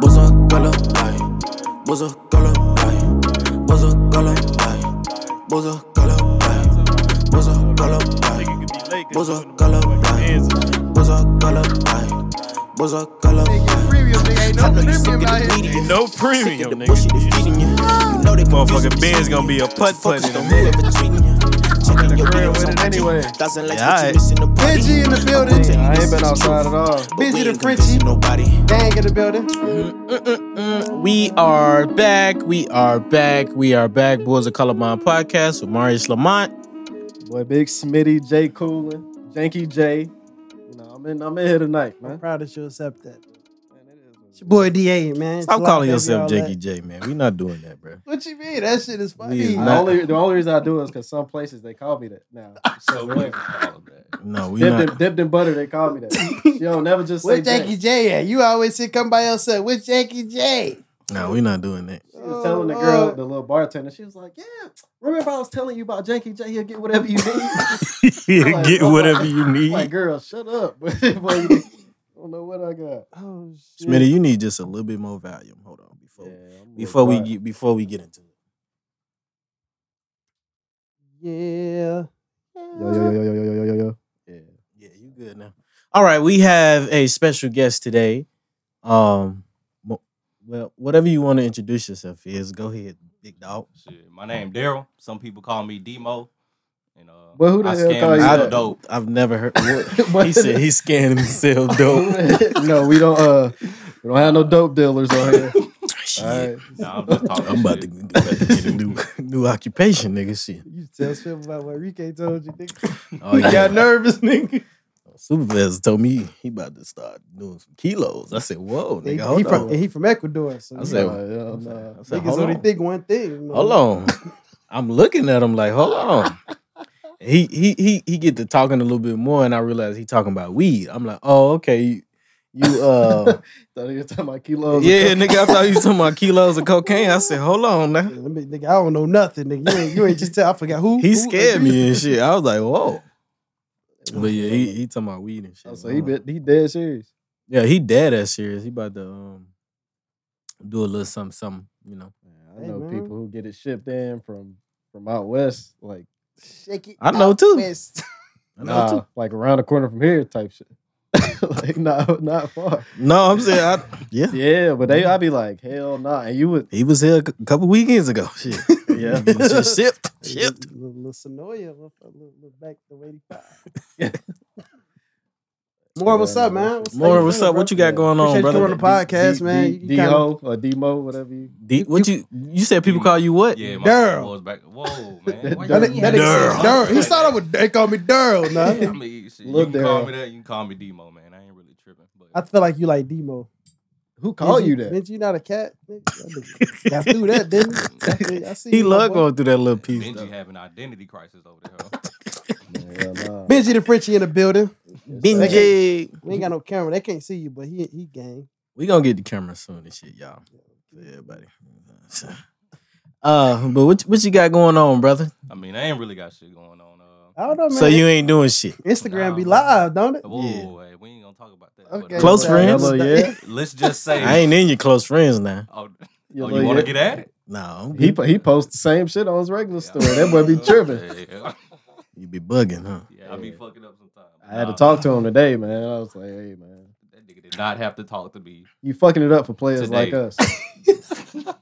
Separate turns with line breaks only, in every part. Bozo golo, ay. Bozo golo, ay. Bozo golo, ay. Bozo golo, ay. Bozo golo, ay. Bozo golo, ay. Bozo golo, ay. Bozo golo, ay.
Premium, nigga, ain't
I know
no
you sick of
premium out
the
here.
media.
No
Sick of
premium,
the bullshit
nigga.
that's feeding you. You know that
Motherfucking Ben's gonna be a putt putt in
Focused
a
on
minute.
whoever cheating you. Checking your
crib
DMs
with
on
it
IG.
anyway.
Thousand likes
Yeah,
that you
alright.
missing the party.
Benji in the
I'm
building.
telling you
I ain't
this
been
is
outside
truth.
at all.
But we
Benji the
ain't convincing
Frenchie.
Nobody.
Gang in the building.
We are back. We are back. We are back. Boys of Colorblind podcast with Marius Lamont.
Boy, Big Smitty, Jay Coolin, Janky J. You know, I'm in, I'm in here tonight,
I'm
man.
proud that you accept that.
Man, it is what it
It's your boy DA, man.
Stop
It's
calling
live,
yourself
baby, all
Jakey J, man. We not doing that, bro.
that. What you mean? That shit is
is
funny.
is.
not-
The only, the only reason I do it is because some places they call me that now. So whatever.
No, we
dipped, in,
not.
dipped in butter, they call me that. you don't never just say
Where Jakey
J.
J at? You always sit come by yourself. Where's Jakey J?
No, we not doing that.
She was telling the girl, the little bartender, Oh, she was like, "Yeah, remember I was telling you about Janky J? He'll get whatever you need." Like,
Get
oh,
whatever you
I'm like,
need.
girl, shut up. Boy, I don't know what I got.
Oh, shit.
Smitty, you need just a little bit more volume. Hold on before before we get before we get into it.
Yeah.
yo yo yo yo yo yo yo yo. Yeah.
Yeah, you good now. All right, we have a special guest today. Um, mo- well, whatever you want to introduce yourself is, go ahead, big dog.
Shit, my name Daryl. Some people call me Demo. And uh,
But who the
I
hell
scam
call you
and
that?
sell dope.
I've never heard.
What?
he said he's scanning himself
Oh,
dope.
no, we don't. Uh, we don't have no dope dealers on here.
Shit.
All right.
Nah, I'm just talking
I'm about to,
shit.
about to get a new new occupation, nigga. Shit.
You tell Slim about what Rike told you, nigga.
Oh
You got nervous, nigga.
Supervisor told me he about to start doing some kilos. I said, "Whoa,
He,
nigga,
he
hold
from,
on."
and he from Ecuador. So
I
you
said,
know, uh,
Nah, yeah, nah.
I said,
niggas
"Hold
only
on.
think one thing. you know.
Hold on. I'm looking at him like, hold on. He he he he get to talking a little bit more, and I realize he talking about weed. I'm like, oh okay, you, you uh
Thought he was talking about kilos.
yeah, nigga. I thought you talking about kilos of cocaine. I said, hold on now.
Let me, nigga, I don't know nothing, nigga. You ain't, you ain't just tell. I forgot who.
He
who-
scared me and shit. I was like, whoa. But yeah, he he talking about weed and shit.
Oh, so he bit, he dead serious.
Yeah, he dead ass serious. He about to um do a little something, something, you know.
I
Hey,
know
man.
people who get it shipped in from from out west, like
Shake it.
I know
out
too.
west.
I know
nah, like around the corner from here type shit. like not not far. Mm-hmm.
too. No, I'm saying, I, yeah.
Yeah, but they I'd be like, hell nah. And you would
He was here a cou- couple weekends ago. Shit.
Yeah.
Getting shit shipped. Shipped.
Little, little, little Sonoya, little, little, little back to 85. More, what's up, man? What's
More,
up,
what's
bro?
up? What you got going on,
Appreciate you
brother?
coming on the podcast, man. You
D
kinda-
Ho or Demo, whatever you
D- what you you said people call you what?
Yeah, my
Daryl.
Daryl. was back. Whoa, man.
That,
That-
Why you
that,
ain't
that
had
Daryl.
that?
Daryl. He started with, they call me Daryl,
I
nah.
mean, shit, you
Little
can call
Daryl.
me that. You can call me Demo, man. I ain't really tripping. But
I feel like you like Demo.
who call you that?
Bitch, you not a cat? nigga? That nigga Got through that, didn't he? I see
He
you, my
loved
boy.
going through that little piece.
Benji have an identity crisis over there. huh?
Yeah, nah.
Benji the Frenchie in the building.
Benji.
We ain't got no camera. They can't see you, but he he gang.
We gonna get the camera soon and shit, y'all. For everybody. Uh, but what what you got going on, brother?
I mean, I ain't really got shit going on. Uh,
I don't know, man.
So you ain't doing shit.
Instagram be live, don't it?
whoa, hey, we ain't gonna talk about that. but,
Okay,
uh,
Close
so-
friends?
Hello, yeah.
Let's just say.
I ain't in your close friends now.
Oh,
Yeah,
oh,
like,
you want to
yeah.
get at it?
No, I'm
He
good.
po- he posts the same shit on his regular
Yeah.
story. That boy be tripping.
Yeah,
you be bugging, huh?
yeah, I be
Yeah.
fucking up sometimes.
I had to
Nah,
talk to him today, man. I was like, hey man,
That nigga did not have to talk to me.
you fucking it up for players
Today.
like us.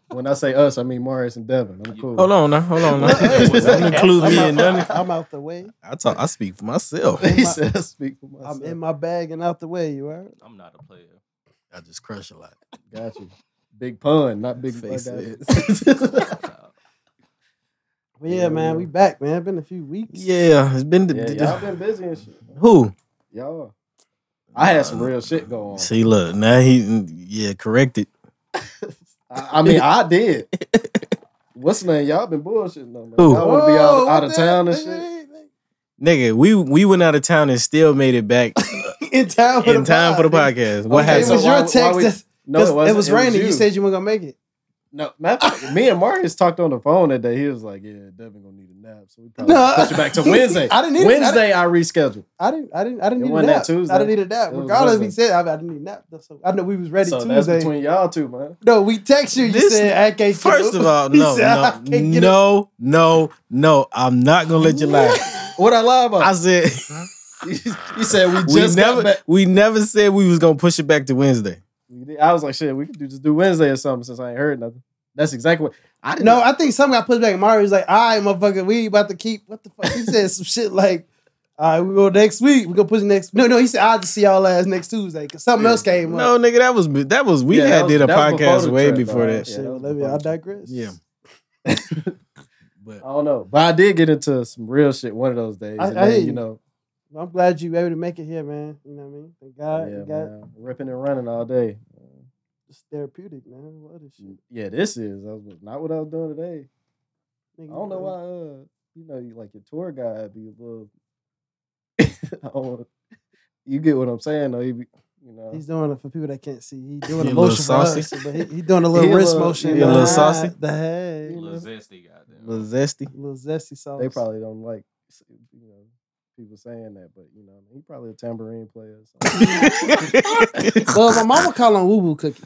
when I say us, I mean Marius and Devin. I'm
You-
cool.
Hold on now, hold on now. Don't include
I'm,
me
out,
in none. of-
I'm out the way.
I talk. I speak for myself.
he said, I speak for myself.
I'm in my bag and out the way. You are.
I'm not a player.
I just crush a lot.
Got you. Big pun, not big
Face
I got you.
But yeah,
Yeah,
man,
yeah.
we back, man. Been a few weeks.
Yeah, it's been. The,
yeah,
the-
y'all been busy and shit.
who?
Y'all. I had some real shit go on.
See, look now he yeah corrected.
I, I mean, I did. What's the name? Y'all been bullshitting though, man.
Who?
Y'all want to be
Whoa,
out,
what
out of
the-
town and shit.
Nigga, we we went out of town and still made it back
in time for
in
the
time for the
podcast.
podcast. What
Okay,
It
happened?
so
was
why-
your
why
text.
we-
that's-
No, it,
that's-
wasn't.
was raining. You
you.
said you weren't gonna make it.
No, matter of fact, me and Marius talked on the phone that day. He was like, "Yeah, Devin gonna need a nap, so we probably
No.
push it back to Wednesday."
I didn't need it. I didn't-
Wednesday. I rescheduled.
I didn't. I didn't. I didn't
It
need a
wasn't that
nap. I
Tuesday.
didn't need a nap.
It was
Regardless, we
Wednesday.
said I, I didn't need a nap. That's so, I know we was ready
So that's
Tuesday.
between y'all two, man.
no, we text you. You
This-
said I can't.
First of all, no, no, no, no, no. I'm not gonna let you lie.
What I lie about?
I said
you said we
we
just got
never
back.
we never said we was gonna push it back to Wednesday.
We did- I was like, "Shit, we could do, just do Wednesday or something." Since I ain't heard nothing. That's exactly what I didn't.
No, I think some got pushed back. Mario was like, "All right, motherfucker, we about to keep." What the fuck? He said some shit like, "All right, we go next week. We gonna push it next." No, no, he said, "I'll just see y'all ass next Tuesday." Cause something
Yeah.
else came
No,
up.
nigga, that was that was we
Yeah, that
had
was-
did a
that was before
podcast
the
way
trip,
before
dog.
that.
Shit,
Yeah, that was
let me. I
before.
digress.
Yeah. But
I don't know, but I did get into some real shit one of those days.
I-
and
I
then,
hear
you
you.
know,
I'm glad you able to make it here, man. You know what I mean? Thank God.
yeah,
Thank God.
man, ripping and running all day.
It's therapeutic, man. What is shit?
Yeah, this is. I was not what I was doing today.
Nigga,
I don't know
you-
why. Uh, you know, you like your tour guide be a little. I don't wanna- you get what I'm saying, though. He be, you know,
He's doing it for people that can't see. He doing
He a little
a motion for us,
saucy.
but he, he doing a little
He a
wrist
little-
motion.
he a
the
little
high-
saucy.
The hey,
Little zesty, goddamn.
little zesty.
little zesty sauce.
they probably don't like s- you know people saying that, but you know, he probably a tambourine player. Or something.
Well, my mama call them woo woo cookies.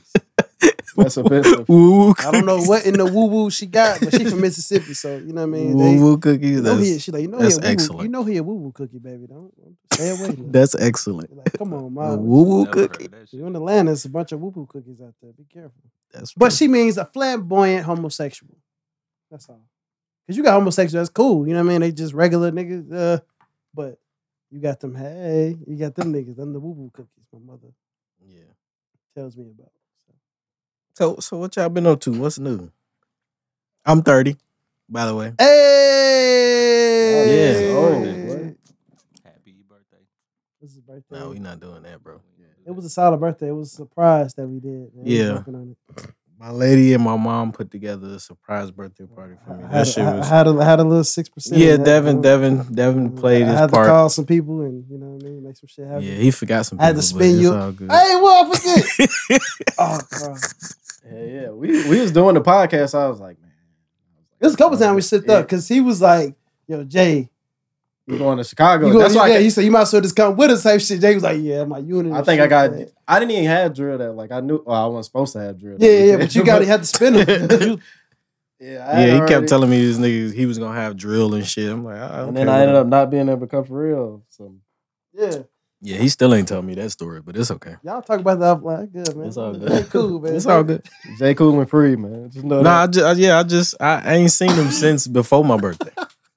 That's offensive.
Woo
I don't know what in the woo woo she got, but she from Mississippi, so you know what I mean.
woo woo cookies.
They, you know he,
That's,
she like you know
that's
he a woo-woo- you
excellent.
know he a woo woo cookie baby. Don't stay away. now.
that's excellent.
like, come on,
A
mom.
woo woo
Never heard
cookie.
of that shit.
You in Atlanta, it's a bunch of woo woo cookies out there. Be careful.
That's
But she means a flamboyant homosexual. That's all. Cause you got homosexual, that's cool. You know what I mean? They just regular niggas. Uh, but you got them. Hey, you got them niggas. Them the woo woo cookies. My mother
yeah.
tells me about.
So so what y'all been up to? What's new? I'm 30, by the way.
Hey.
Oh, Yeah. Oh, what?
Happy birthday.
This is birthday.
No, we not doing that, bro.
It was a solid birthday. It was a surprise that we did. Man. We was
Yeah.
working on it.
My lady and my mom put together a surprise birthday party for me.
I
That
had,
shit
I- I
was
had a, I had a little six percent.
Yeah, Devin, Devin, Devin played
I
his
had
part.
to call some people and you know what I mean, make some shit happen.
Yeah, he forgot some.
I had to
people, but
spin
it's
you-
all good.
Hey, what I forget? oh, God.
yeah, yeah. We we was doing the podcast. I was like, man,
There's a couple times we sipped up because he was like, "Yo, Jay,
You going to Chicago?
you go,
That's why. I
yeah,
ca-
you said you might as well just come with us." Type shit. Jay was like, "Yeah, my unit."
I
and
think I
shit,
got.
man."
I didn't even have drill that. Like I knew. Well, I wasn't supposed to have drill. that
Yeah, yeah, yeah,
weekend,
but you got to have to spin them. You-
Yeah, I
Yeah, he
had
kept
already-
telling me this nigga he was gonna have drill and shit. I'm like, ah,
And
okay,
then I ended
whatever.
up not being able to come for real. So
yeah,
Yeah, he still ain't telling me that story, but it's okay.
y'all talk about that offline. Good man.
It's all good.
Jay Cool man.
It's all good.
J. Cool and free, man. Just know
Nah, I
that.
just, yeah, I just I ain't seen him since before my birthday.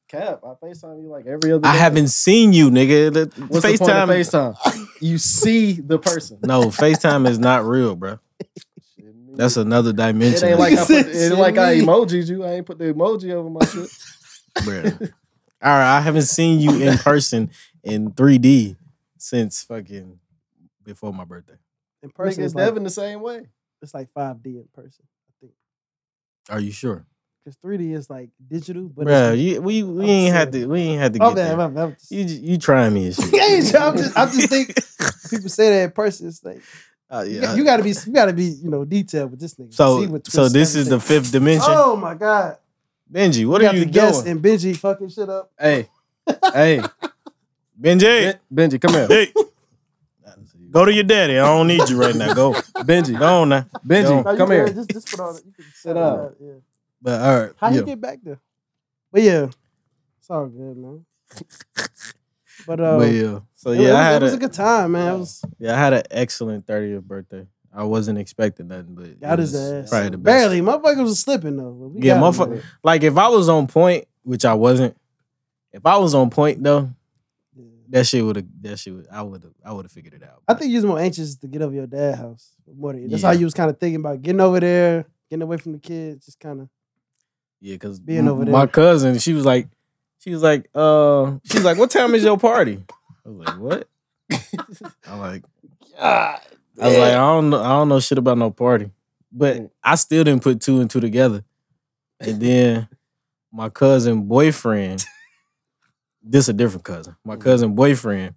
Cap, I FaceTime you like every other
I
day.
haven't seen you, nigga. The-
What's the point
FaceTime,
of FaceTime? You see the person.
no, FaceTime is not real, bro.
Shit, me.
That's another
it
dimension,
ain't
of
like I,
it,
put, it ain't like I
Shit, me.
emojied you. I ain't put the emoji over my shit.
bruh. All right, I haven't seen you in person in 3D since fucking before my birthday.
In person,
Nigga,
it's like,
Devin the same way.
it's like five D in person. I think
Are you sure,
because three D is like digital, but
bro?
it's,
You, we we
I'm
ain't had
serious.
to we ain't had to
my
get
bad,
there.
my bad. I'm just-
You j- you trying me and shit.
Yeah, I'm just, I just think people say that in person. It's like
Uh,
you
yeah.
got- you got to be, you got to be, you know, detailed with this nigga. See
so
what
so
twists
this is the
everything.
fifth dimension.
Oh my god!
Benji, what
We
are
got
you
to guess
doing,
And Benji fucking shit up.
Hey, hey,
Benji?
Ben- Benji, come here.
Hey, go to your daddy. I don't need you right now. Go,
Benji,
go on now.
Benji,
No, you
come
can-
here.
Just, just put on it. You can
Sit down.
it Yeah.
But all right,
How
yeah.
you get back there? But yeah, it's all good, man. But uh,
but yeah, so
it,
yeah, I
was,
had
it was a
a,
good time, man. It was
yeah, I had an excellent thirtieth birthday. I wasn't expecting nothing, but it
got his
was
ass.
Probably the best.
Barely, motherfuckers was slipping though. but we
Yeah,
got him,
motherfucker-
man.
Like if I was on point, which I wasn't. If I was on point though,
Yeah.
that shit would have. That shit would. I would have. I would have figured it out.
I think you was more anxious to get over your dad's house. More than, that's
Yeah.
how you was kind of thinking about getting over there, getting away from the kids, just kind of.
Yeah, because
Being over
my
there.
cousin, she was like, she was like, uh, she's like, what time is your party? I was like, what? I'm like, I was like, I don't know, I don't know shit about no party,
Mm.
but I still didn't put two and two together. And then my cousin boyfriend, this a different cousin. My cousin boyfriend,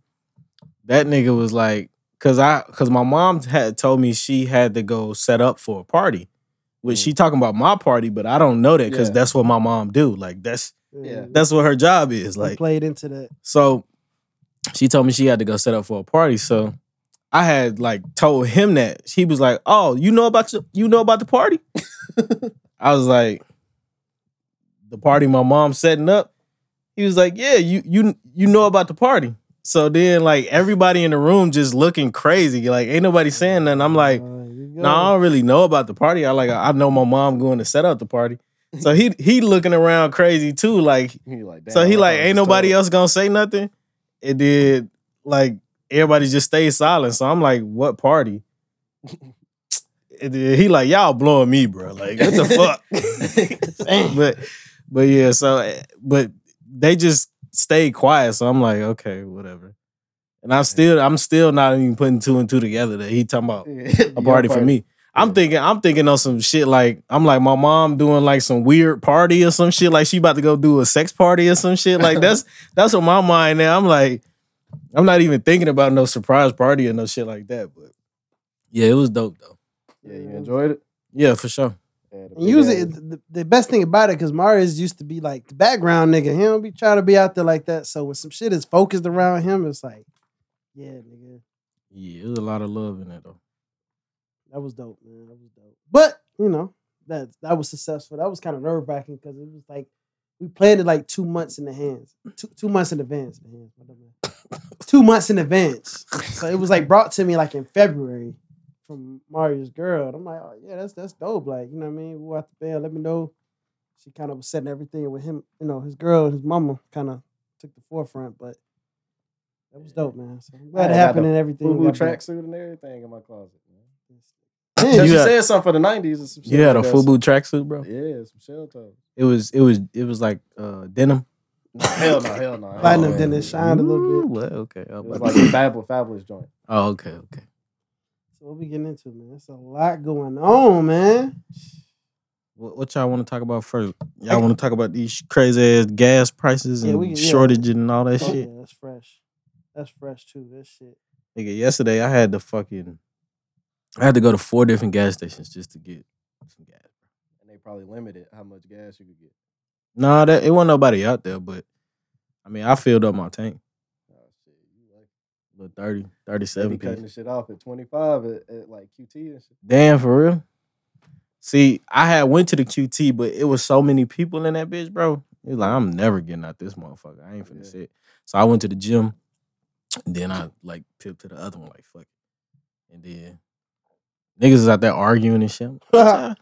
that nigga was like, cause I, cause my mom had told me she had to go set up for a party Which she talking about my party, but I don't know that because
Yeah.
that's what my mom do. Like that's
Yeah.
that's what her job is.
Like
Like
played into that.
so she told me she had to go set up for a party. So I had like told him that. He was like, "Oh, you know about the- you know about the party?" I was like, "The party my mom's setting up." He was like, "Yeah, you you you know about the party." So then like everybody in the room just looking crazy. Like ain't nobody saying nothing. I'm like,
Uh,
no, I don't really know about the party. I like I know my mom going to set up the party. So he he looking around crazy too. Like
He like,
so
"Damn,
he
I
like,
thought
ain't
was
nobody
told."
else gonna say nothing. It did like everybody just stayed silent. So I'm like, what party? And then he like, y'all blowing me, bro. Like, what the fuck? but but yeah, so eh, but they just stayed quiet. So I'm like, okay, whatever. And I'm still I'm still not even putting two and two together that he talking about
Yeah,
a
your
party for me. I'm
Yeah.
thinking, I'm thinking of some shit like I'm like my mom doing like some weird party or some shit like she about to go do a sex party or some shit like that's that's what my mind. Now I'm like, I'm not even thinking about no surprise party or no shit like that. But yeah, it was dope though.
Yeah, you enjoyed it.
Yeah, for sure.
Yeah, the
And
big
usually,
ass-
the, the best thing about it, because Marius used to be like the background nigga. He don't be trying to be out there like that. So when some shit is focused around him, it's like, yeah, nigga,
Yeah, it was a lot of love in it though.
that was dope, man. That was dope. But you know, that that was successful. That was kind of nerve wracking because it was like we planned it like two months in the hands, two two months in advance, in the hands, my bad. two months in advance. So it was like brought to me like in February from Mario's girl. And I'm like, oh yeah, that's that's dope. Like you know what I mean? We'll have to bail. Let me know. She kind of was setting everything with him, you know, his girl and his mama kind of took the forefront, but. That was dope, man. So I'm glad
I
it
got
happened
the
and everything.
Boo Boo
got back.
tracksuit and everything in my closet. Man.
Damn,
Yeah,
You
you
had-
said something for the nineties. or some shit
You had a
like that.
FUBU tracksuit, bro.
Yeah, some shell toes.
It was it was it was like uh denim.
Nah, hell no, hell no.
Platinum
Oh,
denim
man.
shined a little bit.
Ooh, what? Okay.
It was like a fabulous, fabulous joint.
oh, okay, okay.
So what we getting into, man? It's a lot going on, man.
What, what y'all want to talk about first? Y'all want to talk about these crazy ass gas prices
Yeah,
and
we can- yeah.
shortage and all that
Oh,
shit?
yeah, that's fresh. That's fresh too. That shit.
Nigga, yesterday I had to fucking, I had to go to four different gas stations just to get some gas.
And they probably limited how much gas you could get.
Nah, that, it wasn't nobody out there, but I mean, I filled up my tank,
Oh, shit. You like,
the 30,
they be
37
cutting
piece.
the shit off at 25 at, at like QT and shit.
Damn, for real. See, I had went to the QT, but it was so many people in that bitch, bro. It was like I'm never getting out this motherfucker. I ain't finna
Yeah.
sit. So I went to the gym, and then I like pipped to the other one, like fuck it. And then niggas is out there arguing and shit. I'm like, "Ah."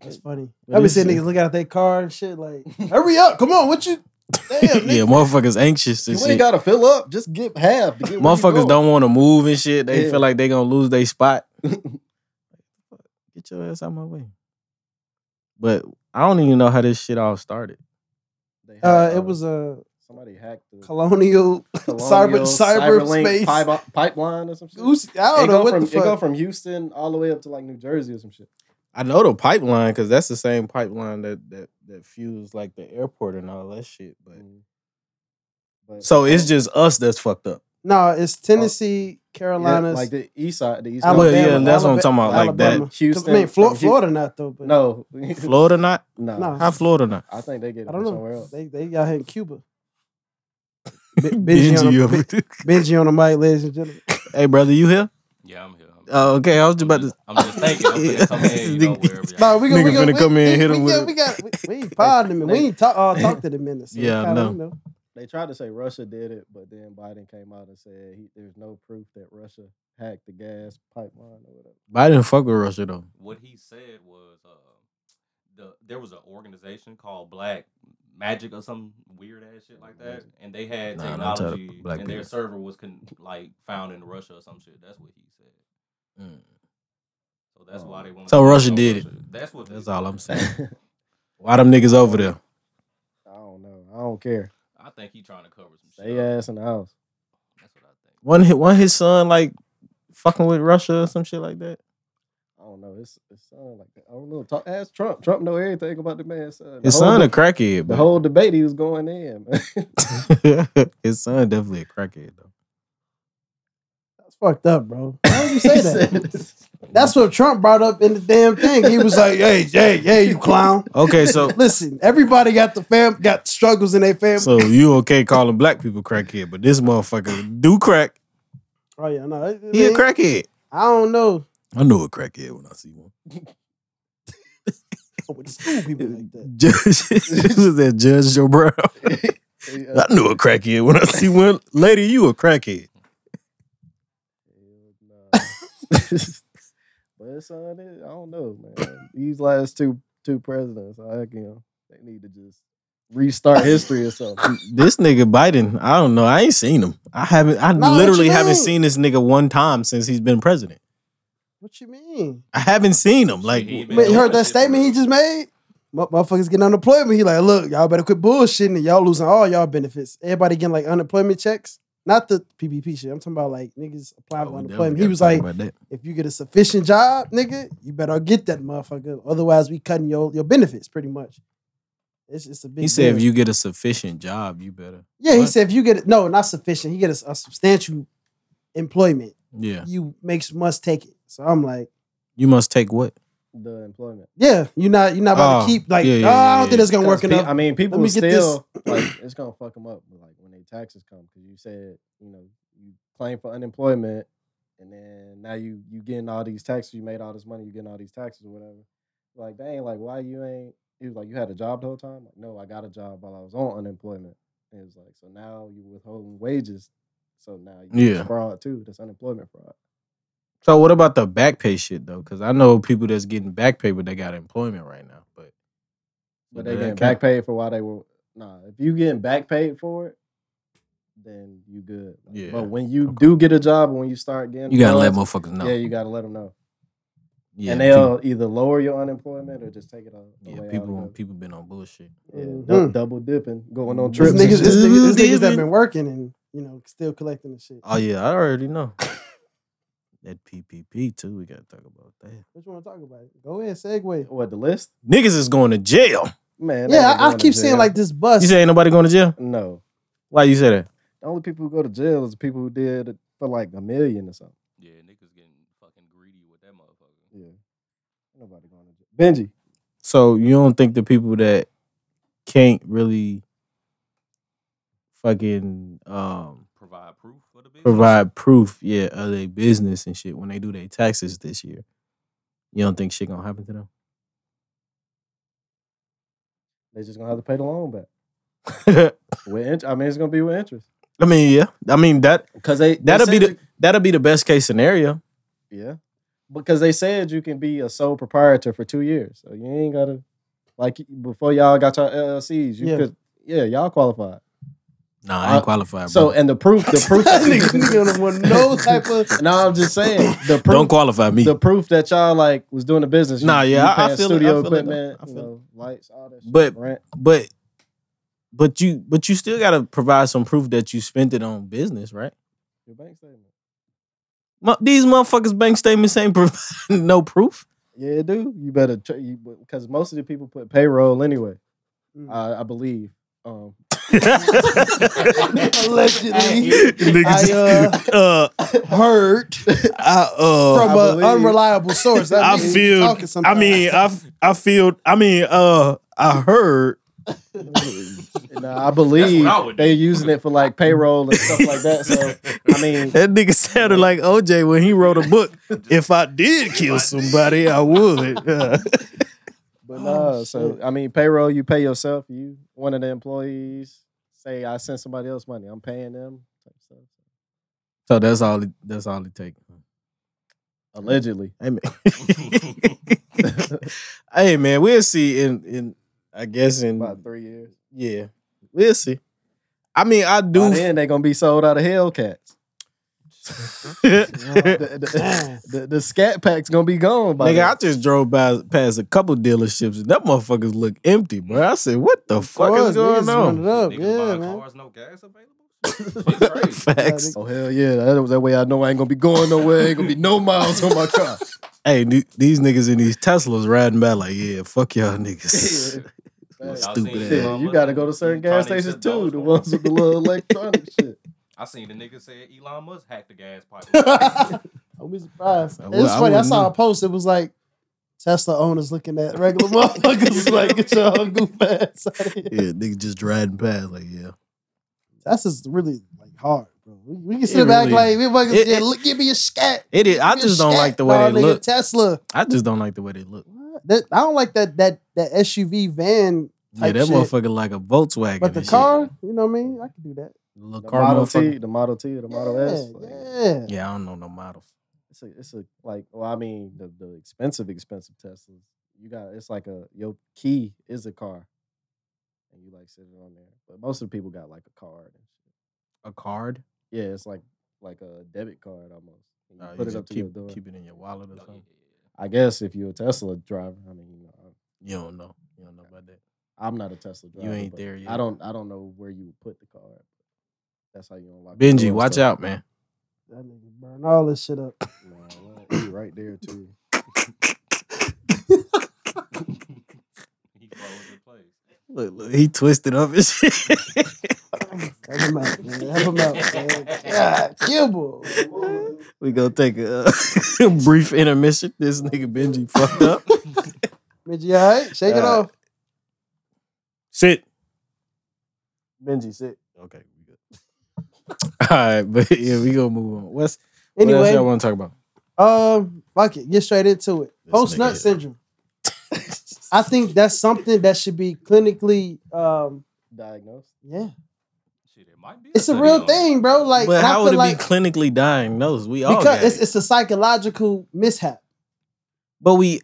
That's funny.
What
I be
is
seeing
it?
niggas looking out their car and shit like, uh, hurry up, come on, what you? Damn, nigga.
yeah, motherfuckers anxious and
You
shit.
ain't got to fill up. Just get half. To get where you
motherfuckers
going.
don't want to move and shit. They
Yeah.
feel like they gonna lose their spot. Get your ass out my way. But I don't even know how this shit all started.
They hacked,
Uh, it was a
Somebody hacked the
colonial cyber
Colonial
cyberspace
Cyberlink pipe, pipeline or some shit.
goose. I
it
don't know
go
what
from
the
it go
fuck.
from Houston all the way up to like New Jersey or some shit.
I know the pipeline because that's the same pipeline that that that fuels like the airport and all that shit. But
Mm,
Mm.
But
so it's just us that's fucked up.
No, it's
Oh.
Tennessee,
yeah,
Carolinas.
like the east side, the east
Well,
Alabama,
coast.
yeah, that's what I'm
Alabama,
talking about, like that.
Alabama. 'Cause,
Houston,
I mean, Florida,
from Hu-
Florida not though, but
No,
Florida not?
no,
No.
How Florida not?
I think they get it
I don't
from somewhere
know.
else.
They they got here in Cuba. Benji on
Benji
the-
over there.
Benji on the mic, ladies and gentlemen.
hey brother, you here?
Yeah, I'm here. I'm,
Oh, okay. I was just about to.
I'm just thinking. I'm finna come in, you know, wherever y'all-
No, we gonna, we
Nigga
gonna,
finna
we,
come in and
we-
hit him
we,
with
yeah,
it.
we got we, we ain't fired him. and We ain't talk, uh, talked to them in this.
Yeah, I
kinda,
know.
you know.
They tried to say Russia did it, but then Biden came out and said he, there's no proof that Russia hacked the gas pipeline or whatever.
Biden fuck with Russia though.
What he said was, uh, the there was an organization called Black Magic or some weird ass shit like that, and they had
Nah, don't tell the
technology,
black
and their
people.
server was con- like found in Russia or some shit. That's what he said.
Mm,
So that's
Oh.
why they want.
So Russia did it.
That's what. they
That's all I'm
said.
saying. Why them niggas over there?
I don't know. I don't care.
I think he trying to cover some shit.
They
up.
ass in the house.
That's what I think.
One hit one his son like fucking with Russia or some shit like that.
I don't know. It's it's sound like that. I don't know. Talk, ask Trump. Trump know everything about the man's son. The
His
whole
son
de-
a crackhead,
the
but
whole debate he was going in. man.
his son definitely a crackhead though.
That's fucked up, bro. Why would you say that?
He said-
That's what Trump brought up in the damn thing. He was like, "Hey, hey, hey, you clown!
Okay, so
Listen, everybody got the fam, got struggles in their family.
so you okay calling black people crackhead, but this motherfucker do crack.
oh yeah, no, I,
He a
mean,
crackhead.
I don't know
I knew a crackhead when I see one.
with the school people like that.
Judge, was that Judge Joe Brown? I
uh,
knew a crackhead when I see one. Lady, you a crackhead.
Nah. but son, it, I don't know, man. These last two two presidents, I can they need to just restart history or something.
This nigga Biden, I don't know. I ain't seen him. I haven't. I
No, what
literally
you
haven't
mean?
seen this nigga one time since he's been president.
What you mean?
I haven't seen him. Like,
He ain't been
But you
doing
heard that
shit for
statement he
real.
just made? Mu- Motherfuckers getting unemployment. He like, look, y'all better quit bullshitting. and Y'all losing all y'all benefits. Everybody getting like unemployment checks. Not the PPP shit. I'm talking about like niggas applying for unemployment. He was like, if you get a sufficient job, nigga, you better get that motherfucker. Otherwise, we cutting your, your benefits pretty much. It's just a big.
he said, if
deal.
you get a sufficient job, you better.
Yeah, he
What?
said if you get it. No, not sufficient. He get a, a substantial employment.
Yeah,
You makes must take it. So I'm like.
you must take what.
The employment.
Yeah, you're not you're not about
Oh,
to keep like
yeah, yeah,
oh, I don't
yeah,
think that's gonna work
Because pe-
enough.
I mean, people
me get this-
still like it's gonna fuck them up. Like when they taxes come, because you said you know you claim for unemployment, and then now you you getting all these taxes. You made all this money. You getting all these taxes or whatever. Like they ain't like why you ain't. He was like you had a job the whole time. Like no, I got a job while I was on unemployment. And it was like so now you withholding wages. So now you
Yeah.
fraud too. That's unemployment fraud.
So what about the back pay shit though? Because I know people that's getting back pay, but they got employment right now. But So
But they
that
getting
count?
back paid for why they were nah. If you getting back paid for it, then you good. Like,
Yeah,
But when you
okay.
do get a job, and when you start getting,
you gotta let
funds,
motherfuckers know.
Yeah, you gotta let them know,
Yeah,
and
people-
they'll either lower your unemployment or just take it off.
yeah, people people been on bullshit.
yeah,
Mhm.
dou- double dipping, going
Mm,
on
There's
trips. and
niggas,
shit.
there's niggas, there's niggas that
Dude.
been working and you know still collecting the shit.
Oh yeah, I already know. that PPP too. We gotta talk about that.
What you want to talk about? Go ahead, segue.
What the list?
Niggas is going to jail.
Man, they
Yeah,
ain't
I, I
going to
keep seeing
jail.
like this bus.
You say ain't nobody going to jail?
no.
Why you say that?
The only people who go to jail is the people who did it for like a million or something.
Yeah, niggas getting fucking greedy with that motherfucker.
Yeah, Ain't nobody going to jail. Benji,
So you don't think the people that can't really fucking um
Provide proof for the bitch.
provide proof, yeah, of their business and shit when they do their taxes this year. You don't think shit gonna happen to them?
they just gonna have to pay the loan back. With int- I mean, it's gonna be with interest
I mean, yeah. I mean that
because they they
That'll be
said
the- that'll be the best case scenario.
you- yeah because they said you can be a sole proprietor for two years, so you ain't gotta like before y'all got your LLCs. You
Yeah.
could yeah, y'all qualified.
Nah, I ain't
Uh,
qualified, bro.
So and the proof, the proof.
That nigga, nigga don't want no type of.
No, I'm just saying the proof.
don't qualify me.
the proof that y'all like was doing the business. You-
Nah, yeah,
you
I- I
paying
feel it, I
studio
feel it,
equipment,
I feel
you
it.
know, lights, all that. Shit,
But-
rent.
but but you but you still gotta provide some proof that you spent it on business, right?
your bank statement.
Mo- These motherfuckers' bank statements ain't providing no proof.
Yeah, it do you better because most of the people put payroll anyway.
Mm.
I, I believe. Um,
Allegedly
Niggas, uh,
heard
I, uh,
from
Oh, I
an
believe-
unreliable source. That
I
nigga be
feel-
talking
I
sometimes.
mean, I, f- I feel. I mean, uh, I heard.
nah, uh, I believe
I would
they using it for like payroll and stuff like that. So I mean,
That nigga sounded like OJ when he wrote a book. If I did kill somebody, I would.
but nah. so
shit.
I mean, payroll you pay yourself. You one of the employees say I sent somebody else money. I'm paying them. So,
so that's all. It, that's all it takes.
allegedly,
Hey man. hey man, we'll see. In in I guess in
about three years.
yeah, we'll see. I mean, I do.
By then they gonna be sold out of Hellcats.
Nigga,
the, the, the- the scat pack's gonna be gone by
I just drove by past a couple dealerships and that motherfuckers look empty, bro. I said, what the
Of
fuck
course,
is going
niggas running
on?
Up.
Niggas
Yeah,
buying
man.
cars, no gas available. Shit crazy.
Facts.
then. Oh hell yeah! That, that way I know I ain't gonna be going nowhere. Ain't gonna be no miles on my car.
Hey, th- these niggas in these Teslas riding by like, yeah, fuck y'all niggas.
Y'all
Facts.
seen
Stupid
the,
ass.
Shit,
uh,
you
what's
gotta
that?
go to certain
Trying
gas stations
accept
too. The
Dogecoin.
ones with the little electronic shit.
"Oh, I seen the nigga say Elon Musk hacked the gas pipe.
I'll be surprised.
I
And
would-
it's
I
funny. I
wouldn't
saw a
know.
post. It was like Tesla owners looking at regular motherfuckers like get your goof ass out of here.
Yeah, nigga just driving past. Like, yeah.
That's just really like hard, bro. We, we can sit
It
back
really-
like we fucking
it-
yeah,
it-
look, give me a scat.
It is. I
Give me a
just don't
scat,
like the way
dog,
they
nigga.
look.
Tesla.
I just don't like the way they look.
What? That, I don't like that that that SUV van.
Yeah,
Type
that
shit.
motherfucker like a Volkswagen.
But the
and shit.
car, you know what I mean? I can do that.
little
The
car
Model
motherfucker.
T, the Model T, or the Model
yeah,
S. like,
Yeah.
Yeah, I don't know no models.
It's a, it's a like. Well, I mean, the, the expensive, expensive Teslas. You got it's like a your key is a car, and you like sitting on there. But most of the people got like a card and shit.
A card.
Yeah, it's like like a debit card almost. And you
Uh, you
put it
just
up to
keep,
your door.
Keep it in your wallet or
Oh, yeah,
something.
I guess if you're a Tesla driver, I mean, you know, I'm-
You don't know. You don't know about that.
I'm not a Tesla
You
driver.
ain't
but
there
I
yet.
don't. I don't know where you would put the car. That's how you unlock. the door
Benji,
and
watch
stuff.
out, man.
That nigga burn all this shit up.
Man, what? He right there too.
yeah. he follows the place.
Look, look, he twisted up his shit.
Help him out, man. Help him out, man. God, Kimball.
we gonna take a uh, brief intermission. This nigga Benji fucked up.
Midge, you all right? Shake it
Uh,
off.
Sit.
Benji, sit.
Okay, we good. All right, but yeah, we gonna move on. What's what else y'all
Anyway,
want to talk about?
um, fuck it. Get straight into it.
This
Post
nigga.
nut syndrome. I think that's something that should be clinically, um,
Diagnosed.
yeah.
Shit, it might be.
It's a
study on
real
it.
thing, bro. Like,
but
and I
how would
feel
it
like
be clinically diagnosed? We all got
because it's,
it.
it's a psychological mishap.
but we,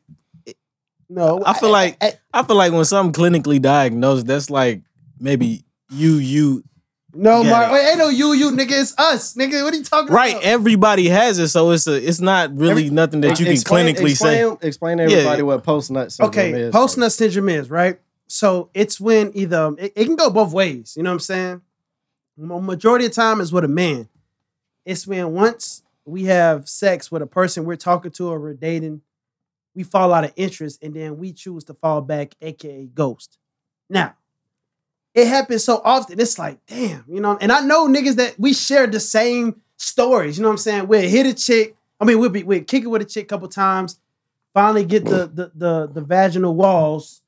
No,
I feel like-
I- I-
I feel like when something clinically diagnosed, that's like maybe you, you,
no,
Get
Mark,
it.
wait, ain't no you, you nigga. It's us, nigga. What are you talking
right?
about?
Everybody has it, so it's a, it's not really
Every-
nothing that you can
Explain-
clinically say.
explain, Explain to everybody
yeah.
what post nut syndrome
Okay,
is.
post nut syndrome is right. So it's when either it, it can go both ways. You know what I'm saying? Ma- Majority of time is with a man. It's when once we have sex with a person we're talking to or we're dating, we fall out of interest and then we choose to fall back, aka ghost. Now, it happens so often. It's like, damn, you know. And I know niggas that we share the same stories. You know what I'm saying? We'll hit a chick. I mean, we'll be we'll kick it with a chick a couple times. Finally, get the the the, the vaginal walls,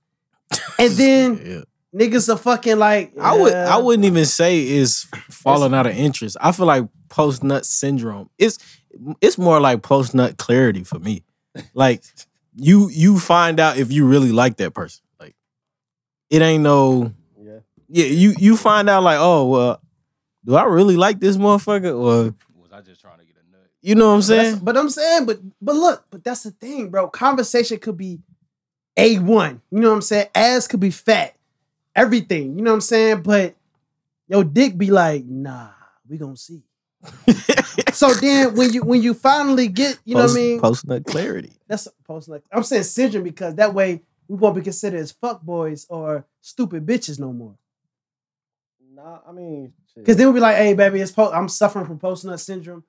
and then
Yeah.
niggas are fucking like.
I would
yeah.
I wouldn't even say is falling out of interest. I feel like post nut syndrome. It's it's more like post nut clarity for me. Like you you find out if you really like that person. Like it ain't no
Yeah.
yeah, you you find out like, oh well, do I really like this motherfucker? Or
Was I just trying to get a nut?
you know what I'm
But that's-
saying?
But I'm saying, but but look, but that's the thing, bro. Conversation could be a one. You know what I'm saying? Ass could be fat. Everything. You know what I'm saying? But your dick be like, nah, we gonna see. so then when you when you finally get, you know what I mean?
Post nut clarity.
That's post like I'm saying syndrome because that way we won't be considered as fuck boys or stupid bitches no more.
Nah, I mean, shit.
Because then we'll be like, hey, baby, it's po- I'm suffering from post nut syndrome.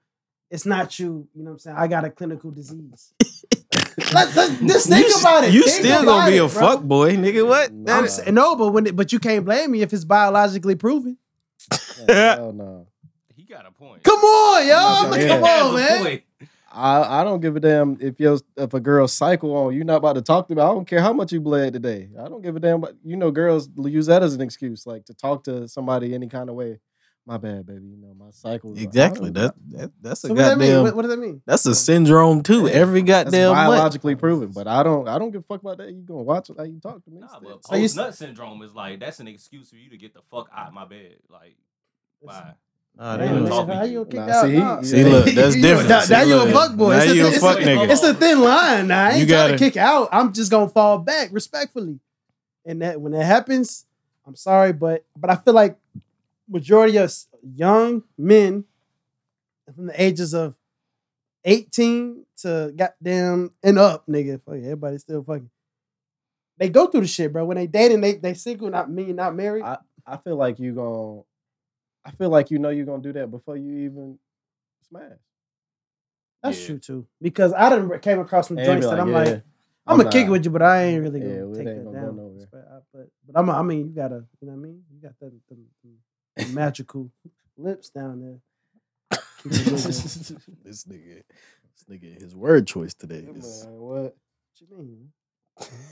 It's not you. You know what I'm saying? I got a clinical disease. let, let- just think
you,
about it.
You
Think
still gonna
about
be a
it, bro.
fuck boy, nigga. What?
Nah.
I'm saying, no, but when it, but you can't blame me if it's biologically proven.
Yeah, hell no.
He got a point.
Come on, yo,
I'm not
Like,
saying-
come
Has
on,
a
man.
point.
I, I don't give a damn if your if a girl's cycle on you not about to talk to me. I don't care how much you bled today. I don't give a damn. But you know, girls use that as an excuse, like to talk to somebody any kind of way. My bad, baby. You know, my cycle.
Exactly. That, that that's a
So what does that
goddamn.
mean? What, what does that mean?
That's a syndrome too.
Yeah,
Every
that's
goddamn month.
biologically proven. But I don't I don't give a fuck about that. You gonna watch how you talk to me?
Nah,
instead.
but
So you
post
s-
nut syndrome is like that's an excuse for you to get the fuck out of my bed. Like, why?
Nah,
they
Hey,
don't
man,
talk to
how
you.
you kick
Nah,
out?
see, he-
Nah.
See, look, that's
You-
different.
Now,
See,
now you a
look,
fuck boy.
Now
It's a-
you a
it's
fuck
a-
nigga.
It's a thin line. Nah. I
You
ain't trying to
gotta-
kick out. I'm just gonna fall back respectfully. And that when that happens, I'm sorry, but but I feel like majority of s- young men from the ages of 18 to goddamn and up, nigga. Fuck it, everybody still fucking. They go through the shit, bro. When they dating, they they single, not me, not married.
I feel like you gonna I feel like you know you're gonna do that before you even smash.
That's
Yeah.
true too. Because I done came across some
And
joints
be
that I'm
yeah,
like, I'm, gonna kick it with you, but I ain't really
uh, Yeah,
gonna
well, it
take
ain't
that
gonna go
down.
nowhere.
But, I, but, but I'm, I mean, you gotta, you know what I mean? You got that them, them magical lips down there. Keep it moving.
This nigga This nigga, his word choice today
Man,
is.
what?
What you mean?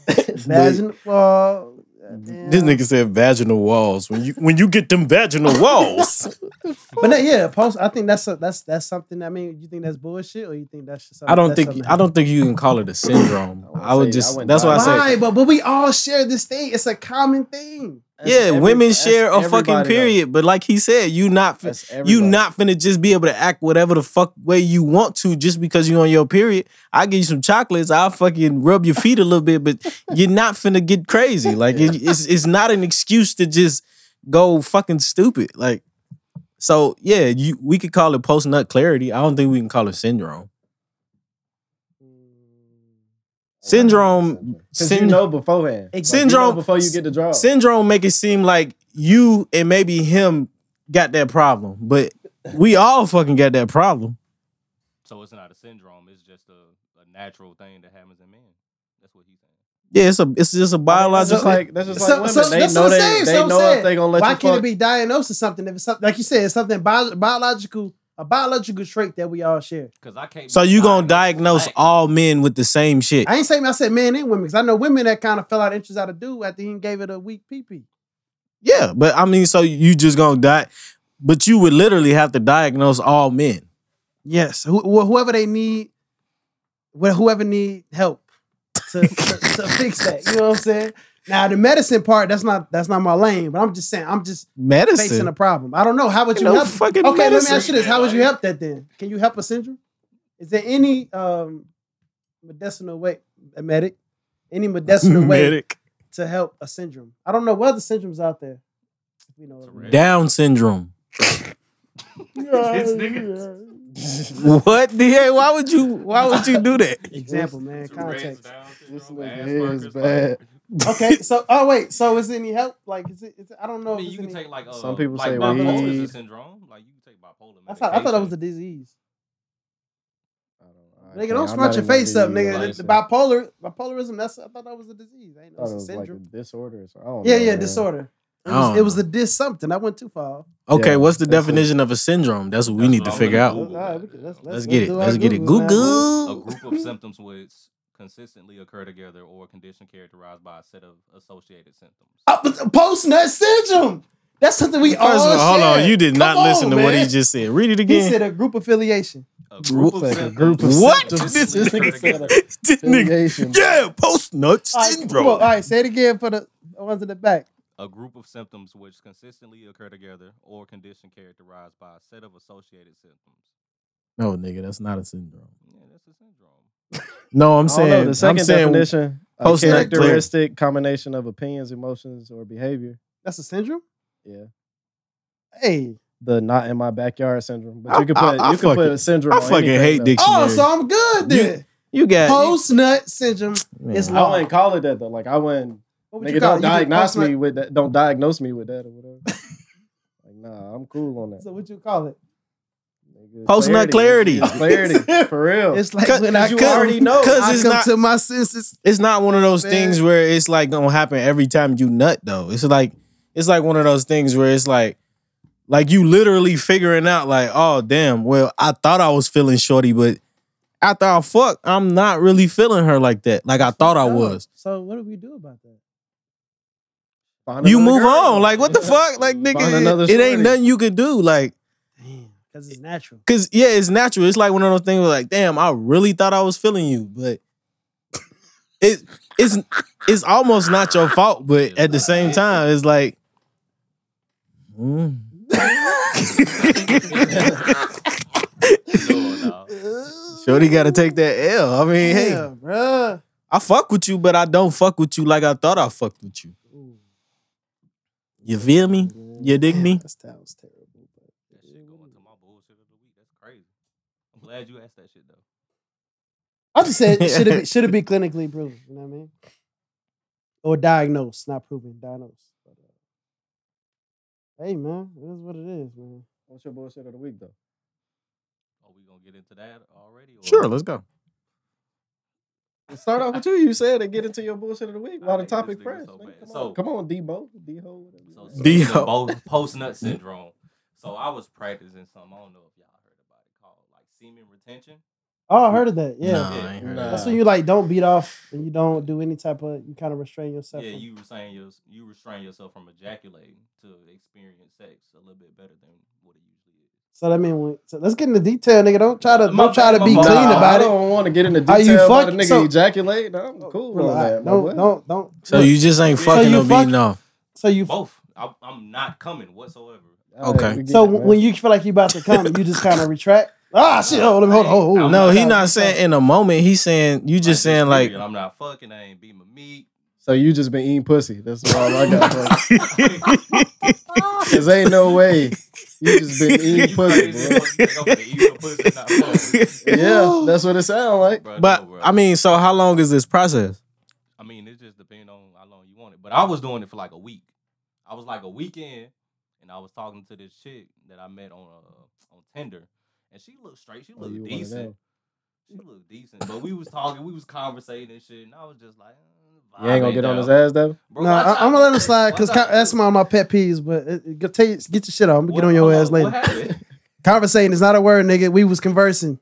This
Imagine, well, uh,
nigga- Mm-hmm. This nigga said vaginal walls. When you when you get them vaginal walls,
But that, yeah, post. I think that's a, that's that's something. I mean, you think that's bullshit, or you think that's just something,
I don't
that's
think
something-
I don't think you can call it a syndrome.
I wouldn't
I would
say- I
just
wouldn't
that's why I
buy it.
say
Why? But but we all share this thing. It's a common thing.
That's
yeah.
every-
women
that's
share a fucking
everybody, though.
period, but like he said, you not fi-
That's
you
everybody.
not finna just be able to act whatever the fuck way you want to just because you on your period. I give you some chocolates. I'll fucking rub your feet a little bit, but you're not finna get crazy. Like it, it's it's not an excuse to just go fucking stupid. Like so, yeah. You we could call it post nut clarity. I don't think we can call it syndrome. Syndrome.
Because you
syn-
know beforehand. Like, you know
Syndrome-
before you get the
Oh.
draw.
syndrome make it seem like you and maybe him got that problem, but we all fucking got that problem.
So it's not a syndrome. It's just a, a natural thing that happens in men. That's what he's saying.
Yeah, it's a it's just a
that's
biological.
just like that's just like
So-
women.
so-
they
that's
know
what I'm
they,
saying,
they
so I'm
know
saying.
if they gonna let
Why
you
can't
fuck.
it be diagnosed as something? If it's something like you said, it's something bio, biological, a biological trait that we all share.
Because I can't.
so
be
you gonna diagnose
diagnosed black.
all men with the same shit?
I ain't saying I said men and women because I know women that kind of fell out of interest out of dude after he gave it a weak pee pee.
Yeah, but I mean, so you just gonna die, but you would literally have to diagnose all men.
Yes, who, wh- whoever they need, wh- whoever need help to, to, to fix that. You know what I'm saying? Now the medicine part, that's not that's not my lane, but I'm just saying I'm just facing
Medicine.
a problem. I don't know how would you
No
help.
fucking
okay, let me ask you
medicine.
this: How would you help that then? Can you help a syndrome? Is there any um medicinal way, a medic, any medicinal way
Medic.
to help a syndrome? I don't know what other syndromes out there. You know, of.
Tourette.
Down syndrome.
Oh,
This nigga.
what? DA, why would you why would you do that?
example, man, context.
This
This
nigga is bad.
Okay, so oh wait, so is it any help? Like, is it? Is it I don't know.
I
if
mean,
it's
you can
any-
take like uh,
Some people
like
say
bipolar is
weed.
a syndrome. Like you can take bipolar.
I thought I thought that was a
medication.
disease.
I don't know. I
Nigga,
can't- I'm
don't
not
scratch your
even gonna
face
be
up, nigga.
racist.
The, the bipolar bipolarism. That's I thought that was a disease. I ain't
I
know
thought
it's
it
a
was like a
syndrome.
disorder. or something. I don't
yeah,
know,
yeah,
man.
disorder. It
I
was,
don't
it was
know.
a dis something. I went too far.
Okay,
Yeah,
what's the
that's it.
definition of a syndrome? That's what we
That's
need
what
to
I'm
figure
gonna
out.
Google
All right, we
that.
can- let's-
Let's
let's
get it.
do our
Let's get it.
Google now.
a
Google.
group of symptoms which consistently occur together or a condition characterized by a set of associated symptoms.
Oh. Post nut syndrome. That's something we all.
First of all, hold
share.
on. You did
Come
not
on,
listen to what he
man.
just said. Read it
He
again.
said a group affiliation.
A group of
Like a
symptoms.
group of
What?
symptoms.
This
This
nigga
nigga said a
This nigga-
affiliation.
yeah, post nut
All right, come on. all
syndrome.
right, say it again for the ones in the back.
A group of symptoms which consistently occur together or a condition characterized by a set of associated symptoms.
No, nigga, that's not a syndrome.
Yeah, that's a syndrome.
No, I'm
I don't know,
saying.
the second
I'm saying
definition, a
post nut clarity.
characteristic combination of opinions, emotions, or behavior.
That's a syndrome.
Yeah,
Hey.
the not in my backyard syndrome. But
I-
you could put
I- I
you could put
fucking-
a syndrome.
I
on
fucking
anything,
hate
though.
dick-
Oh,
Dictionary.
so I'm good
You-
then.
you got
Post nut syndrome.
Man,
it's
I wouldn't call it that though. Like I wouldn't.
Oh. What would you
Nigga,
call it?
don't
You get
diagnose
post-nut-
me with that. Don't diagnose me with that or whatever. like nah, I'm cool on that.
So what you call it?
nigga.
Post nut
It's
clarity.
clarity for real.
It's like
Cut-
when I
Oh. you
come,
already know.
I
Cause it's
come
not,
to my senses.
it's not one of those
Man.
things where it's like gonna happen every time you nut though. It's like it's like one of those things where it's like like you literally figuring out like oh damn well I thought I was feeling shorty but after I fuck I'm not really feeling her like that like I thought I was.
So what do we do about that?
Find
You
another
move
girl.
on like what the fuck like
Find
nigga
another
it, it ain't
shorty.
nothing you could do like
Damn, because it's natural.
Cause yeah, it's natural. It's like one of those things where like, damn, I really thought I was feeling you, but it it's it's almost not your fault, but at the same time, it's like mm.
No, no.
Shorty gotta take that L. I mean, hey,
Yeah, bruh.
I fuck with you, but I don't fuck with you like I thought I fucked with you.
Ooh,
You feel me? You dig
damn,
me?
That sounds terrible. But
That shit going to my bullshit of the week. That's crazy. I'm glad you asked that shit though.
I just said should it be, should it be clinically proven? You know what I mean? Or diagnosed, not proven, diagnosed. But, uh, hey man, it is what it is, man.
What's your bullshit of the week though?
Are we gonna get into that already? Or
Sure, let's go.
Let's start off with you. You said to get into your bullshit of the week.
I
While the
hate this
topic
nigga
fresh.
so
nigga.
bad.
come,
So-
on, come on, D-Bo. D-Ho. whatever you
So,
want.
so
D-
post nut syndrome. So I was practicing something. I don't know if y'all heard about it called like semen retention.
Oh, I heard of that. Yeah.
Nah, I ain't heard
Nah.
of
That's
that.
when you like don't beat off and you don't do any type of you kind of restrain yourself.
Yeah,
from-
you restrain your, you restrain yourself from ejaculating to experience sex a little bit better than what it usually is.
So that mean when, so let's get into detail, nigga. Don't try to
My
don't try
bad,
to be
my
clean
fault. Nah,
I
about it.
don't want to get into
How
detail
you
about a
fuck-
nigga
so-
ejaculating. I'm cool on
Relax.
that. my boy.
Oh, Don't don't don't.
So
look,
you just ain't
So
fucking
you
or
fuck-
beating off.
so you
Both. I, I'm not coming whatsoever.
All right,
Okay.
we get
so
it, man.
when you feel like you about to come, you just kind of retract. Ah shit! Hold on, hold on. Hold on.
No, he not saying in a moment. He's saying you just
Like, this
saying like
period, I'm not fucking. I ain't beating my meat.
so you just been eating pussy. That's all I got. bro.
That's
Cause ain't no way you just been eating
You
pussy,
crazy
bro.
as fuck, nigga. I'm gonna eat your pussy, not fuck.
Yeah, that's what it sound like.
Bruh,
But
no, bruh.
I mean, so how long is this process?
I mean, it just depends on how long you want it. But I was doing it for like a week. I was like a weekend, and I was talking to this chick that I met on uh, on Tinder, and she looked straight. She
Oh,
looked
you one of
decent.
them.
She looked decent. But we was talking, we was conversating and shit, and I was just like, uh,
You ain't
vibing
gonna get on
down.
his ass, though.
Bro,
no,
watch
I,
out.
am gonna let him slide because
Watch out.
that's my my pet peeves. But it, it, tell you, get your shit on. I'm gonna
What-
get on your
hold
ass
what
later.
happened?
Conversating is not a word, nigga. We was conversing.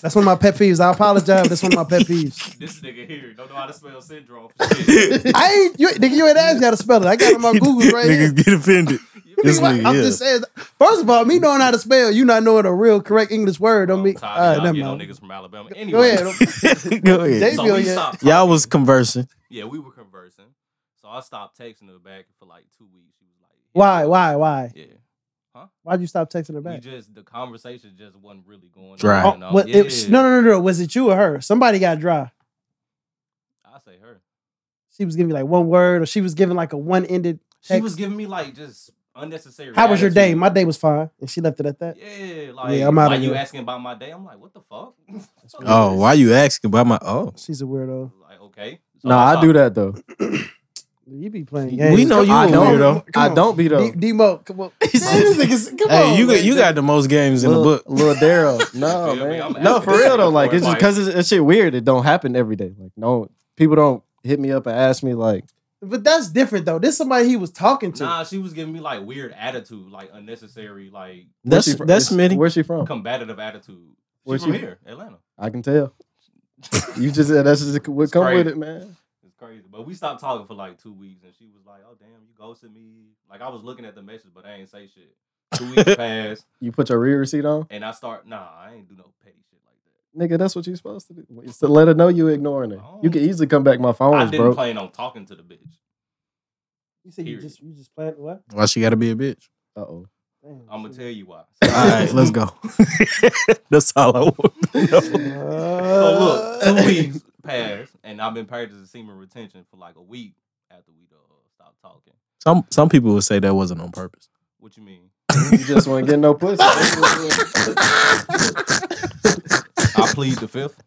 That's one of my pet peeves. I apologize. but That's one of my pet peeves.
this nigga here don't know how to spell syndrome. for shit.
I ain't you, nigga. You ain't asked how to spell it. I got it on my Google right here.
Niggas get offended. This
Nigga, like,
nigga,
I'm
yeah.
just saying. First of all, me knowing how to spell, you not knowing a real correct English word don't
I'm
mean.
tired
All right,
of Oh, y'all
never
getting on
mind.
niggas from Alabama.
Go
Anyway,
ahead.
Go ahead.
They-
so we
Yeah.
stopped
Y'all
talking.
was conversing.
Yeah, we were conversing. So I stopped texting her back for like two weeks. She was like, hit
Why?
me up.
Why? Why?
Yeah.
Why'd you stop texting her
We
back?
just the conversation just wasn't really going
Dry.
Oh,
on. you know?
what,
yeah.
it was- no, no, no, no. Was it you or her? Somebody got dry.
I say her.
She was giving you like one word, or she was giving like a one-ended.
She
Text.
was giving me like just unnecessary.
How was your day?
attitude.
My day was fine, and she left it at that.
Yeah, like
I'm
why
outta
you
here.
asking about my day? I'm like, what the fuck?
Oh, why you asking about my? Oh,
She's a weirdo.
Like okay. So
No, I
stopped.
do that though.
You be playing games.
we know you
I
a
don't.
weirdo.
I don't be though.
D- Demo, come on. Man, this nigga's- come
Hey,
on,
you
man.
got you got the most games in the book.
Little Daryl. No,
You feel me? I'm
man. No,
asking
for real though.
for
Like
it,
it's just
like-
because it's, it's shit weird. It don't happen every day. Like no, people don't hit me up and ask me like,
But that's different though. This somebody he was talking to.
Nah, she was giving me like weird attitude, like unnecessary, like
That's
where's she fr-
that's
is-
Smitty.
Where's she from?
combative attitude.
Where's
She's from
she-
here, Atlanta.
I can tell. You just said that's just what
It's
come with
crazy.
it, man.
It's crazy. But we stopped talking for like two weeks and she was like, Oh damn, you ghosted me. Like I was looking at the message, but I ain't say shit. Two weeks passed
You put your rear receipt on,
and I start nah, I ain't do no petty shit like that.
nigga. That's what you're supposed to do. It's to let her know you ignoring her. You can easily come back. My
Oh. I
phone's
didn't
broke.
plan on talking to the bitch.
you said you
period.
just you just played what?
Why she got to be a bitch?
Uh oh.
Damn,
I'm gonna
shit.
tell you why.
All right, let's go. that's all I want.
So look, two weeks passed and I've been practicing semen retention for like a week after we uh, stopped talking.
Some some people would say that wasn't on purpose.
What you mean?
You just want to get no pussy.
I plead the fifth.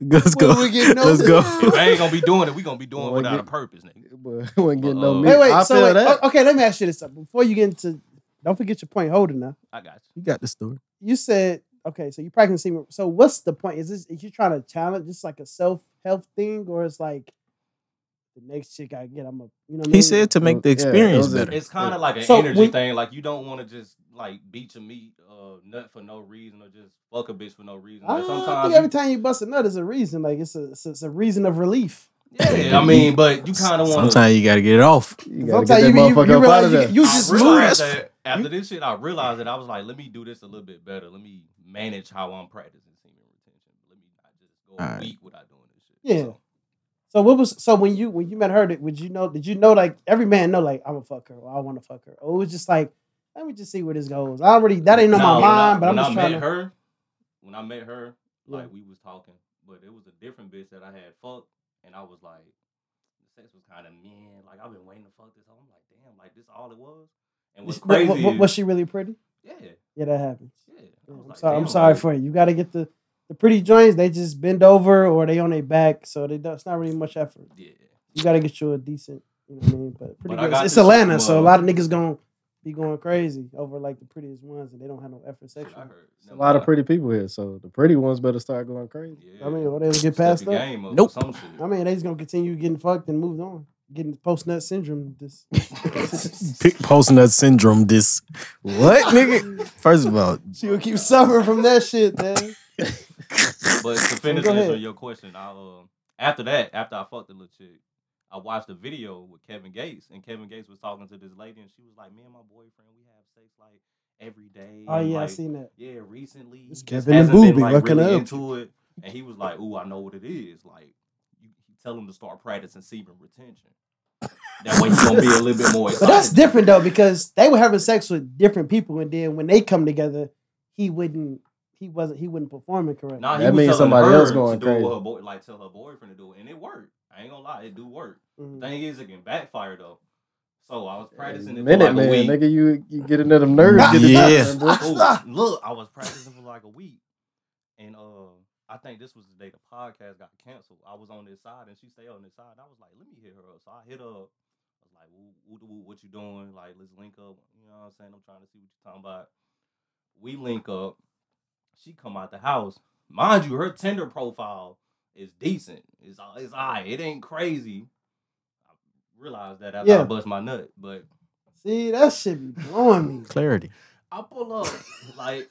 let's go.
When we get no-
let's
If
go.
I ain't gonna be doing it, we gonna be doing it
Well,
without
you-
a purpose, nigga.
But wouldn't get no
Uh-oh.
meat.
Wait, wait.
I
so oh,
feel
wait,
that.
o- okay, let me ask you this up before you get into. Don't forget your point. Hold it now.
I got
You
you.
got the story.
You said okay, so you practice semen. So what's the point? Is this is you trying to challenge just like a self health thing, or it's like the next chick I get, I'm a you know. What I
He
mean?
said to
Yeah,
make the
it
experience
was a-
better.
It's kind of like an
So
energy
when-
thing. Like you don't want to just like beat your meat, uh, nut for no reason, or just fuck a bitch for no reason.
Ah, I
Like,
don't
sometimes,
think every
you,
time you bust a nut is a reason. Like it's a it's a, it's a reason of relief.
yeah, I mean, but you kind of want to.
Sometimes you got to get it off.
You gotta get
Sometimes you,
that
you, you,
motherfucker up out
realize
of
you,
there.
you
I
just move.
realized that after this shit, I realized that I was like, let me do this a little bit better. Let me manage how I'm practicing semen retention. Let me not just go a
Alright.
week without doing this shit.
Yeah.
So,
So what was so when you when you met her? Did would you know? Did you know like every man know like I'm a fuck her or I want to fuck her? Or it was just like let me just see where this goes. I already that ain't on
Nah,
my
when
mind,
I,
but I'm
when
just
I
trying
met
to.
her, when I met her,
Yeah.
like we was talking, but it was a different bitch that I had fucked, and I was like, the sex was kind of man. Like I've been waiting to fuck this. Whole, I'm like, damn, like this all it was. And what's
But- but-
crazy?
but-
is-
was she really pretty?
yeah, yeah.
Yeah, that happens.
I
Yeah,
was
Oh, I'm
like,
sorry. I'm
damn,
sorry
like,
for you. You got to get the the pretty joints. They just bend over or they on their back, so they don't, it's not really much effort.
Yeah,
You got to get you a decent, you know what I mean? But pretty
But I
girls.
got
It's
this from,
Atlanta, so a
uh,
lot of niggas gonna be going crazy over like the prettiest ones, and they don't have no effort
Shit, I
sexually.
heard.
There's a lot of pretty people here, so the pretty ones better start going crazy.
Yeah.
I mean, or they would
Step
get past
the
that.
game up or
Nope.
Some shit.
I mean, they just gonna continue getting fucked and moved on, getting post nut syndrome. This
Pick post nut syndrome. This what nigga? First of all,
she will keep suffering from that shit, man.
But to finish
Go
answer
ahead.
your question, I uh, after that, after I fucked the little chick, I watched a video with Kevin Gates, and Kevin Gates was talking to this lady, and she was like, "Me and my boyfriend, we have sex like every day."
Oh
and,
yeah, I
like,
seen that.
Yeah, recently, he
It's
just
Kevin and
hasn't been,
Boobie
like,
working
really
up.
into it, and he was like, "Ooh, I know what it is." Like, you, you tell him to start practicing semen retention. That way, he's gonna be a little bit more.
But that's
excited.
different though because they were having sex with different people, and then when they come together, he wouldn't. He wasn't. He wouldn't perform it correctly.
Nah, he
That
was
means
telling
somebody
her
else going
to do what
crazy.
her boy, like tell her boyfriend to do it, and it worked. I ain't gonna lie, it do work.
Mhm.
Thing is, it can backfire though. So I was practicing it for
Minute
like
man,
a week.
nigga, you you getting into them nerves?
Yeah.
get it poppin', boy.
Oh, look, I was practicing for like a week, and uh, I think this was the day the podcast got canceled. I was on this side, and she stayed on this side. I was like, let me hit her up. So I hit her up. I was like, "Woo- woo- woo, what you doing? Like, let's link up. You know what I'm saying? I'm trying to see what you're talking about. We link up. She come out the house. Mind you, her Tinder profile is decent. It's all it's alright. It ain't crazy. I realized that after I
Yeah.
bust my nut, but
See, that shit be blowing me.
Clarity.
I pull up like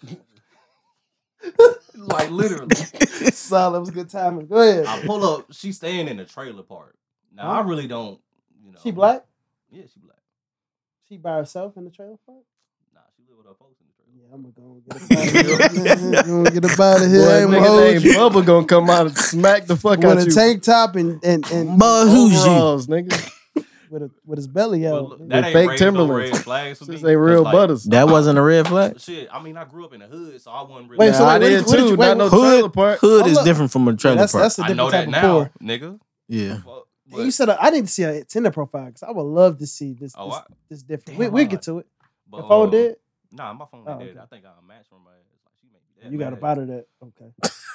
like literally.
Solid was good timing. Go ahead.
I pull up, she's staying in the trailer park. Now I
Huh?
really don't, you know.
She black.
Yeah, she black.
She by herself in the trailer park.
Nah, she live with her folks in the trailer.
Yeah, I'm gonna go and get up out of here. I'm gonna get up out of
Boy,
here. I ain't gonna hold
nigga,
you.
they bubble gonna come out and smack the fuck out
With a
you.
tank top and and, and
But who's you?
Overalls, nigga.
with a, with his belly
But
out.
look,
With
that ain't
fake
raised no
Timberlands.
red flags for me.
This ain't real
'cause, like,
butters.
That wasn't a red flag.
Shit, I mean, I grew up in the hood, so I wasn't really.
Wait,
Nah,
so
I
wait, what
did
did- what did
too.
you- wait,
not no
what-
trailer park.
Hood
Hold
is
up.
different from a trailer
that's
park.
that's a
I know
different type
that
of
now,
pour.
nigga.
yeah.
Fuck,
you
But,
said uh, I didn't see a Tinder profile because I would love to see this
Oh,
this,
I-
this different.
Damn,
we
I
we
like-
get to it.
but,
If I
uh,
did,
Nah, my phone
Oh,
did.
okay.
I think I matched from her. ass. Like, she made me that
you got a
mad.
bottle that.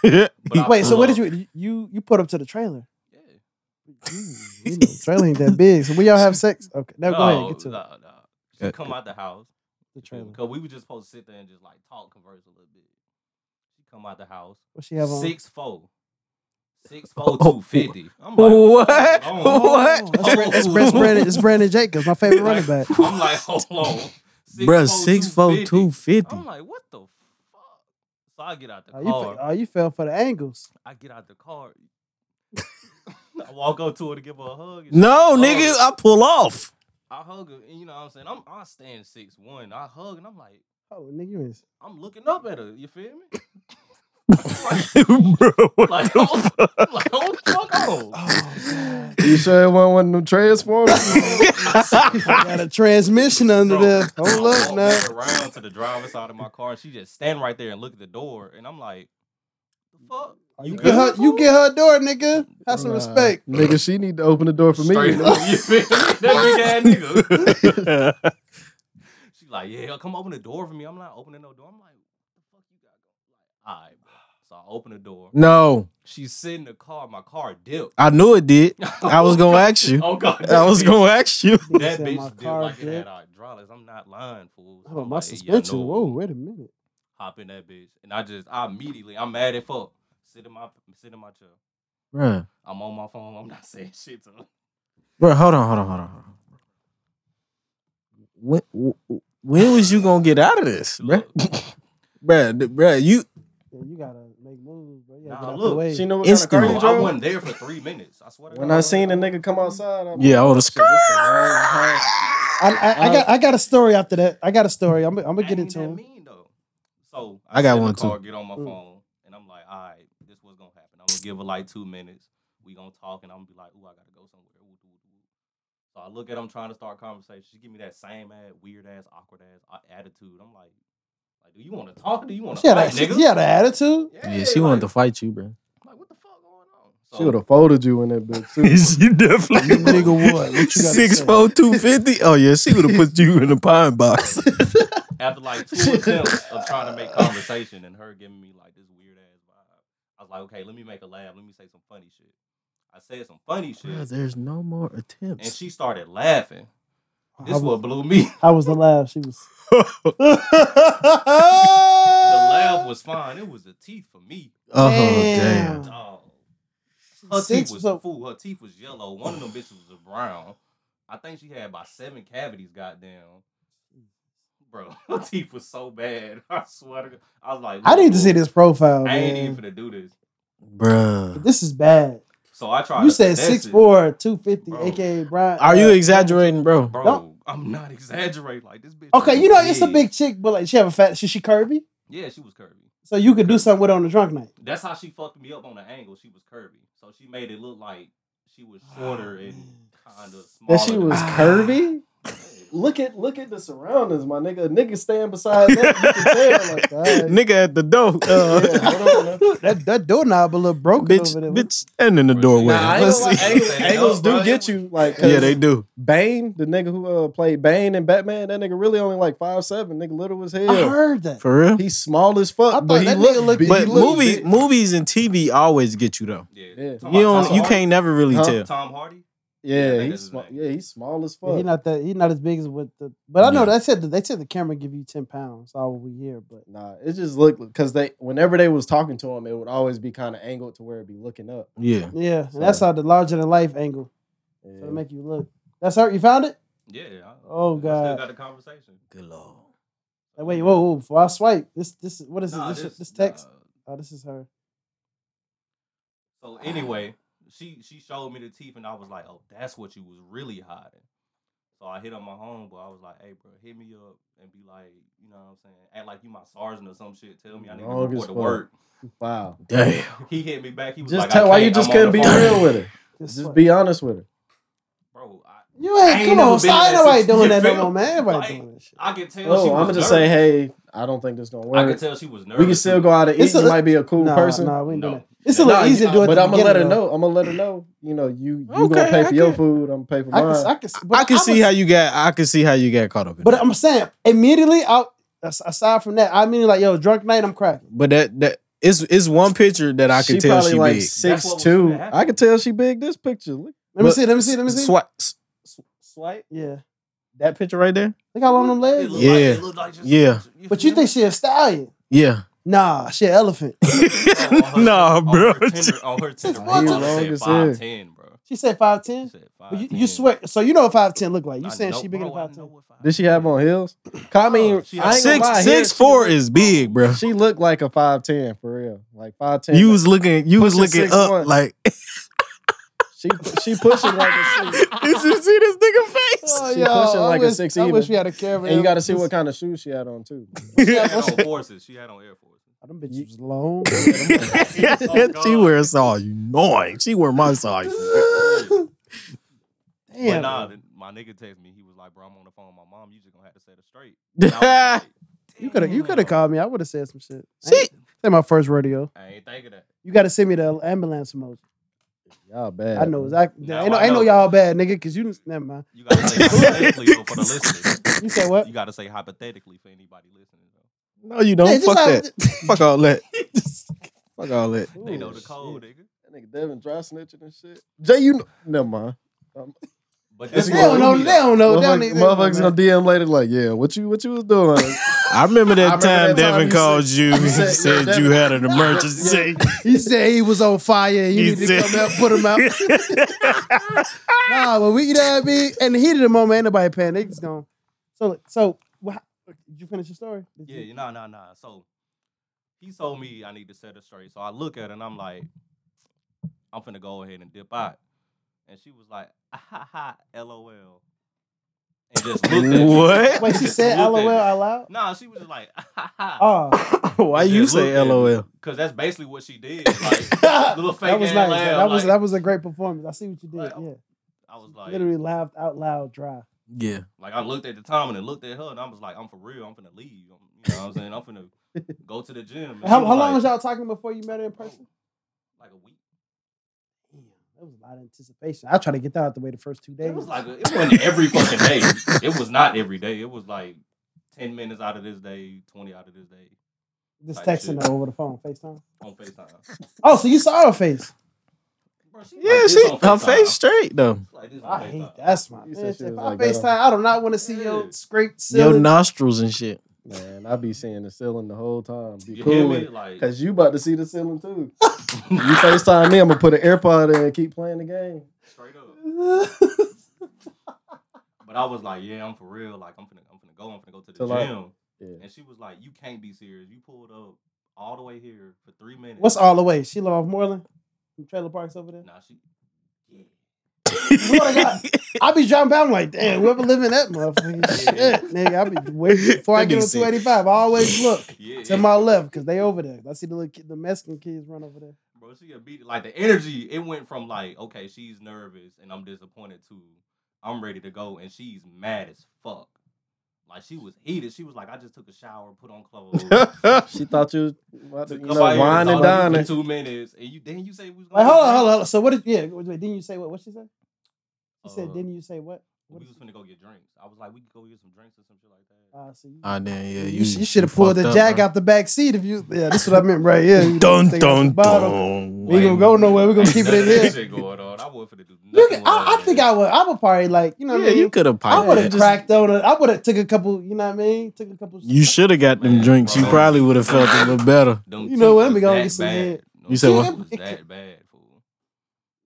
Okay.
But I
Wait, so
pull
what
up.
did you you you put up to the trailer?
Yeah.
Mm, you know, trailer ain't that big. So we all have sex. Okay, now go ahead get to
no,
it.
no.
Uh,
She come out the house.
the trailer.
Because we were just supposed to sit there and just like talk, converse a little bit. She come out the house.
What she have on?
Six four. Six four two fifty. I'm like,
Oh, What?
hold on.
What?
Oh, That's, Bra- that's Bra- it's Brandon. It's Brandon Jacobs, my favorite running
Oh. Like,
back.
I'm like, hold on.
Bruh, six four two fifty.
I'm like, what the fuck? So I get out the
Oh,
car.
you, fe-
uh
oh, you fell for the angles.
I get out the car. I walk up to her to give her a hug. and shit.
No,
I hug
nigga, uh
her.
I pull off.
I hug her, and you know what I'm saying? I'm I stand six one. I hug and I'm like,
Oh, nigga, you is.
I'm looking up at her. You feel me?
Bro, what
Like,
the
hold,
fuck? Oh,
like, hold the fuck on.
You sure it wasn't one of them transformers?
I got a transmission under
Bro,
there.
I
Hold up
walk
now.
back around to the driver's side of my car, and she just stand right there and look at the door, and I'm like, "The fuck?
You
good,
get her. You
fool?"
get her door, nigga. Have some
Nah,
respect.
nigga. She need to open the door for me.
Straight
nigga.
up, you feel me? That big ass nigga. She like, yeah, come open the door for me. I'm not opening no door. I'm like, the fuck you got going? Like, all right, bro. So I open the door.
no,
She's sitting in the car. My car dipped.
I knew it did. I was gonna ask you.
Oh god,
I was
going.
gonna ask you.
Nigga
That
said my
bitch did
car
like it
dipped.
had hydraulics. I'm not lying, fool. So
Hold on,
I'm
my
like, yeah,
suspension.
no.
Whoa, wait a minute.
Hop in that bitch, and I just, I immediately, I'm mad at fuck. Sit in my, sit in my chair.
Bruh.
I'm on my phone. I'm not saying shit to her.
Bro, hold on, hold on, hold on, hold on. When, w- when was you gonna get out of this, bruh?
Look,
Bruh, th- bruh, you
Yeah, you gotta make moves, bro. You gotta
Nah,
get out
look,
the way.
She know what
Instant.
kind
no,
Cardi
of
I
car you
wasn't
drove.
there for three minutes. I swear to
When
God.
I seen a nigga come outside, I'm
yeah,
like,
on the
shit,
skirt.
this the wrong house.
I, I, I got I got a story after that. I got a story. I'm, I'm gonna
I
get
ain't
into
that
it.
mean though. So
I got
sit in
one,
the car,
too.
Get on my
Mm.
phone, and I'm like, all right, this what's gonna happen. I'm gonna give her like two minutes. We gonna talk, and I'm gonna be like, ooh, I gotta go somewhere. Ooh, ooh, ooh. So I look at him trying to start conversation. She give me that same ass weird ass awkward ass a- attitude. I'm like, like, do you want to talk? Do you want to
She had,
fight,
a, she,
nigga?
she had an attitude.
Yeah, she wanted to
like-
fight you, bro.
Like, what the fuck going on?
She would have folded you in that bitch too.
she definitely
Nigga, what? What you gotta
six
say?
four two fifty. Oh yeah, she would have put you in a pine box.
after like two attempts of trying to make conversation and her giving me like this weird ass vibe, I was like, okay, let me make a laugh. Let me say some funny shit. I said some funny
Bruh,
shit,
there's no more
and
attempts.
she started laughing.
I
This
was-
what blew me.
I was alive. She was.
The laugh was fine. It was the teeth for me.
oh
Damn.
damn.
Dog. Her
Six
teeth was
so-
fool. Her teeth was yellow. One of them bitches was brown. I think she had about seven cavities. Goddamn. bro, her teeth was so bad. I swear to God. I was like,
I
"Look,
need to see this profile,
I ain't
man.
even finna do this.
Bruh.
This is bad.
So I tried.
You
to
said
finesse
six
it.
four, two fifty,
Bro.
aka Brian.
Are you
uh,
exaggerating, bro?
bro.
No.
I'm not exaggerating. Like this bitch.
Okay,
was
you know it's a big chick, but like she have a fat. She she curvy,
Yeah, she was curvy.
so you could do something with her on the drunk night.
That's how she fucked me up on the angle. She was curvy, so she made it look like she was
Ah,
shorter and kind of smaller.
That she was
Ah.
than-
curvy.
Yeah.
Look at look at the surroundings, my nigga. A nigga stand beside that. You can tell, like, all right.
Nigga at the door. Uh,
Yeah, hold on. now.
That that doorknob a little broken
bitch,
over there.
bitch, and in the
Nah,
doorway.
Nah, I ain't
Let's
gonna lie,
see.
angles,
Hey,
angles
no,
do
bro,
get
it
you like 'cause
Yeah, they do.
Bane, the nigga who uh, played Bane in Batman, that nigga really only like five seven. Nigga little as
I
Uh-huh.
hell.
heard that.
For real.
He's small as
I
fuck,
thought
but he
that nigga
looked.
looked
big.
big.
He
But
looked
movie,
big.
movies and TV always get you though.
Yeah.
Yeah.
Talking
You
about
don't,
Tom
you
Hardy?
can't never really
Huh?
tell.
Tom Hardy. Yeah,
Yeah,
that
he's
is
small.
bad.
Yeah, he's small as
Yeah,
fuck.
he not that. He not as big as what the. But I know
Yeah.
that said that they said the camera give you ten pounds all we hear, but
Nah, it just looked because they whenever they was talking to him, it would always be kind of angled to where it'd be looking up.
Yeah.
yeah,
So-
and that's how the larger than life angle
Yeah.
to make you look. That's her. You found it?
Yeah. I,
Oh,
I
God.
Still got the conversation.
Good lord.
Like, wait, whoa, whoa! Before I swipe, this this what is
Nah,
this, this? This text?
nah.
Oh, this is her.
Ah.
So anyway, she she showed me the teeth, and I was like, "Oh, that's what you was really hiding." So I hit up my homeboy. I was like, "Hey, bro, hit me up and be like, you know what I'm saying? Act like you my sergeant or some shit. Tell me I need
Wrong
to
as
report to
fuck.
work."
Wow.
Damn.
He hit me back. He was
Just
like,
tell
I
why you
can't,
just
I'm on
couldn't be
the phone."
real with her.
This
Just
swipe.
be honest with her.
bro. I,
You ain't,
I ain't
come
never
on,
been in
son.
that
Nobody doing
situation.
that no
You
more, man. Everybody
Like,
doing that shit.
I could tell. she
Oh,
was
I'm gonna just say, hey,
nervous.
I don't think this gonna
I could
work.
tell she was nervous.
We can still go out and eat.
It's a-
you might be a cool
nah,
person.
Nah, we ain't doing
No.
that. It's a little
Nah,
easy
you-
to do it.
but I'm gonna let her know. I'm gonna let her know. You know, you you gonna
Okay,
pay
I
for your
get-
food. I'm gonna pay for
I
mine.
can, I can, but
I can
I
see
was-
how you got. I can see how you got caught up. In
But
that.
I'm saying immediately, I as- aside from that, I mean like yo, drunk night, I'm cracking.
but that that it's it's one picture that I can
she
tell
probably
she
like
big.
That's
six
what was
two.
gonna happen.
I could tell she big. This picture, look,
Let me
But
see, let me see, let me see.
Swipe s-
swipe
yeah,
that picture right there.
look how long them
It
legs.
looked
is.
like-
Yeah.
it looked like just-
Yeah.
But you
feel me?
think she a stallion?
Yeah.
Nah, she an elephant.
Bro, Oh, on her-
nah,
on
bro.
her Tinder- On her Tinder,
four
she
times.
said
Long as hell.
5'10", bro.
She said five ten.
She said
But you,
5'10".
you swear, so you know what five ten look like. You
I
saying
know-
she bigger than
bro, I
five
know
ten?
what five
Did she have on heels? 'Cause I mean,
Oh, she
I ain't gonna
Six
lie. here,
six
she
four
look-
is big, bro.
She looked like a five ten for real, like five ten.
You was looking. You was
Pushing
looking
six
up
one.
like.
she she pushing like a six.
Did you see this nigga face?
Oh,
She pushing
I
like a
wish-
six
I
even.
wish we had a camera.
And you got to see
This-
what kind of shoes she had on too.
She had
Oh,
what's-
on forces. She had on Air Force.
Oh, them bitches was long.
she wears all you annoying. She wear my size.
But
Damn.
nah, the- my nigga texted me. He was like, bro, I'm on the phone with my mom. You just gonna have to set it straight. And I was like,
You could have you could have
damn.
called me. I would have said some shit. I
See?
ain't- That my first rodeo.
I ain't think of that.
You got to send me the ambulance emoji.
Y'all bad.
I know
bro.
exactly.
Now
I know,
I
I know
know.
y'all bad, nigga, because you never mind.
You gotta say hypothetically though, for the listeners.
You said what?
You gotta say hypothetically for anybody listening though.
No, you don't.
Hey, just
Fuck
how-
that. Fuck all that. Fuck all that.
They
Ooh,
know the code,
shit.
nigga.
That nigga Devin dry snitching and shit. Jay, you know, never mind. This
But
They
is
don't
what
know.
we
They don't know. They don't
Motherfuck-
need- they don't
Motherfuckers
know,
gonna DM later like, yeah, what you what you was doing?
I remember that
I remember
time
that time
Devin
you
called you. He
said-
said,
yeah, Devin-
you had an emergency.
man. He said he was on fire. and You
He
need to
said-
come out, put him out. nah, but we, you know what I mean. And the heat of the moment, ain't nobody paying. They just gone. So, so wha- did you finish your story? Did you-
Yeah, nah, nah, nah. So he told me I need to set her straight. So I look at her and I'm like, I'm finna go ahead and dip out. And she was like, ah, ha, ha, lol. And just looked at me.
What?
Wait, she
Just
said
looked at
LOL
me.
out loud.
Nah, she was just like, ah, ha, ha.
Oh,
Why you say LOL?
Because that's basically what she did. Like, little fake
that was
ass
nice.
laugh,
That was
like,
that was a great performance. I see what you did.
Like,
yeah,
I was like,
literally laughed out loud, dry.
Yeah.
like I looked at the time and then looked at her and I was like, I'm for real. I'm finna leave. I'm, you know what I'm saying? I'm finna go to the gym. And she
How, how
like, oh,
long was y'all talking before you met her in person?
Like a week.
Damn, that was a lot of anticipation. I try to get that out the way the first two days.
It was like a, it wasn't every fucking day. It was not every day. It was like ten minutes out of this day, twenty out of this day
just
like
texting
shit.
her over the phone, FaceTime.
on Facetime.
Oh, so you saw her face?
Bro, she like
Yeah,
this
she
on
her
FaceTime.
face straight though.
She Like this on
I hate
FaceTime.
that's my
You said
bitch.
she
If
was
I
like,
FaceTime,
"Go
I do not want to see
Yeah.
your scraped
Your
ceiling.
nostrils and shit.
Man, I be seeing the ceiling the whole time. Be
You
cool
hear
with
me?
it.
Like
Cause you about to see the ceiling too. you FaceTime me, I'm gonna put an AirPod in and keep playing the game.
straight up. But I was like, yeah, I'm for real. Like I'm finna, I'm finna finna go. I'm finna go to the
To, like-
gym.
Yeah.
And she was like, "You can't be serious. You pulled up all the way here for three minutes.
What's all the way? She live off Moreland? From trailer parks over there?
Nah, she. Yeah.
Lord, I, I be driving by. I'm like, damn, whoever live in that motherfucking shit, nigga. I be waiting before I
That
get
nigga
on
said-
285. I always look
Yeah,
to
yeah.
my left because they over there. I see the little kid, the Mexican kids run over there.
bro. She a beat like the energy. It went from like, okay, she's nervous and I'm disappointed to, I'm ready to go and she's mad as fuck. Like she was heated. She was like, I just took a shower, put on clothes.
She thought you, was about to,
Took
you
a
know,
shower,
wine and
talked to me
dining.
for two minutes, and you then you say we was
Like,
gonna
hold
go
on,
drink.
hold on, hold on. So what did? Yeah, wait, wait, didn't you say what? What she say? She said,
Uh,
didn't you say what? What?
We was gonna go get drinks. I was like, we could go get some drinks or some shit like that.
Ah, see,
Ah, damn, yeah.
you,
You,
should have pulled the jack out the back seat if you. Yeah, that's what I meant right here. You
Dun,
take out the
dun,
bottle.
dun.
We ain't gonna go nowhere. We gonna
Ain't
keep it
none
in
of that
here.
shit going on. I wasn't finna do nothing.
You can,
with
I,
all
I think
that.
I would. I would probably like you know. what I
Yeah,
mean?
you could have
I
piped
would
it.
have cracked on it. I would have took a couple. You know what I mean? Took a couple.
You should have got them
Man,
drinks. You
bro.
probably would have felt a little better.
Them
You know
teeth
what? Let
was
me go
that
get some
bad.
head.
No,
You said
teeth
what?
was that bad, fool.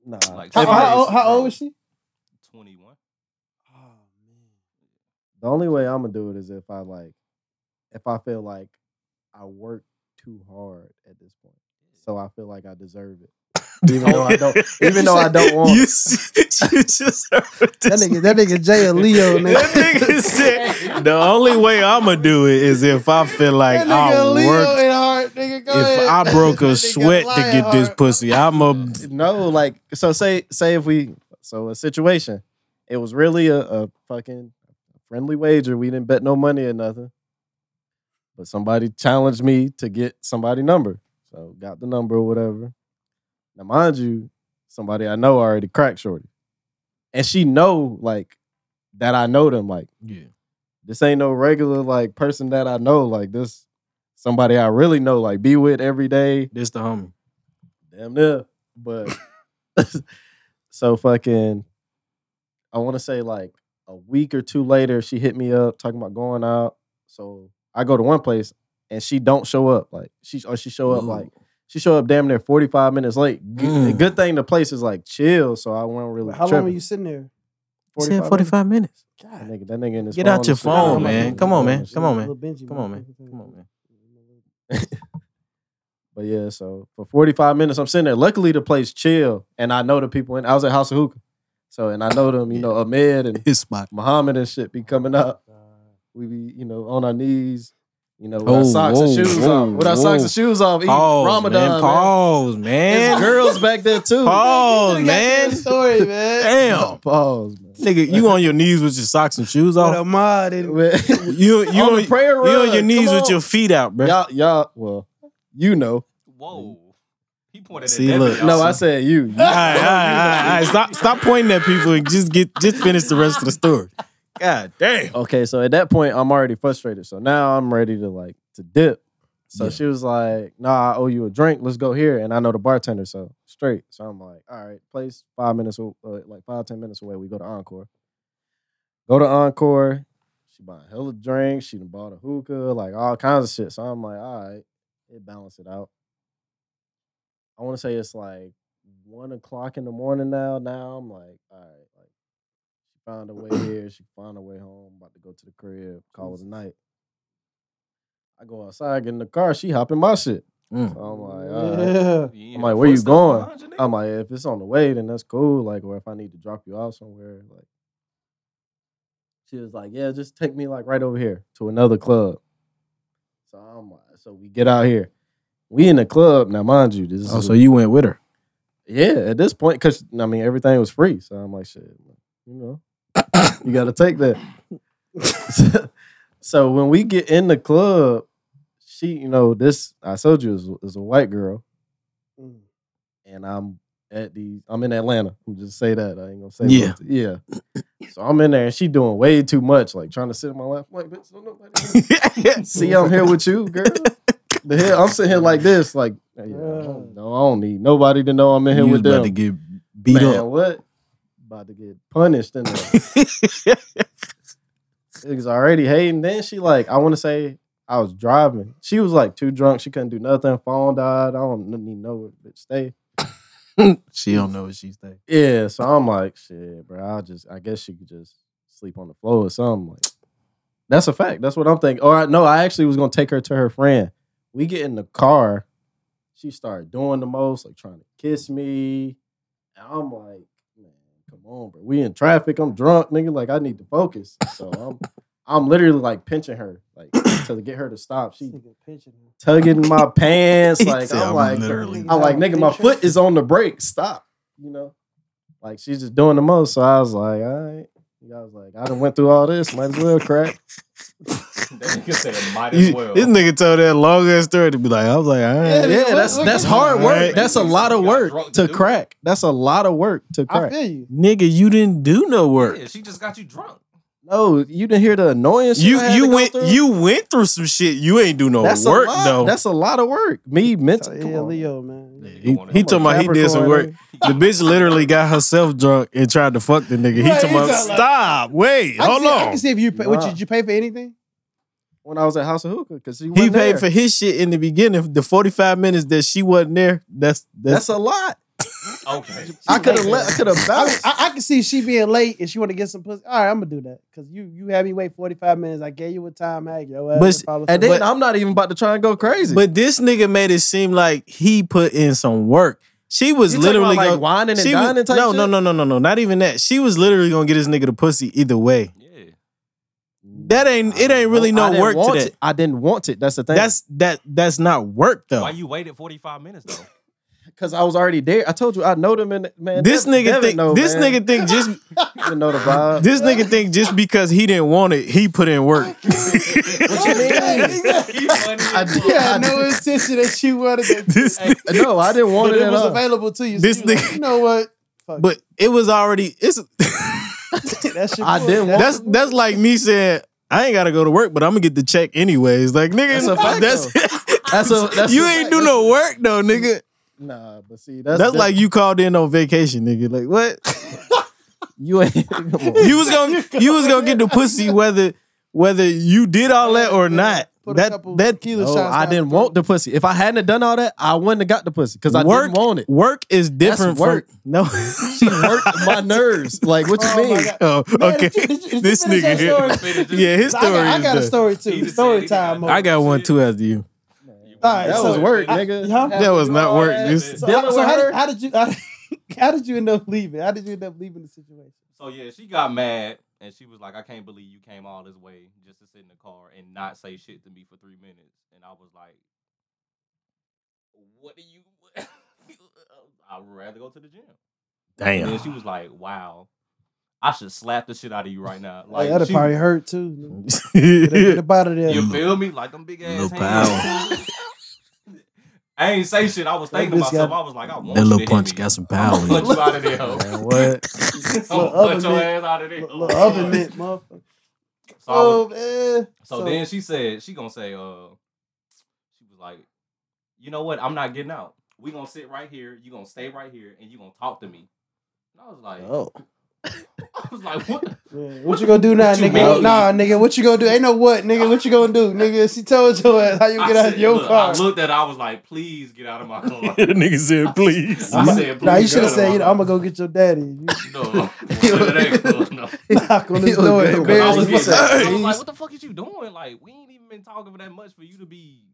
Nah.
Like,
Uh, How,
Tim
how, old,
Mason,
how old
bro.
was she?
21.
The only way I'm gonna do it is if I like, if I feel like I work too hard at this point, so I feel like I deserve it, even though I don't, even though I don't want.
You, s- you just heard
That
this.
nigga, that nigga Jay a Leo,
That
nigga.
nigga said the only way I'ma do it is if I feel like
That nigga
I
Leo
worked.
in heart, nigga. Go ahead.
If I broke a
That nigga
sweat to
lion
get this
heart.
pussy, I'm a
No, like so. Say say if we so a situation, it was really a, a fucking friendly wager. We didn't bet no money or nothing, but somebody challenged me to get somebody number. So got the number or whatever. Now mind you, somebody I know already cracked shorty, and she know like that I know them. Like
yeah.
this ain't no regular like person that I know. Like this somebody I really know. Like be with every day
This the homie.
damn near. But so fucking, I want to say like a week or two later, she hit me up talking about going out. So I go to one place and she don't show up. Like she or she show up
Ooh.
like she show up damn near forty five minutes late. G-
Mm.
Good thing the place is like chill, so I wasn't really.
How long
tripping.
were you sitting there?
You said 45 minutes.
That nigga, that nigga in his
Get out your
Nah,
phone,
I'm about
man.
to-
Come on,
I'm
man.
about to-
Come on, man.
Lil Benji,
Come on, man.
motherfucker.
Come on, man.
But yeah, so for 45 minutes, I'm sitting there. Luckily, the place chill, and I know the people. In I was at House of Hookah, so and I know them. You know, Ahmed and
His spot.
Muhammad and shit be coming up. We be, you know, on our knees, you know, with
Oh,
our socks and
whoa,
shoes
whoa,
off. With our socks
whoa.
and shoes off, eating
Pause,
Ramadan.
man.
man.
Pause,
There's
man.
girls back there too.
Pause,
Goddamn
man.
Story, man.
Damn.
Pause, man.
Nigga, you on your knees with your socks and shoes
What
off.
a mod. and-
you
You you
on
on,
the prayer
you
rug.
on your
come
knees with
on.
your feet out, bro.
y'all, y'all. Well, you know.
Mm.
Whoa. He pointed at
See,
that
look.
bitch.
No, I said you. You-
All right, all right, all right, all right. Stop, stop pointing at people and just get, just finish the rest of the story. God damn.
okay, so at that point, I'm already frustrated. So now I'm ready to like to dip. So
Yeah.
she was like, "Nah, I owe you a drink. Let's go here." And I know the bartender, so straight. So I'm like, "All right, place five minutes, o- uh, like five ten minutes away. We go to Encore. Go to Encore. She bought a hella drink. She done bought a hookah, like all kinds of shit. So I'm like, all right, it balanced it out. I want to say it's like one o'clock in the morning now. Now I'm like, all right, like she found a way here. She found a way home. About to go to the crib. Call it a night. I go outside, get in the car. She hopping my shit.
Mm.
So
Oh
I'm like, all right.
Yeah.
I'm
You ain't
like,
got
where you
footsteps
going?
behind you, nigga?
I'm like, if it's on the way, then that's cool. Like, or if I need to drop you off somewhere, like. She was like, yeah, just take me like right over here to another club. So I'm like, so we get out here. We in the club now, mind you. This is
Oh,
a-
so you went with her.
yeah, at this point, because I mean everything was free. So I'm like, shit, you know, you gotta take that. so, when we get in the club, she, you know, this I told you is, is a white girl,
Mm.
and I'm at the I'm in Atlanta. I'm just say that. I ain't gonna say
Yeah.
what- yeah. So I'm in there and she doing way too much, like trying to sit in my lap. I'm like, bitch, don't nobody see I'm here with you, girl. The hell, I'm sitting here like this, like yeah, I don't- no, I don't need nobody to know I'm in here
you was
with them.
about to get beat
Man,
up.
what? About to get punished in there. Niggas already hating. Then she like, I want to say I was driving. She was like too drunk. She couldn't do nothing. Phone died. I don't need know where bitch stay.
she don't know what she's saying.
Yeah, so I'm like, shit, bro. I will just, I guess she could just sleep on the floor or something. Like, That's a fact. That's what I'm thinking. Or I- no, I actually was gonna take her to her friend. We get in the car. She started doing the most, like trying to kiss me. And I'm like, man, come on, bro. We in traffic. I'm drunk, nigga. Like I need to focus. So I'm, I'm literally like pinching her, like to get her to stop. She
Nigga pinching me.
tugging my pants.
He
Like
said,
I'm
"I'm
like,
literally-
I'm like, nigga, my foot is on the brake. Stop. You know, like she's just doing the most. So I was like, all right. I was like, I done went through all this. Might as well crack.
That nigga said might as
You-
well.
This nigga told that long ass story to be like, I was like, all
Yeah,
right.
yeah, that's
look
that's
at
hard
you.
work.
Right.
That's a lot of
You got
work
drunk
to
to do it.
crack. That's a lot of work to
I
crack.
feel you.
Nigga, you didn't do no work.
Yeah, she just got you drunk.
No, you didn't hear the annoyance. shit
You
I had
you
to go
went
through?
you went through some shit. You ain't do no
That's
work
a lot.
though.
That's a lot of work. Me
So,
mentally.
yeah, Leo, man.
Yeah,
he,
I'm
he
a
talking about he did some work. The bitch literally got herself drunk and tried to fuck the nigga. He
Right,
talking
he
about
talking like-
stop, wait,
I can
hold
see- I
on.
can see if you pay, what,
Nah.
did you pay for anything?
When I was at House of Hookah, because he
He
wasn't
paid
there.
for his shit in the beginning. The forty five minutes that she wasn't there, that's that's,
That's a lot.
Okay.
I could have
like
let. I
that.
could have
I, mean,
bounced.
I, I can see she being late and she want to get some pussy. All right, I'm gonna do that because you you had me wait 45 minutes. I gave you a time hack. Yo,
But
ass
s-
is probably
And then
somewhere.
I'm not even about to try and go crazy.
But this nigga made it seem like he put in some work. She was
You talking
literally
about, like
gonna,
whining and
she was-
dining type
no,
shit?
no, no, no, no, no, not even that. She was literally gonna get this nigga the pussy either way.
Yeah.
That ain't it. Ain't really
Oh, I
no
didn't
work to
want
that.
It. I didn't want it. That's the thing.
That's that. That's not work though.
Why you waited 45 minutes though?
because I was already there. I told you I know them. And man,
this
Devin-
nigga
Devin
think.
know,
this
man.
nigga think just.
You know the vibe.
This nigga think just because he didn't want it, he put in work.
What you mean?
He funny as
I
fuck.
did.
yeah, no intention that you wanted it,
this,
Hey,
nigga-
No, I didn't want
but
it
it
at
was
all.
available to you. So
This
you, like,
nigga-
you know what? Fuck,
but it was already. It's
that's your
I
boy.
didn't want-
that's that's like me saying I ain't gotta go to work, but I'm gonna get the check anyways. Like nigga,
That's a fact, That's a. That's
you
a
ain't
fact.
do no work though, nigga.
Nah, but see, that's
That's, like you called in on vacation, nigga. Like what?
you ain't. come on.
You was gonna you was gonna get the pussy whether whether you did all that or not.
Put a
That
couple
that
tequila
No,
shots
I
down
didn't
throat.
want the pussy. If I hadn't have done all that, I wouldn't have got the pussy because I
work
didn't want it.
work is different. from-
work.
no,
She worked my nerves. Like what you
Oh my
mean?
God.
Oh,
Man,
okay.
did you- did you- did you
this
finish
nigga
that
here.
story?
Finish this.
Yeah, his
I
story.
got, I got a
is done.
story
He
too.
just said
Story
he
time.
got-
mode.
I got one
Shit.
too after you.
All right,
That
so-
was work,
I-
nigga.
Huh?
Have
That
to
was
do
not
all
work,
that.
nigga.
So,
Dealing
so
with
how,
her.
did, how did you how, how did you end up leaving? How did you end up leaving the situation?
So yeah, she got mad and she was like, I can't believe you came all this way just to sit in the car and not say shit to me for three minutes. And I was like, What do you I'd rather go to the gym. And then she was like, Wow, I should slap the shit out of you right now.
Like,
Like
that'd
she-
probably hurt too. Get up- get
Damn.
up out of there.
You feel me? Like them big ass
Lil
hands. I ain't say shit. I was
That
thinking to
bitch got-
myself. I was like, I want
That
you to
little
hit
punch
me.
got some
I'm
power.
gonna
in it.
punch you out of there. hoe.
Man, what?
I'm
Little
gonna punch
oven
your
mitt.
ass out of there.
Little little oven mitt, motherfucker.
So, I
Oh,
was-
man.
so then she said, she gonna say, uh, she was like, you know what? I'm not getting out. We gonna sit right here. You gonna stay right here, and you gonna talk to me. And I was like,
Oh,
I was like, what?
Man, what you gonna do now,
What you
nigga?
mean?
Nah, nigga, what you gonna do? Ain't no what, nigga. What you gonna do, nigga? She told your ass how you
I
get out
said-
of your
look,
car.
I looked at. her, I was like, please get out of my car.
The nigga said, please.
I said,
nah, you
please
should have
get out of
said, you know,
my
I'm gonna go get your daddy. You
No, it ain't, no.
knock on his
He look
door.
good,
and
bro.
embarrass
I
him.
was, getting, I was
Please.
like, what the fuck is you doing? Like, we ain't even been talking for that much for you to be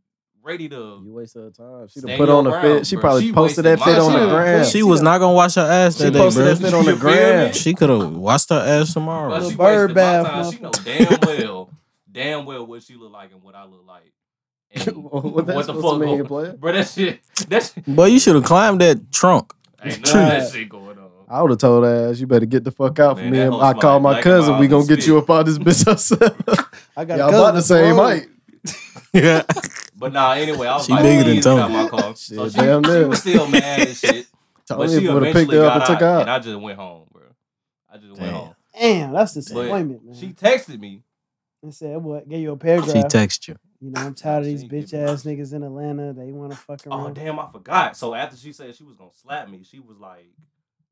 ready
you
to.
wasted her time. She done
Stand
put
your
on a fit.
ground,
She
bro.
probably
She
posted that
wasted
fit
my
on the
time.
gram.
She was not gonna wash her ass
She
that day,
posted
bro.
that fit on
You
the
feel me?
gram.
She could have washed her ass tomorrow.
But
Little
she
bird
wasted
bath,
my time. She know
motherfucker.
damn well, damn well what she look like and what I look like. And
what,
what
that's
the
supposed
fuck,
to mean,
going-
player?
bro? That shit, that shit,
But you should have climbed that trunk.
ain't none of that
Truth.
shit going on.
I would have told her ass, you better get the fuck out from
Man, that
there.
hoe
I call
smelled
my
like
cousin. We
Miles
gonna
and
get you up out this bitch ourselves.
I got a
Y'all
cousin
about the same
bro.
height.
Yeah.
But nah, anyway, I was
She
like,
bigger than
please get out
Tony.
my car. So
Shit,
she,
damn
she
near.
was still mad and shit. But
Tony
she
would
eventually
have picked her up
got
and took her
out, and
out.
I just went home, bro. I just went
Damn.
home.
Damn, that's
But
disappointment, man.
She texted me.
and said, "What? Gave you a
She
paragraph.
text you.
you know, I'm tired of
She
these
ain't
bitch
giving
ass niggas in Atlanta. They want to fuck around.
Oh damn, I forgot. So after she said she was gonna slap me, she was like,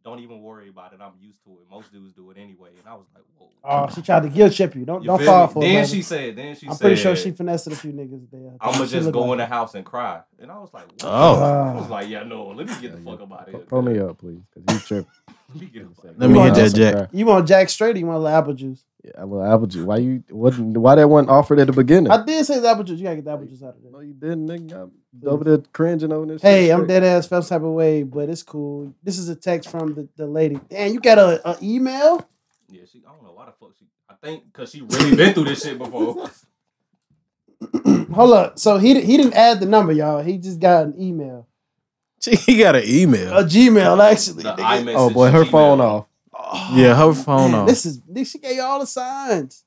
"Don't even worry about it. I'm used to it. Most dudes do it anyway." And I was like, "Whoa."
Oh, she tried to guilt trip you. Don't
You
don't
feel
fall
me?
for it.
Then
brother.
she said, "Then she
I'm
said,
pretty sure she finessed a few niggas there.
I'ma
She
just
look
go
like-
in the house and cry." And I was like, what?
Oh.
I was like, "Yeah, no. Let me get the fuck up out of here.
Pull me
man.
up, please, because you tripping.
Let me get the fuck
Let me
You
hit
want-
that jack.
You want Jack straight? Or you want a little apple juice?
a little apple juice. Why you? What? Why that wasn't offered at the beginning?
I did say the apple juice. You gotta get the apple juice out of
no,
there.
you didn't, nigga. I'm over there cringing on this.
Hey,
shit.
I'm dead ass felt type of way, but it's cool. This is a text from the, the lady. Damn, you got a, a email?
Yeah, she. I don't know why the fuck she. I think because she really been through this shit before.
Hold up. So he di- he didn't add the number, y'all. He just got an email,
She he got an
a
email.
Gmail actually.
The
nigga.
iMessage.
Oh boy, her
Gmail.
phone off.
Oh,
Yeah, her phone
man,
off.
This is this, she gave you all the signs.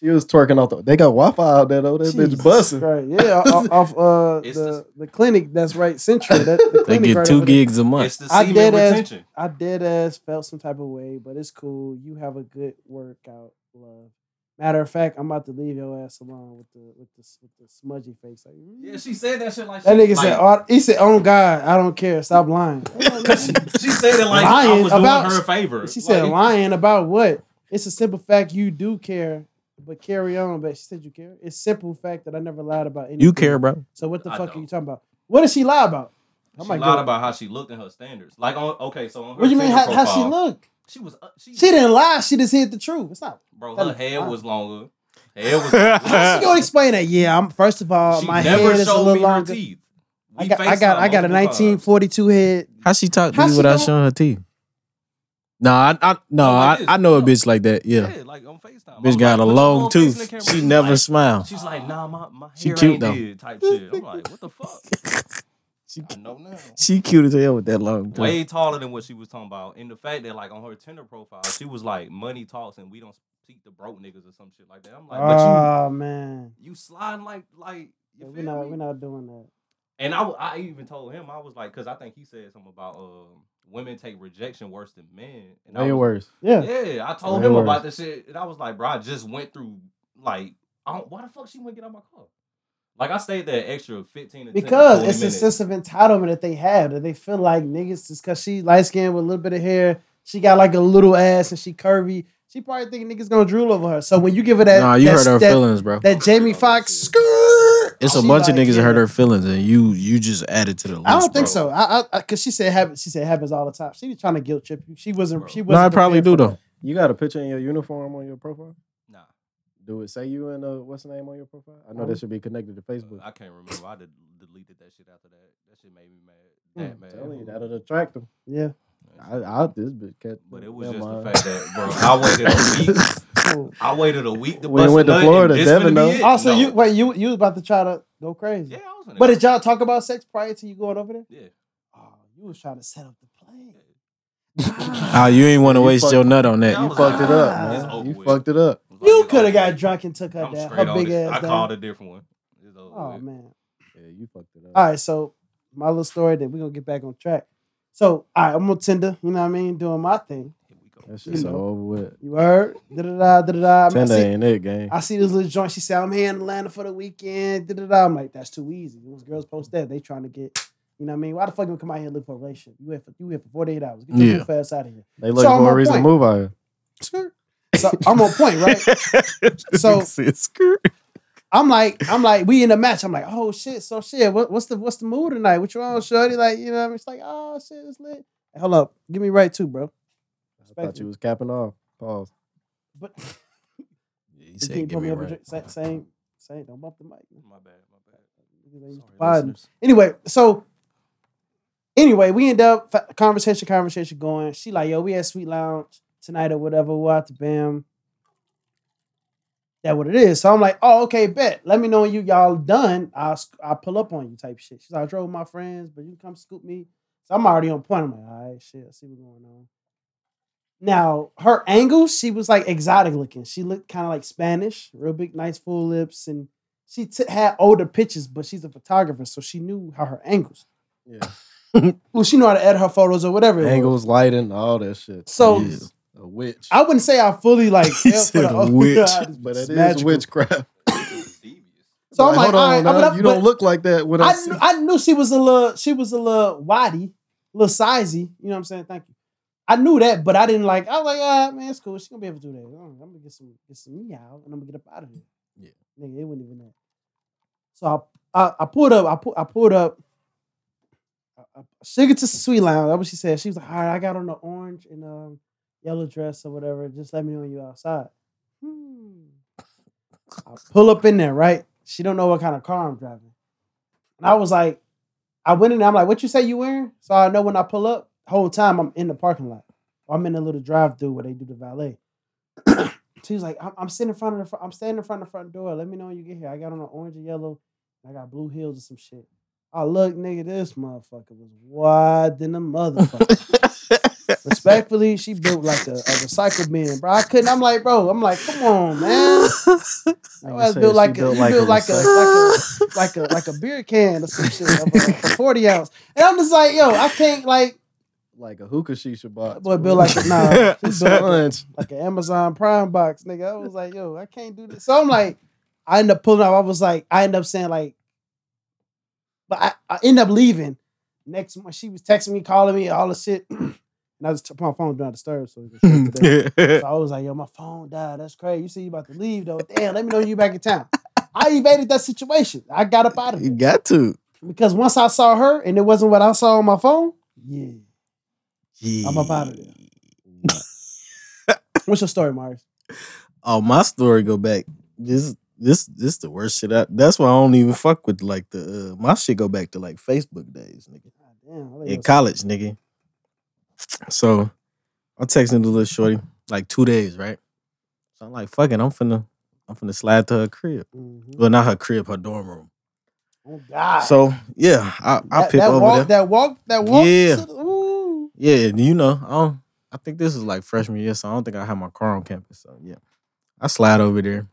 She was twerking off the. They got Wi Fi out there though. That bitch busting.
Right, yeah, o- off uh,
It's
the, the clinic that's right central. That, the
they
clinic
get
right
two
over there.
gigs a month.
It's the
I
semen
dead ass-
retention.
I dead ass felt some type of way, but it's cool. You have a good workout, love. Matter of fact, I'm about to leave your ass alone with the with the with the smudgy face. Like, "Mm."
Yeah, she said that shit like
that
she-
nigga said,
like,
oh, he said, "Oh God, I don't care. Stop lying."
she said it like I
lying
was
about-
doing her a favor.
she said,
Like,
"Lying about what? It's a simple fact you do care." But carry on, but she said you care. It's simple fact that I never lied about anything.
You care, bro?
So what the
I
fuck are
don't.
you talking about? What did she lie about? I
She
might
lied
go-
about how she looked in her standards. Like on okay, so on her
What do you mean?
Tinder
How, how she
profile,
look?
She was uh, she,
She didn't lie. She just hid the truth. It's not.
bro.
that
Her
is
hair
fine.
was longer. Hair was.
She gonna explain that. Yeah, I'm. First of all,
she
Oh, my
never
hair is a
showed
little
me
longer.
her teeth.
I
We
got, I
FaceTimed
got, I got a
multiple
1942 head.
How she talk
How
to you
she
without
don't-
showing her teeth? No, I, I no,
Oh, like
I,
this.
I know a
No.
bitch like that. Yeah,
times. Yeah, like on FaceTime.
bitch got a long tooth. She never
Like,
smile.
she's like, nah, my my
She
hair
cute,
ain't
though.
good type shit. I'm like, what the fuck?
She,
I know now.
she cute as hell with that long tooth.
Way taller than what she was talking about, and the fact that like on her Tinder profile, she was like, "Money talks, and we don't speak to broke niggas or some shit like that." I'm like, but you
Oh man,
you sliding like like you
Yeah, we're
feel
not,
me?
we're not doing that.
And I, w- I even told him I was like, because I think he said something about um, women take rejection worse than men. And I
Way
was-
worse.
Yeah,
Yeah, I told
Way
him
worse.
about the shit, and I was like, bro, I just went through like, I don't, why the fuck she wouldn't get out my car? Like I stayed there extra fifteen to 10
because
20
it's
minutes.
a sense of entitlement that they have that they feel like niggas just because she light skinned with a little bit of hair, she got like a little ass and she curvy. She probably think niggas gonna drool over her. So when you give her that,
nah, you
that,
hurt her
that,
feelings, bro.
that
Oh,
Jamie Foxx skirt,
It's a
she
bunch of
like,
niggas
yeah.
that hurt her feelings, and you you just added to the list.
I don't think
bro.
so. I, I, I cause she said happens. She said it happens all the time. She was trying to guilt trip you. She wasn't.
Bro.
She
No, I
wasn't.
probably do
prepared for
though.
You got a picture in your uniform on your profile?
Nah,
Do it say you in a what's the name on your profile? I know this should be connected to Facebook.
I can't remember. I did, deleted that shit after that. That shit made me mad. That
I'm telling you,
mad.
that'll attract them.
that. Yeah.
Hmm, I, I this bitch catch.
But it was just
Never
the
mind.
fact that, bro, I waited a week.
Cool.
I waited a week to
When you
bust
went
a
to
nut,
Florida,
and this finna
Devin
be
know. Oh,
it?
Also,
No.
you wait. You you was about to try to go crazy.
Yeah, I was finna
But
go.
did y'all talk about sex prior to you going over there?
Yeah.
Oh, you was trying to set up the plane.
Ah, you ain't want to
You
waste
fucked-
your nut on that.
Yeah, I
You
was
fucked it up,
Ah.
It's
man.
over
You
with.
fucked it up.
It was like,
You
it's
could
over
have got
with.
drunk and took her
I'm
down.
straight
Her
on
big
it.
ass
I
down.
called a different one. It's over
Oh
with.
man.
Yeah, you fucked it up.
All right, so my little story. Then we are gonna get back on track. So, all right, I'm on Tinder. You know what I mean? Doing my thing.
Here we go.
That shit's
know.
over with.
You heard? Da da da da da. da. I
Tender
see-
ain't it, gang.
I see this little joint. She said, I'm here in Atlanta for the weekend. Da, da, da. I'm like, that's too easy. Those girls post that. They trying to get, you know what I mean? Why the fuck you come out here and look for a relationship? You here for, you here for 48 hours. Get your
Yeah.
goof ass out of here.
They looking
I'm
for a
on
reason
point.
to move out here.
Skirt. So I'm on point, right? So-
skirt.
I'm like, I'm like, we in a match. I'm like, oh shit, so shit. What, what's the what's the mood tonight? What you on, Shorty? Like, you know what I mean? It's like, oh shit, it's lit. Hold up. Give me right too, bro.
I thought you was capping off. Pause.
But
He
Can you
said,
put
"Give
me
me
up a
right."
drink? Sa- Same, same. Don't bump the mic.
My bad. My bad.
Niggas ain't
Sorry,
Biden.
listeners.
Anyway, so anyway, we end up fa- conversation, conversation going. She like, yo, we at Sweet Lounge tonight or whatever. We'll out to Bam. That what it is. So I'm like, oh, okay, bet. Let me know when you y'all done. I'll sc- I'll pull up on you type shit. She's like, I drove with my friends, but you can come scoop me. So I'm already on point. I'm like, all right, shit, I see what's going on. Now her angle, she was like exotic looking. She looked kind of like Spanish, real big, nice full lips, and she t- had older pictures, but she's a photographer, so she knew how her angles.
Yeah.
Well, she knew how to edit her photos or whatever. it was.
Angles, lighting, all that shit.
So
Yeah.
A witch.
I wouldn't say I fully like
He
fell for
said
the-
witch.
God, this bitch
but it
is
is
magical.
witchcraft.
It's devious.
So I'm like,
hold
all right,
on,
I'm
now.
gonna-
you
but-
don't look like that. What I,
I
see.
knew, I knew she was a little she was a little waddy, little sizey. You know what I'm saying? Thank you. I knew that, but I didn't like. I was like, ah, man, it's cool. She gonna be able to do that. I'm gonna get some get some meow, and I'm gonna get up out of here.
Yeah.
nigga, it wasn't even that. So I I, I pulled up. I pulled I pulled up. I, I, she get to Sweet Lounge. That's what she said. She was like, all right, I got on the orange and um yellow dress or whatever. Just let me know when you outside. I pull up in there, right? She don't know what kind of car I'm driving. And I was like, I went in there, I'm like, what you say you wearing? So I know when I pull up, whole time I'm in the parking lot. I'm in a little drive through where they do the valet. She's like, I'm, I'm sitting in front of the front, I'm standing in front of the front door. Let me know when you get here. I got on an orange and yellow. and I got blue heels and some shit. I look, nigga, this motherfucker was wide than a motherfucker. Respectfully, she built like a, a recycle bin, bro. I couldn't. I'm like, bro. I'm like, come on, man. Your ass built
said she
like a,
built
you
like a
built like a like a like a like a beer can or some shit, of a, a forty ounce. And I'm just like, yo, I can't like.
Like a hookah shisha box.
That boy built like a nah, she built like,
Sponge.
like an Amazon Prime box, nigga. I was like, yo, I can't do this. So I'm like, I end up pulling up. I was like, I end up saying like, but I, I end up leaving. Next month, she was texting me, calling me, all the shit. And I just took my phone do not disturb. So, it was straight to that. so I was like, yo, my phone died. That's crazy. You see, you about to leave though. Damn, let me know you back in town. I evaded that situation. I got up out of
you
it
got to.
because once I saw her and it wasn't what I saw on my phone, yeah, I'm up out of there. What's your story, Myers?
Oh, my story go back. This this this the worst shit. I, that's why I don't even fuck with like the uh, my shit go back to like Facebook days, nigga.
God Ah, damn, I thought you
In
was-
college, nigga. So I texted the little shorty like two days, right? So I'm like, fuck it, I'm finna I'm finna slide to her crib.
Mhm.
Well, not her crib, her dorm room.
Oh God.
So yeah, I I
that,
pip
that
over
walk,
there.
That walk, that walk.
Yeah.
to the- ooh.
Yeah, and you know, I don't, I think this is like freshman year, so I don't think I had my car on campus. So yeah, I slide over there,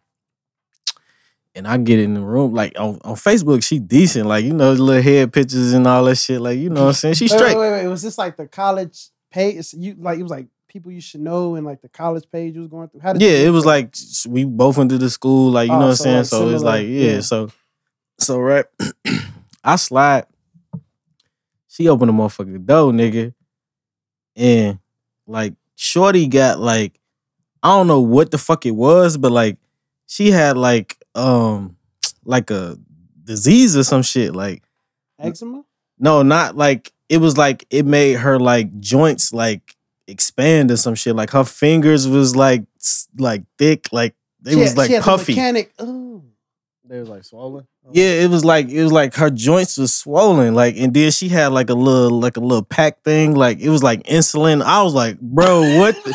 and I get in the room. Like on, on Facebook, she decent. Like you know, little head pictures and all that shit. Like you know, what I'm saying she
Wait,
straight.
Wait, wait, wait. Was this like the college page? it's- You like it was like people you should know and like the college page you was going through. How did
Yeah,
you get
it was
there?
like s- we both went to the school. Like you
Oh,
know what I'm
so,
saying.
like,
so it's
similar,
like yeah,
yeah.
So so right, I slide. She opened the motherfucking door, nigga, and like Shorty got like I don't know what the fuck it was, but like she had like um like a disease or some shit. Like
eczema.
no, not like it was like it made her like joints like expand or some shit. Like her fingers was like s- like thick, like they
She
was
had-
like
she had the
puffy.
Mechanic. Ooh.
They was like swollen. Oh.
Yeah, it was like it was like her joints was swollen, like and then she had like a little like a little pack thing, like it was like insulin. I was like, bro, what? the-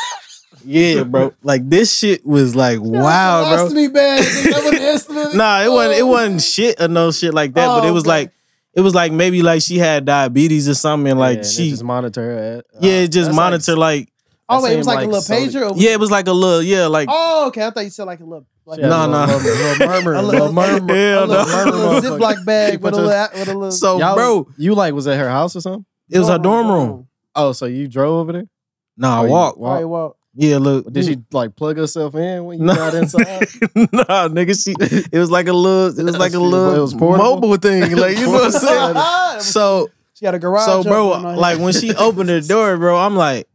yeah, bro, like this shit was like wow, bro.
Colostomy bag. That wasn't insulin.
Nah, it wasn't. It
Oh.
wasn't shit or no shit like that. but
Oh,
it was
okay.
like, it was like maybe like she had diabetes or something. And like
Yeah, and they
she,
just monitor her. At,
yeah, it just
Uh, That's
monitor
Like,
like,
Oh wait, it
same,
was like, a
like,
little
sodic-
pager. Or was
yeah,
it-
it was like a little, yeah, like
Oh, okay. I thought you said like a little. Like,
she had a
Nah, nah.
little murmur, little murmur,
A
little
little-
murmur.
a
hell
little,
no.
a little
motherfucker.
Ziploc
She
bag with
put
a little. With a little
So,
Y'all-
Oh, bro,
you like was at her house or something?
it was her dorm room.
Oh, so you drove over there?
Nah, I
Oh, you
walk.
All right, well,
Yeah, look.
Did she like plug herself in when you
Mm. No.
got inside?
nah, nigga, she. It was like a little. It was like a
Shit, but
little
it was portable?
mobile thing. Like you know what I'm saying. So
she got a garage.
so bro,
open on her.
like when she opened the door, bro, I'm like,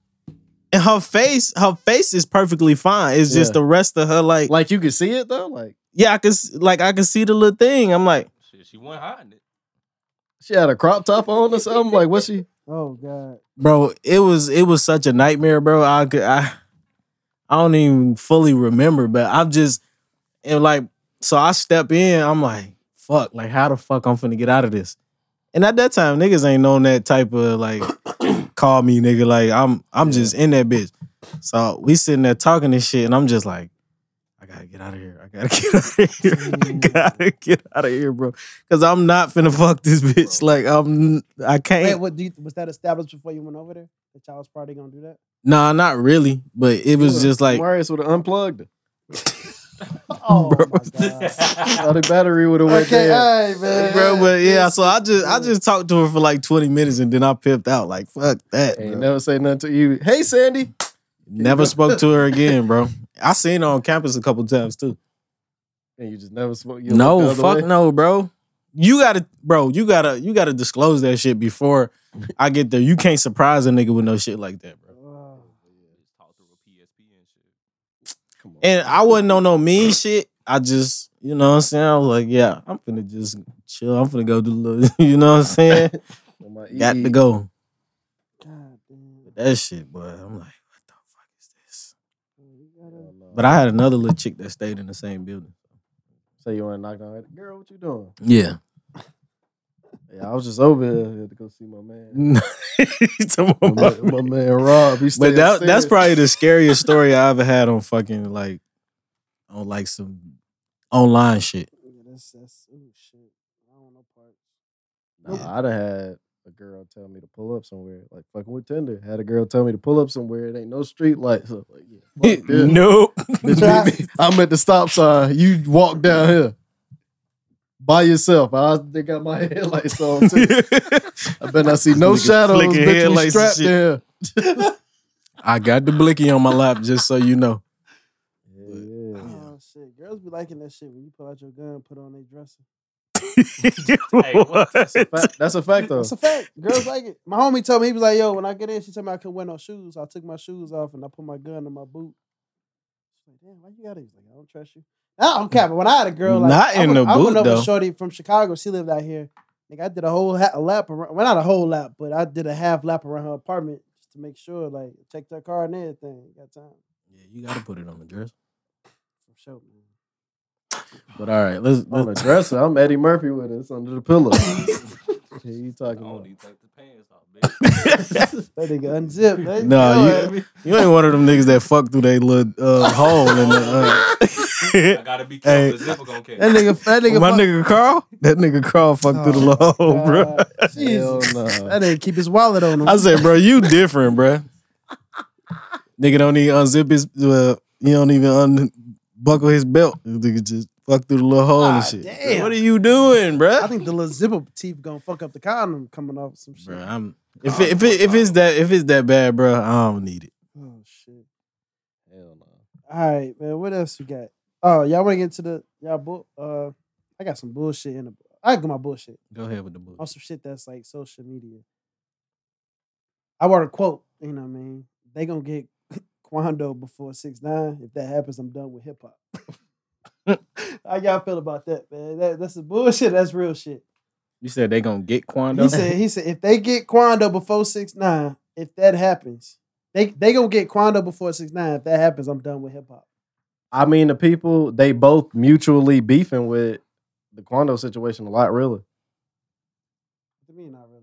and her face, her face is perfectly fine. It's just
Yeah.
the rest of her, like,
like you could see it though. Like
yeah, I could s- like I could see the little thing. I'm like,
Shit, she wasn't hiding it.
she had a crop top on or something. Like what she?
oh god.
bro, it was it was such a nightmare, bro. I could I I don't even fully remember, but I'm just and like so I step in, I'm like, fuck, like how the fuck I'm finna get out of this. And at that time, niggas ain't known that type of like call me nigga. Like I'm I'm just in that bitch. So we sitting there talking this shit, and I'm just like, I gotta get out of here. I gotta get out of here. I gotta get out of here, bro. Cause I'm not finna fuck this bitch. Like I'm I can't.
Wait, what do you, was that established before you went over there? The child's probably gonna do that.
Nah, not really. But it was just like
Marius would have unplugged.
Oh
Bro.
my god.
All the battery would have went
okay,
dead.
all right, man.
bro, but yeah,
Yes.
so I just I just talked to her for like 20 minutes and then I pipped out. Like, fuck that.
Ain't
bro.
never say nothing to you. Hey Sandy.
Never spoke to her again, bro. I seen her on campus a couple times too.
And you just never smoke. You look
No,
the other
fuck
way.
no, bro. You gotta, bro, you gotta, you gotta disclose that shit before I get there. You can't surprise a nigga with no shit like that, bro.
Oh,
Just talk through a PSP and shit.
Come on.
And I wasn't on no mean shit. I just, you know what I'm saying? I was like, yeah, I'm finna just chill. I'm finna go do little, you know what I'm saying?
With my
Got
EE.
to go.
God damn.
That shit, boy. I'm like, what the fuck is this?
You gotta-
Oh,
But I had another little chick that stayed in the same building.
Say you want to knock down, girl, what you doing?
Yeah.
Yeah, I was just over here, here to go see my man.
Come
My
on,
man,
bro.
my man Rob, he
But
stayed
that, that's
upstairs.
probably the scariest story I ever had on fucking like on like some online shit.
Yeah, that's that's ooh, shit. I don't know parts.
Nah, I done had a girl tell me to pull up somewhere, like fucking with Tinder. Had a girl tell me to pull up somewhere. It ain't no street lights. I'm like, yeah, fuck this.
Nope.
Bitch, meet me- I'm at the stop sign. You walk down here by yourself. I they got my headlights on too. I bet I see no
Nigga
shadows.
flicking
Bitch, we
headlights and
strapped
shit.
there.
I got the blicky on my lap, just so you know.
Yeah.
Oh shit, girls be liking that shit when you pull out your gun, and put on their dresser.
what?
What?
Fact- That's a fact though.
That's a fact. Girls like it. My homie told me he was like, "Yo, when I get in, she told me I couldn't wear no shoes. I took my shoes off and I put my gun in my boot." She's like, "Damn, why you got these? Like, I don't trust you." Nah, I'm capping. When I had a girl, like,
Not
I
in
went,
the
I went
boot,
over
though.
Shorty from Chicago. She lived out here. Like, I did a whole ha- a lap around. Well, not a whole lap, but I did a half lap around her apartment just to make sure, like, check their car and everything. Got time
Yeah, you gotta put it on the dress.
for sure, man.
But all right, let's.
On the
let's
dresser, I'm Eddie Murphy with it. It's under the pillow. What you
I
talking
don't
about?
need to take the pants off, bitch.
That nigga unzipped. They
Nah,
know
you-
it.
you ain't one of them niggas that fuck through they little uh, hole in the.
I
Uh,
gotta be
Hey.
careful. the zipper gonna catch.
that nigga, that nigga,
my
fuck-
nigga Carl, that nigga Carl fucked through the little hole, bro.
God,
Hell
Jesus.
no.
That nigga keep his wallet on him.
I said, bro, you different, bro. nigga don't even unzip his. Uh, he don't even unbuckle his belt. This Nigga just fuck through the little hole
Ah,
and shit.
damn.
What are you doing, bro?
I think the little zipper teeth gonna fuck up the condom coming off some shit.
Bro, I'm. If it, if it, if it's that if it's that bad, bro, I don't need it.
Oh shit!
Hell no.
All right, man. What else we got? Oh, y'all want to get to the y'all book? Uh, I got some bullshit in the. I got my bullshit
Go ahead with the book.
on some shit that's like social media. I want a quote. You know what I mean? They gonna get Quando before six nine. If that happens, I'm done with hip hop. How y'all feel about that, man? That, that's the bullshit. That's real shit.
You said they gonna get Quando.
He said, he said, if they get Quando before six nine, if that happens, they they gonna get Quando before six nine. If that happens, I'm done with hip hop.
I mean, the people they both mutually beefing with the Quando situation a lot realer.
To me, not really.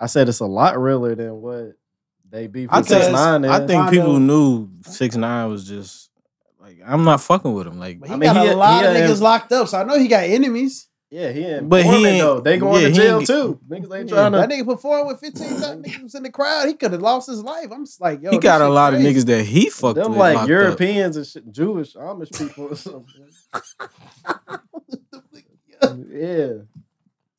I said it's a lot realer than what they beef
I
with
think,
six nine.
I think
Rondo.
people knew six nine was just like I'm not fucking with him. Like,
But he
I mean,
got
he
a
a-
lot
he
of
a-
niggas locked up, so I know he got enemies.
yeah, he ain't.
But
But
he
he
ain't-
though. They going
yeah,
to
he
jail
ain't-
too. Niggas ain't
Yeah,
trying
that
to.
nigga put forward with 15,000 niggas in the crowd. He could have lost his life. I'm just like, yo,
he
this
got a
shit
lot of
crazy.
niggas that he fucked
them
with.
like
locked up.
Europeans and shit, Jewish Amish people or something. yeah,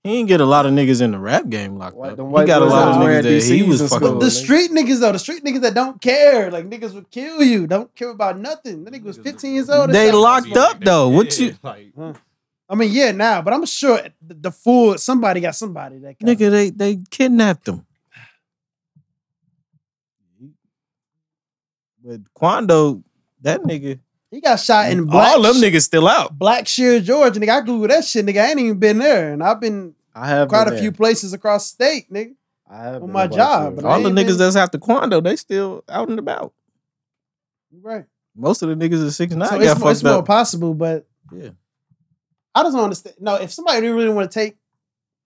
He didn't get a lot of niggas in the rap game locked
White-
up.
them
He
white
got a
boys
lot of
out
niggas
wearing
that he
DCs
was
and
fucking
school.
The
with.
street niggas though, the street niggas that don't care, like niggas would kill you. Don't care about nothing. That nigga was
Niggas
15
look-
years old.
They
shot him.
locked up, though. What
Yeah,
you-
like?
I mean, yeah, now, but I'm sure th- the fool somebody got somebody that got
Nigga, they they kidnapped him. But Quando, that nigga,
He got shot in black.
all them niggas still out.
Black Shear, Georgia, nigga. I googled that shit, nigga. I ain't even been there, and I've been
I have
quite
been
a
there.
few places across state, nigga.
I have
on
been
my
to Black
job,
Shore.
but I
All the
ain't
niggas
been-
that's after Quando, they still out and about.
You Right.
Most of the niggas at six nine
so
got
it's, more, it's
fucked
more
up.
possible, but
Yeah.
I just don't understand. No, if somebody really want to take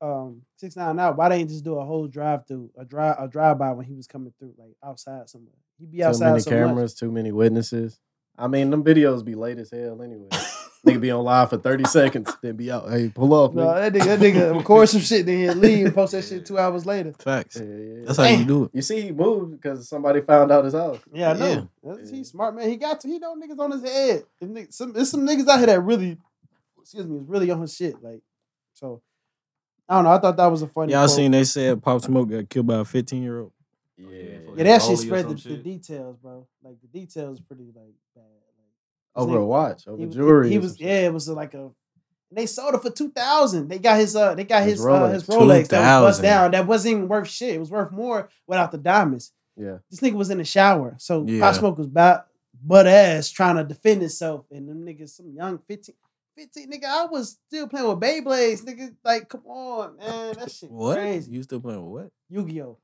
um six nine out, why they ain't just do a whole drive through, a drive, a drive by when he was coming through, like outside somewhere. He'd be
too
outside
many
so
cameras,
much.
too many witnesses. I mean, them videos be late as hell anyway. Nigga be on live for thirty seconds, then be out. Hey, pull off.
No, that
nigga.
nigga, that nigga record some shit, then he'd leave and post that shit two hours later.
Facts.
Yeah, yeah, yeah.
That's how you
Damn.
do it.
You see, he moved because somebody found out his house.
Yeah, I know.
Yeah.
That's- He's smart man. He got to. He know niggas on his head. Them niggas- Some, there's some niggas out here that really, excuse me, is really on his shit. Like, so I don't know. I thought that was a funny.
Y'all
quote.
seen they said Pop Smoke got killed by a 15 year old.
Yeah, they actually
Rolly or
spread the,
some
the
shit.
details, bro. Like the details, pretty like bad. Like,
over a watch, over
he, was-
jewelry.
He,
and
was
some shit.
yeah. It was like a. They sold it for two thousand. They got his uh. They got his
His
his Rolex, uh, his
Rolex.
Rolex that was bust
2,000.
down. That wasn't even worth shit. It was worth more without the diamonds.
Yeah.
This nigga was in the shower, so
Yeah.
Pop Smoke was about butt ass trying to defend himself, and them niggas, some young 15, 15 nigga, I was still playing with Beyblades, nigga. Like, come on, man, that shit
What?
crazy.
You still playing with what?
Yu Gi Oh.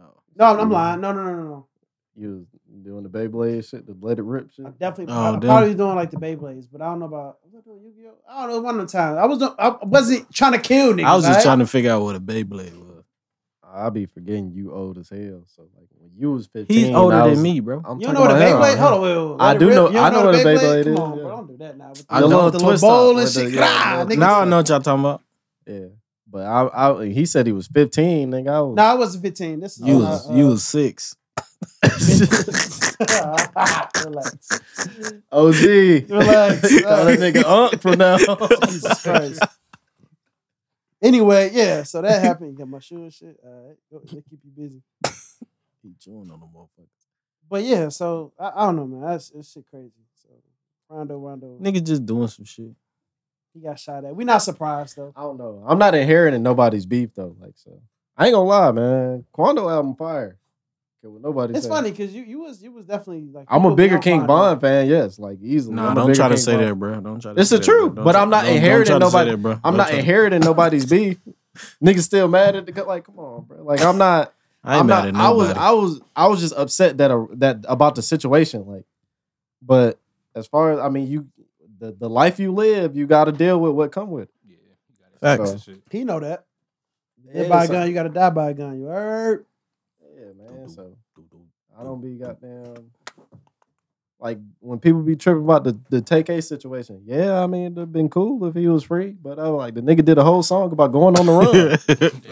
Oh.
No, I'm lying. No, no, no, no, no.
You was doing the Beyblade shit, the let it rip shit.
I'm definitely
Oh,
I'm
damn.
probably doing like the Beyblades, but I don't know about what do on Yu-Gi-Oh? I don't know. One of the times I was I wasn't trying to kill niggas.
I was just
right?
trying to figure out what a Beyblade was.
I be forgetting you old as hell. So like when you was fifteen,
He's older
I was,
than me, bro.
I'm
You don't know
talking
what a
about
Beyblade?
him.
Hold on, wait, wait, wait.
I
Let
do
it rip.
know-
You don't
I know what a Beyblade
Come
is,
on,
yeah.
bro. Don't do that now. with
I
the
know
little-
what
the little
twist
bowl and
with the-
shit.
yeah,
Rah,
yeah.
nigga.
Now I know what y'all talking about.
Yeah, but I, I he said he was fifteen. Nigga, I was.
No, I wasn't 15. This is
You
uh,
was
uh,
you was six.
Relax.
OG.
Relax.
Call that nigga Unc from now. on.
Jesus Christ. Anyway, yeah, so that happened. Got my shoe and shit. All right. Go- They keep you busy.
He chewing on the motherfucker.
But yeah, so I, I don't know, man. That's, that's shit crazy. So Rondo, Rondo,
Nigga just doing some shit.
he got shot at. we not surprised though.
I don't know. I'm not inheriting nobody's beef though. Like so, I ain't gonna lie, man. Quando album fire. Okay, well, nobody.
It's
say.
funny because you you was you was definitely like
I'm
you
a
would be
bigger
on
King
Bond.
Bond fan. Yes, like easily.
Nah,
I'm a
don't
bigger
try to
King
say
Bond.
that, bro. Don't try to.
It's
say
the
that, bro.
truth,
Don't
but
try-
I'm not
don't- don't
inheriting
try to say
nobody-
that, bro.
I'm
Don't
not
try to-
inheriting nobody's beef. Niggas still mad at the co- like. Come on, bro. Like I'm not.
I ain't
I'm
mad at
I was
nobody.
I was I was just upset that a, that about the situation. Like, but as far as I mean, you the, the life you live, you got to deal with what come with. it.
Yeah, you got
Facts.
that shit.
He know that.
Yeah,
Live by a
so-
gun, you gotta die by a gun. You heard?
Yeah,
Doo-doo.
man. So I don't be goddamn like when people be tripping about the the TK situation. Yeah, I mean it'd have been cool if he was free, but I was like the nigga did a whole song about going on the run.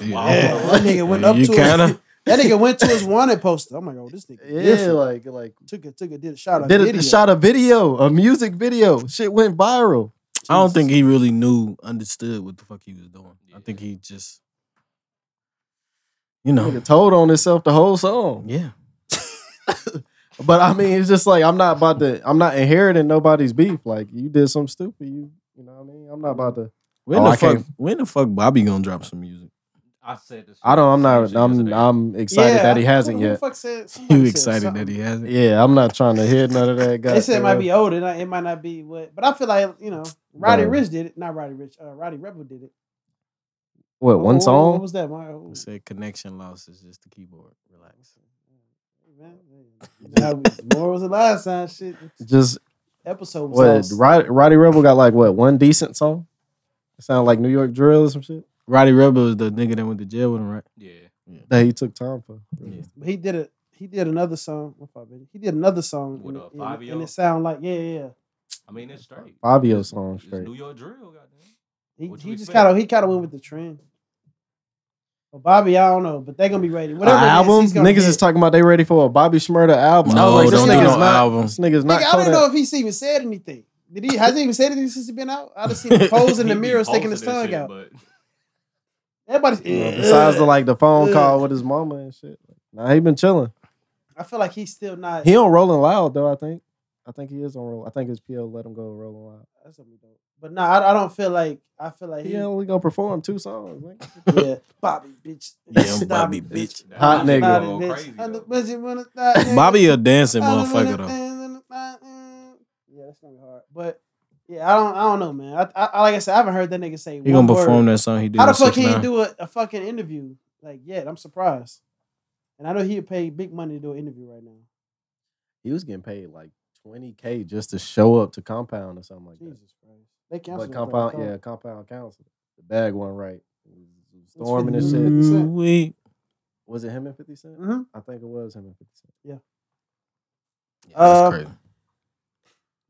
yeah.
That nigga went up
you
to
kind
his,
of
That nigga went to his wanted poster. I'm like, oh, this nigga
yeah,
different.
like like
took a took a did a shot.
did
a,
a,
video.
shot a video, a music video. Shit went viral.
I don't think he really knew, understood what the fuck he was doing. I think he just, you know,
Nigga told on himself the whole song.
yeah.
Oh,
But I mean, it's just like I'm not about to. I'm not inheriting nobody's beef. Like you did something stupid. You you know what I mean. I'm not about to.
When
Oh,
the
I
fuck?
can't-
When the fuck Bobby gonna drop some music?
I said this.
I don't. I'm
same
not.
shit
I'm.
yesterday.
I'm excited
Yeah,
that he
I-
hasn't
who the
yet.
fuck said- somebody
You
said
excited
something.
that he has it?
Yeah, I'm not trying to hear none of that.
They said it might
goddamn-
be older. not- It might not be what, but I feel like you know, Roddy
Right.
Rich did it. Not Roddy Rich. Uh, Roddy Rebel did it.
what
What-
one
what-
song.
What was that? My,
I said connection loss is just the keyboard. Relax.
man, you know how we- more was the last time. Shit,
Just
episode
what?
was. lost.
Roddy, Roddy Rebel got like what one decent song? It sounded like New York drill or some shit
Roddy Rebel is the nigga that went to jail with him, right?
Yeah.
that he took time for.
Yeah.
But he did it. He did another song. What fuck, man? He did another song.
With
and
a
it- and, it-
five-year-old?
and it sound like yeah, yeah. yeah.
I mean, it's straight.
Fabio song
It's
straight.
New York drill, goddamn.
He,
What you
he just
expect?
kind of he kind of went with the trend. But Bobby, I don't know, but they gonna be ready. Whatever
Uh,
it is,
album
he's gonna
niggas
get-
is talking about they ready for a Bobby Schmurda album. I
No,
was
don't
like, this
do
nigga's
no
not,
album.
This nigga's not.
Nigga, I don't
Kodak.
know if he's even said anything. Did he? Has he even said anything since he been out? I just seen the pose in the
He be
mirror sticking his
posting that
tongue out.
shit, But
Everybody's
You know, besides the like the phone
Ugh.
call with his mama and shit. Nah, he been chilling.
I feel like he's still not.
He on Rolling Loud though. I think. I think he is on roll. I think his PO let him go Rolling Loud.
That's gonna be dope. But no, I, I don't feel like. I feel like he,
He
yeah,
only gonna perform two songs. nigga.
Bobby, bitch.
Yeah,
Stop
Bobby,
it,
bitch.
that
Hot
shit
nigga.
Stop
go
it, bitch.
Crazy,
Under-
though.
but you wanna stop, nigga.
Bobby a dancing
Under-
motherfucker though.
Yeah, that's gonna be hard. But yeah, I don't. I don't know, man. I, I, I like I said, I haven't heard that nigga say.
He
one
gonna perform
word.
that song he did.
How the
with
fuck
6ix9ine.
can he do a, a fucking interview like yet? I'm surprised. And I know he'd pay big money to do an interview right now.
He was getting paid like twenty k just to show up to compound or something like that.
Jesus Christ. They canceled
But
him for
compound,
that
yeah,
song. compound.
compound council. The bag went right.
was
Storming and
50
shit.
million.
Ooh, wait.
Was it him and Fifty Cent?
Mhm.
I think it was him and Fifty Cent.
Yeah, that's
Uh,
crazy.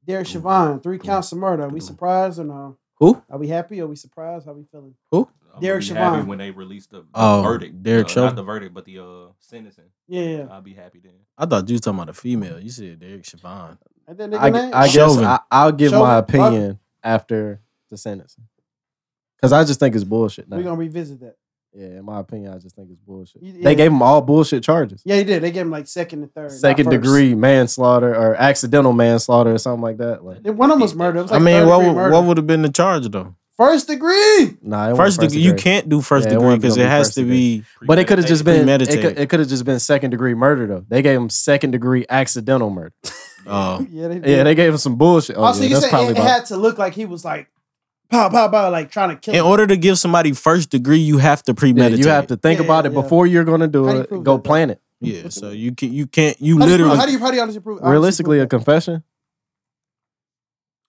Derek
Mm-hmm.
Boom.
Chauvin, three
Boom.
counts of murder. Are we
Boom.
surprised or no?
Who?
Are we happy? Are we surprised? How we feeling?
I'm
Derek
gonna be happy
Chauvin.
when they released the, the
Oh,
verdict.
Derek
uh,
Chauvin.
not the verdict, but the uh, sentencing.
Yeah, yeah.
I'll be happy then.
I thought you was talking about a female. You said Derek Chauvin.
Ain't that nigga
I,
name?
I guess
Chauvin.
I, I'll give
Chauvin.
my
Fuck.
opinion after the sentencing because I just think it's bullshit. Now.
We're gonna revisit that.
Yeah, in my opinion, I just think it's bullshit.
You- yeah.
They gave him all bullshit charges.
Yeah, he did. They gave him like second and third. not
Second
first.
degree manslaughter or accidental manslaughter or something like that. Like,
Then One of them was murder. It was
I
like
mean,
third
what
degree
would,
murder.
what would have been the charge though?
first degree?
nah, it wasn't
First, degree, you
degree.
can't do first
Yeah, it
degree
wasn't
because
gonna
it
be
has
first
to
degree.
be.
But it could have just been it
Premeditated.
could, it could have just been second degree murder though. They gave him second degree accidental murder.
Uh,
Yeah, they did.
Yeah, they gave him some bullshit. Oh,
also,
yeah,
you
that's
said
probably
it, it
about-
had to look like he was like, pow, pow, pow, like trying to kill
in
him.
order to give somebody first degree, you have to
yeah,
premeditate.
you have to think
Yeah,
about it
yeah.
before you're gonna do
How do you
it.
prove
Go
that, though?
plan it.
Yeah, so you can you can't you
How do you prove-
literally
how do you, how do you honestly prove? honestly prove
Realistically, a
that?
confession.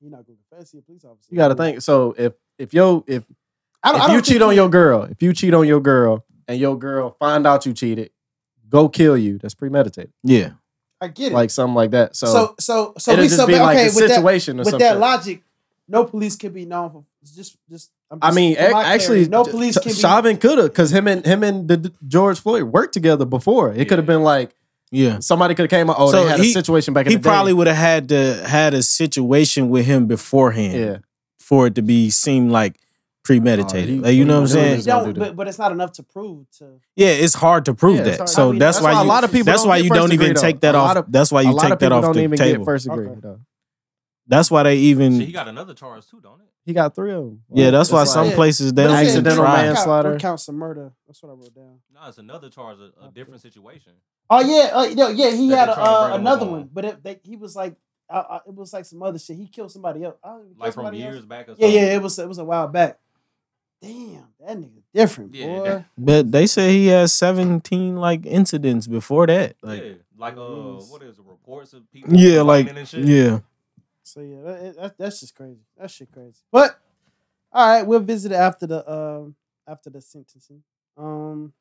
You're not gonna confess I see a police officer.
You got to think. So if if yo if
Mm. I
if you
think
cheat on
we-
your girl, if you cheat on your girl, and your girl find out you cheated, go kill you. That's premeditated,
Yeah.
I get it.
like something like that. So,
so so so
it'll
we
just
so
be like
okay
the
with that
situation or
with
something.
that logic, no police can be known for just just. I'm
I
just-
mean,
for
ac-
my
actually,
clarity, no police
Ch-
can be.
Chauvin could have because him and him and the, the George Floyd worked together before. It could have been like
Yeah.
somebody could have came. out, Oh,
So
they had a
he-
situation back in
He
the day.
probably would have had to had a situation with him beforehand
yeah.
for it to be seem like premeditated.
Oh, he-
like, you know what I'm
he really
saying?
We
is gonna
don't,
do that.
but, but it's not enough to prove to.
Yeah, it's hard to prove
Yeah, it's
that.
hard.
So
I
mean,
that's,
that's
why,
why
you
a lot of people
that's
don't
why
get
you
first
don't
degree,
even
though.
take that
A
off.
lot of-
that's why
a
you
lot
take
of
that
people
off
don't
the
even
table.
get first degree.
Okay.
Though.
That's why they even
Shit, he got another charge too, don't it?
He got three of them.
Yeah, that's
It's
why
like-
some
Yeah.
places they
But
don't
it's
even
accidental
try.
man- manslaughter.
Three counts of murder. That's what I wrote down.
No, it's another charge, a, a different situation.
Oh yeah, uh, no, yeah, he
That
had a,
they tried to
uh,
bring him
another
up on.
one, but it, they, he was like, I, I, it was like some other shit. He killed somebody else. I don't even
Like
kill
from
somebody
years
Else.
back or
Yeah,
something.
yeah, it was it was a while back. Damn, that nigga different,
Yeah,
boy.
that-
But they said he had 17 like incidents before that. Like
yeah, like uh,
Yes.
what is it, reports of people?
yeah,
complaining
like
and shit?
yeah.
So yeah, that, it- that, that's just crazy. That shit crazy. But all right, we'll visit it after the um after the sentencing. Um,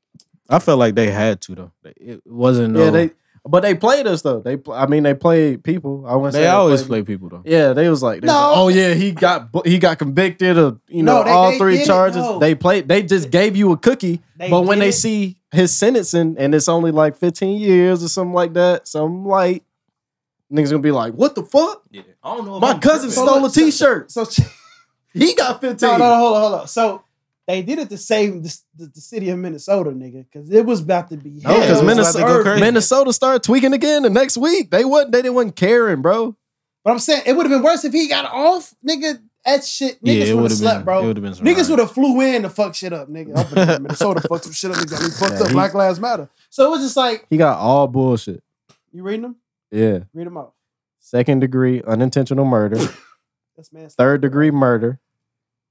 I felt like they had to though. It wasn't no
Yeah, they. But they played us though. They, pl- I mean, they played people. I wouldn't say
they always
played-
play people though.
Yeah, they was like, they was
No.
like, oh yeah, he got bu- he got convicted of you know
No, they-
all
they
three
did it,
charges.
no.
They played. They just gave you a cookie.
they
but when
did
they
it-
see his sentencing and it's only like 15 years or something like that, some light niggas gonna be like, what the fuck?
yeah. I don't know. if
My
I'm
cousin
tripping.
stole a T-shirt.
so
He got 15.
No, no, no, hold on, hold on. So they did it to save the, the, the city of Minnesota, nigga, because it was about to be
No,
hell.
because
it was about to go
Minnesota,
crazy.
Minnesota started tweaking again the next week. They wasn't. They didn't wasn't caring, bro.
But I'm saying it would have been worse if he got off, nigga. That shit, niggas
yeah, it
would have
would've
slept,
been, It
bro.
would have been some
Niggas
riot.
would have flew in to fuck shit up, nigga. Up in Minnesota fucked some shit up. They got me fucked
Yeah,
up.
he-
Black Lives Matter. So it was just like,
He got all bullshit.
you reading them?
Yeah,
Read them out.
second degree unintentional murder,
That's man.
third degree murder,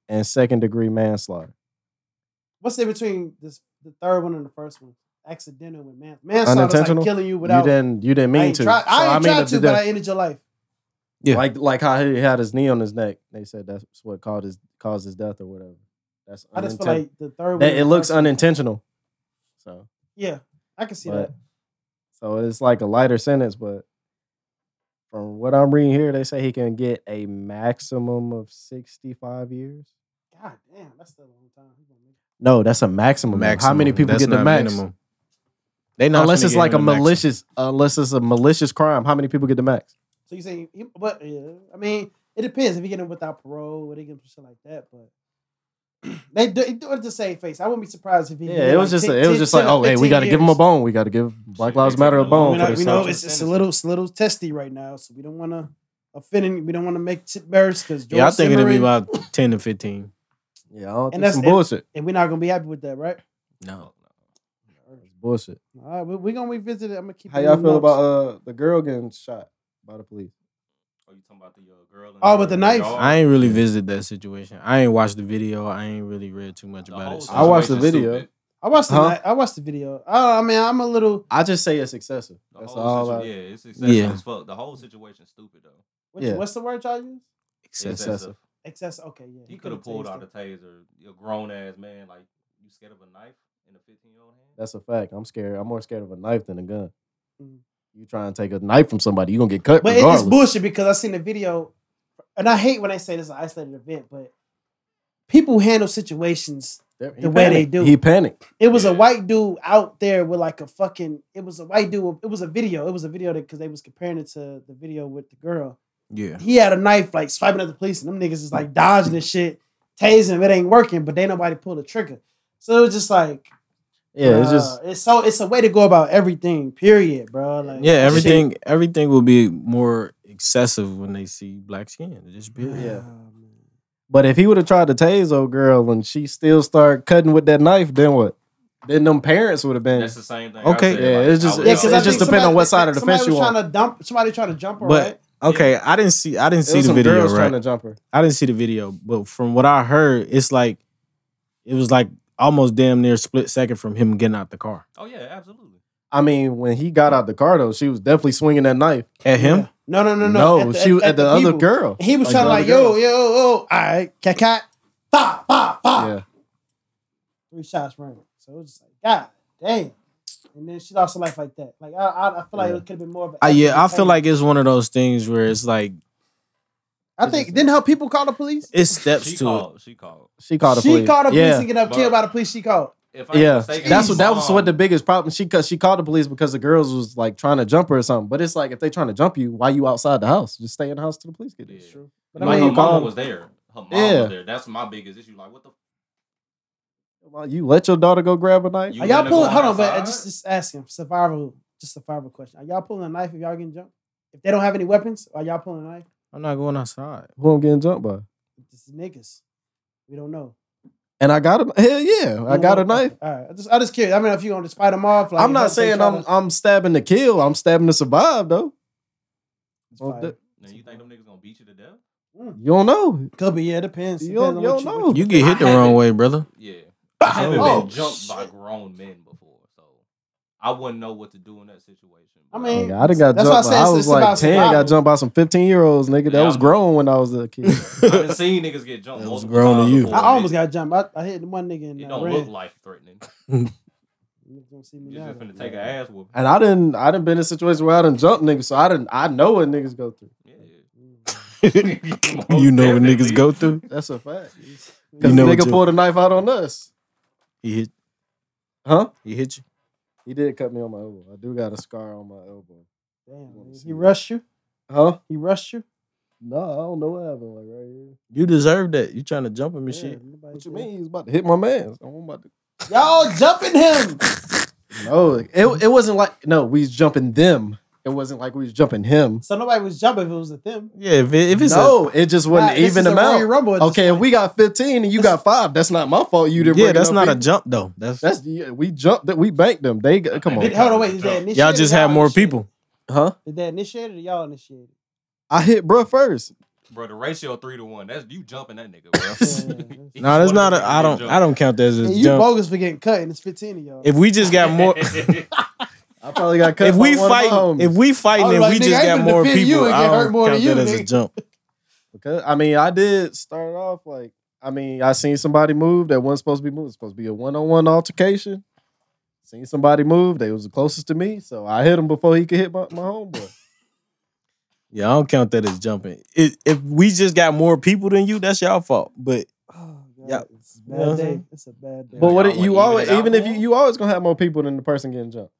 and second degree manslaughter.
What's the difference between this the third one and the first one? Accidental and man. Manslaughter's like
Unintentional?
killing you without.
you didn't. You didn't
I
mean
ain't
to.
try- I
So,
ain't
mean,
tried
if
to,
the-
but I ended your life.
Yeah.
Like like how he had his knee on his neck. They said that's what caused his caused his death or whatever. That's
I just feel
uninten-
like the third one.
that,
and
it
the
looks
first one-
unintentional. So
Yeah, I can see
but-
that.
so it's like a lighter sentence, but from what I'm reading here, they say he can get a maximum of 65 years.
God damn, that's still a long time. He gonna make-
No, that's a maximum. How many
Maximum.
people
That's
get the
not
max?
minimum. They not
Unless
finna
it's
get
like a
him the maximum.
malicious, unless it's a malicious crime. How many people get the max?
So you saying, he, but yeah, I mean, it depends if you get him without parole or they get him shit like that. But they do, they do it to save face. I wouldn't be surprised if he.
Yeah, it was just, it was just like, oh, hey, we got to give him a bone. We got to give Black
Shit,
Lives
they
Matter a
taking a long
bone.
We know,
for
time.
this
we know
subject.
it's, it's a little, it's a little testy right now, so we don't want to offend. Any, we don't want to make chip bears because
Yeah, I think it'd be about 10 to 15.
Yeah, I don't
And
think
that's-
some
and-
bullshit.
and we're not gonna be happy with that, right?
No.
It's bullshit.
All right, we, we're gonna revisit it. I'm gonna keep.
How
it
y'all
in
feel
notes.
about uh the girl getting shot by the police?
Oh, you talking about the uh, girl? and
Oh, with the knife?
dog?
I ain't really visited that situation. I ain't watched the video. I ain't really read too much
The
about
whole
it. so-
I watched the
situation's
video.
stupid.
I watched the
Huh?
night- I watched the video. Uh, I, I mean, I'm a little.
I just say it's excessive.
The
That's
whole
all.
situ-
I,
yeah, it's excessive
Yeah.
as fuck. The whole situation's stupid though.
What's,
Yeah.
what's the word y'all use?
Excessive.
Excess. Okay, yeah.
He could have
could've
pulled
tased
out
it.
a taser. You a grown ass man, like you scared of a knife in a fifteen year old hand?
That's a fact. I'm scared. I'm more scared of a knife than a gun.
Mhm.
You try and take a knife from somebody, you are gonna get cut.
But it-
regardless.
it's bullshit because I seen the video, and I hate when they say this is an isolated event, but people handle situations.
There- he
the way they
panicked.
do.
He panicked.
It was a
Yeah.
white dude out there with like a fucking. It was a white dude. It was a video. It was a video that because they was comparing it to the video with the girl.
Yeah.
He had a knife like swiping at the police, and them niggas is like dodging and shit, tasing him. It ain't working, but they nobody pulled the trigger. So it was just like,
Yeah, it's
bruh,
just
it's so it's a way to go about everything. Period, bro. Like
Yeah,
that shit-
everything everything will be more excessive when they see black skin. Just be
Yeah.
Ah, man.
But if he would have tried to tase old girl and she still start cutting with that knife, then what? Then them parents would have been.
That's the same thing.
Okay.
I said,
Yeah,
like,
it's just-
I was
Yeah,
out
because
it
I
there,
just
think
like,
depend
somebody-
on what side of the
somebody
fence
was
you
trying to dump. Somebody trying to jump her,
But-
right?
Okay, I didn't see I didn't
It
see
was
the
some
video,
girls trying
right?
to jump her.
I didn't see the video, but from what I heard, it's like it was like almost damn near split second from him getting out the car.
Oh yeah, absolutely.
I mean, when he got out the car though, she was definitely swinging that knife.
At him?
No, no, no, no.
No, she was at the other
people.
girl.
He was
Like,
trying to
the
like,
other
yo,
girl.
yo, yo, all right, cat, cat, pop, pop, pop.
Yeah.
Three shots rang. So it was just like, God damn. And then she lost her life like that. Like I, I, I feel like
Yeah.
it could have been more of. an
I, yeah, I
effort.
feel like it's one of those things where it's like
I think didn't her people call the police.
it steps
she
to it.
called. She called.
She called the
she
police.
called the police
yeah.
and get up killed by the police. She called.
If ain't
Yeah,
mistaken,
that's what
his
that was
mom-
what the biggest problem. She cause she called the police because the girls was like trying to jump her or something. But it's like if they trying to jump you, why you outside the house? Just stay in the house till the police get there.
Yeah.
But
But
I
Like,
mean,
her
you call-
mama was there. Her mom
Yeah.
was there. That's my biggest issue. Like, what the?
Well, you let your daughter go grab a knife.
You
are y'all
wanna
pulling?
go
Hold on, but
outside?
just just asking survival, just survival question. Are y'all pulling a knife if y'all getting jumped? If they don't have any weapons, are y'all pulling a knife?
I'm not going outside.
Who I'm getting jumped by?
This is niggas. We don't know.
And I got a hell yeah, I got a knife.
All right, I just, I just curious. I mean, if you gonna just fight them off, like
I'm
if
not
they
saying
try
I'm
to-
I'm stabbing to kill. I'm stabbing to survive though.
It's
Well,
fire.
that-
Now, you think them niggas gonna beat you to death?
Mm.
You don't know.
Could be, yeah, it depends.
You
Depends
don't-
on
you
what
don't
what
know.
You get hit the wrong way, brother.
Yeah. I haven't
Oh,
been jumped by
shit.
grown men before, so I wouldn't know what to do in that situation.
I
but-
mean,
Nigga, I done got
That's why I
jumped.
said
By, I
it's-
was
it's
like
about
ten.
survival.
Got jumped by some fifteen year olds, nigga. That
Yeah,
was
I'm-
grown when I was a kid.
I done seen niggas get jumped.
That was
multiple
grown to
times
you.
before,
I
and
almost
it-
got jumped. I, I hit one nigga in
It
uh,
don't
red.
look life threatening.
You don't see me
You
now.
just finna take an ass whooping.
And I didn't. I didn't been in a situation where I didn't jump niggas, so I didn't. I know what niggas go through.
Yeah.
Mm. you know what niggas go through.
That's a fact.
You
Because
know what
nigga
you-
pulled a knife out on us,
He hit.
huh?
He hit you.
He did cut me on my elbow. I do got a scar on my elbow,
Damn,
wanna
nigga.
see
he
that.
rushed you.
huh?
He rushed you.
No, I don't know what happened. Like right here.
You deserve that. You trying to jump him and
Yeah,
shit.
nobody
What you
said-
mean? He's about to hit my man. I'm about to.
Y'all jumping him.
No, it, it wasn't like no. We was jumping them. It wasn't like we was jumping him.
So nobody was jumping if it was a them.
Yeah, if, it, if it's
no, it just wasn't
Nah, this
even
is a Royal
amount.
Rumble at this
Okay, if we got fifteen and you got five, that's not my fault. You
a,
didn't.
yeah,
bring
that's
enough
not a
people.
jump though. That's,
That's yeah, we jumped. that- We banked them. They g- come
Did,
on,
hold on, wait. Is that initiated?
y'all just
or
have more
initiated?
people.
huh?
Did that initiated or y'all initiated?
I hit bruh first.
Bro, the ratio three to one. That's you jumping that nigga,
Yeah,
bro.
that's-
He
No, that's
just
not
wanted
a.
to
I
get
don't.
jumped.
I don't count that as a
And you
jump.
bogus for getting cut, and it's fifteen of y'all.
If we just got more,
I probably got cut.
if
by
we
one of my
fighting,
homies.
if we
I was
fighting, and
like,
we
nigga,
just
I
got
finna
more
defend you
people,
and
I
get hurt
don't
more than
count that
you,
as a
nigga.
jump.
Because I mean, I did start off like I mean, I seen somebody move that wasn't supposed to be moved. It's supposed to be a one on one altercation. Seen somebody move, they was the closest to me, so I hit him before he could hit my, my homeboy.
Yeah, I don't count that as jumping. It, if we just got more people than you, that's y'all fault. But
Oh, God,
Yep.
It's a
You know what
bad
I'm
day.
saying?
It's a bad day.
But what
y'all
it, you
wanna even
always
it out
even if
for
you
'em?
you always gonna have more people than the person getting jumped.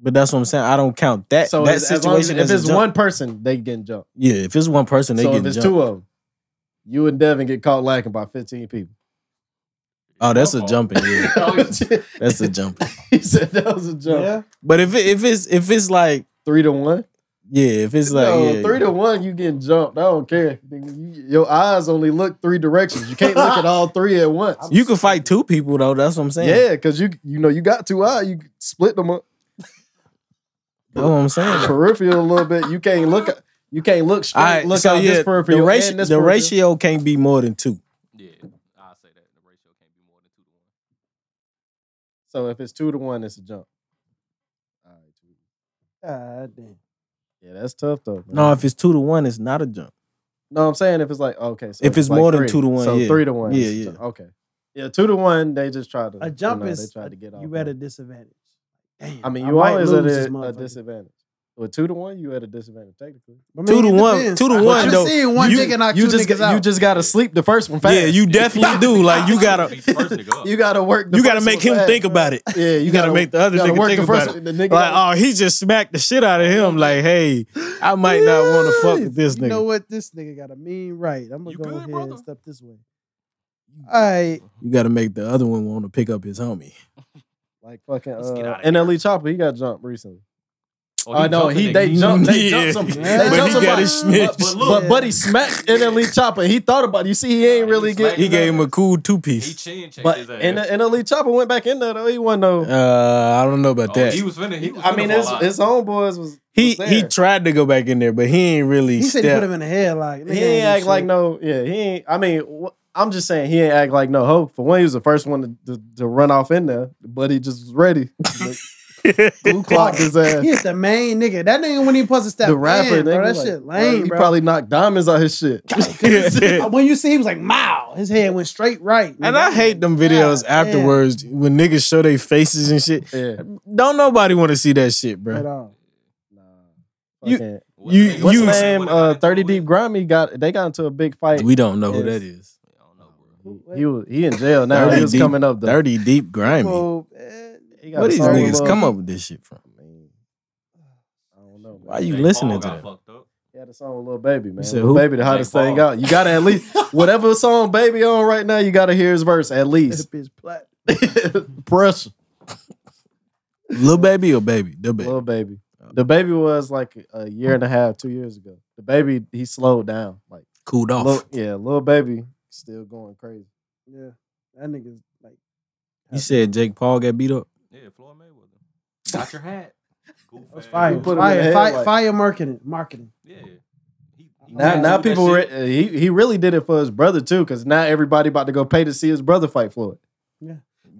but that's what I'm saying. I don't count that
so
that
as, as long as-
situation
if
as,
it's
a jump.
one person, they getting jumped.
yeah, if it's one person, they
so if
getting
it's
jumped.
two of them, you and Devin get caught lacking by fifteen people.
Oh, that's a
Oh.
jumping. Yeah,
he
that's a jumping.
said that was a jump.
Yeah.
But if it, if it's if it's like
Three to one.
yeah, if it's like
no,
yeah,
three to one, you getting jumped. I don't care. Nigga, you- Your eyes only look three directions. You can't look at all three at once.
you can fight two people though. That's what I'm saying.
yeah, because you you know you got two eyes. You split them up
that's what I'm saying.
peripheral a little bit. You can't look. You can't look straight.
All right,
look
so
out
yeah,
this peripheral.
the,
and
ratio,
this
the
peripheral.
ratio can't be more than two.
Yeah, I say that the ratio can't be more than two to one.
So if it's two to one, it's a jump. All right, two.
God damn.
Yeah, that's tough though. man.
No, if it's two to one, it's not a jump.
no, I'm saying if it's like okay, so
If it's
like
more than
three.
two to one,
so
yeah.
three to one,
Yeah,
it's a
yeah.
jump. okay, yeah, two to one. They just try to
A jump
you know,
is
they tried to get off.
you
of
at a
it.
disadvantage. Damn,
I mean,
I
you
might
always
lose
at
this
a, a
motherfucker.
disadvantage. With two to one, you at a disadvantage technically.
I mean,
Two to
it
one-
depends.
two to
I-
one,
I
though.
seen one
You-
nigga knock
you
two
just
niggas
you
out.
just gotta sleep the first one fast.
Yeah, you definitely do. Like you gotta
Beat the first nigga up.
you gotta work. The
you gotta
first
make
one
him
fast.
think about it.
Yeah,
You gotta make the other
you gotta
nigga
work
think
the first
about
one. The nigga
Like,
gotta-
oh, he just smacked the shit out of him. Like, hey, I might not want to fuck with this
You know
nigga.
what? This nigga got a mean right. I'm gonna
You
go
good,
ahead
brother?
and step this way. All right.
You gotta make the other one want to pick up his homie.
like fucking
Let's get
uh,
outta here.
NLE Chopper, he got jumped recently.
Oh,
Oh, no,
jumping
he
niggas.
they jumped. They
Yeah.
jumped some.
Yeah.
They
But
jumped
he
somebody.
got
his snitch.
But, but,
But
but,
look.
he smacked NLE Chopper. He thought about. it. You see, he ain't
Nah,
really
he
get.
He gave him a cool two
He
piece.
chin checked
But
his ass.
and NLE Chopper went back in there though. He wasn't no.
Uh, I don't know
Oh,
about that.
he was finna. He was
I mean, his his homeboys was
He
was there.
he tried to go back in there, but he ain't really.
He said he put him
stepped.
in the head like
He ain't act like no, yeah. He ain't. I mean, wh- I'm just saying he ain't act like no hoe. For one, he was the first one to, to, to run off in there, but he just was ready. Like, Blue clocked his ass.
He's the main nigga. That nigga when he supposed to step
The rapper,
in, bro.
nigga,
That
like,
shit
Bro,
lame,
He
bro.
probably knocked diamonds out his shit.
when you see, him, he was like, "Wow!" His head went straight right.
And
nigga.
I hate them videos
God damn.
afterwards when niggas show their faces and shit.
yeah.
Don't nobody want to see that shit,
at
bro.
all.
Nah.
You-
Fucking-
What-
You-
what-
What's
you-
his
what-
name?
what
Uh,
about
Thirty
Lil
Deep
Wayne?
Grimy got they got into a big fight.
We don't know who
Yes.
that is.
I don't know, bro.
He was he in jail now.
30
He was
Deep-
coming up though.
Dirty, deep, grimy.
Well, eh,
He got
Where
a
these
song with
niggas
Lil-
come up with this shit from?
I mean, I don't know. Man.
Why you
Jake
listening
Paul
to
got
that?
fucked up.
He had a song with Lil Baby, man.
said
Lil
who?
Baby, the hottest
Jake
thing
Paul.
out. You gotta at least whatever song Baby on right now, you gotta hear his verse at
that
least.
bitch plat.
Pressure.
Little baby or baby? The baby.
Lil Baby. The baby was like a year and a half, two years ago. The baby, he slowed down. Like,
Cooled off.
Lil, yeah, little baby still going crazy.
Yeah, that nigga's like.
you said Jake Paul got beat up.
Yeah, Floyd Mayweather. Got your hat. Goof
That's
ass.
fire.
put him in the
fire,
head,
fire,
like-
fire marketing. Marketing.
Yeah. He, he
Now,
Yeah,
now
do that
people,
shit.
re- he he really did it for his brother too, because now everybody about to go pay to see his brother fight Floyd.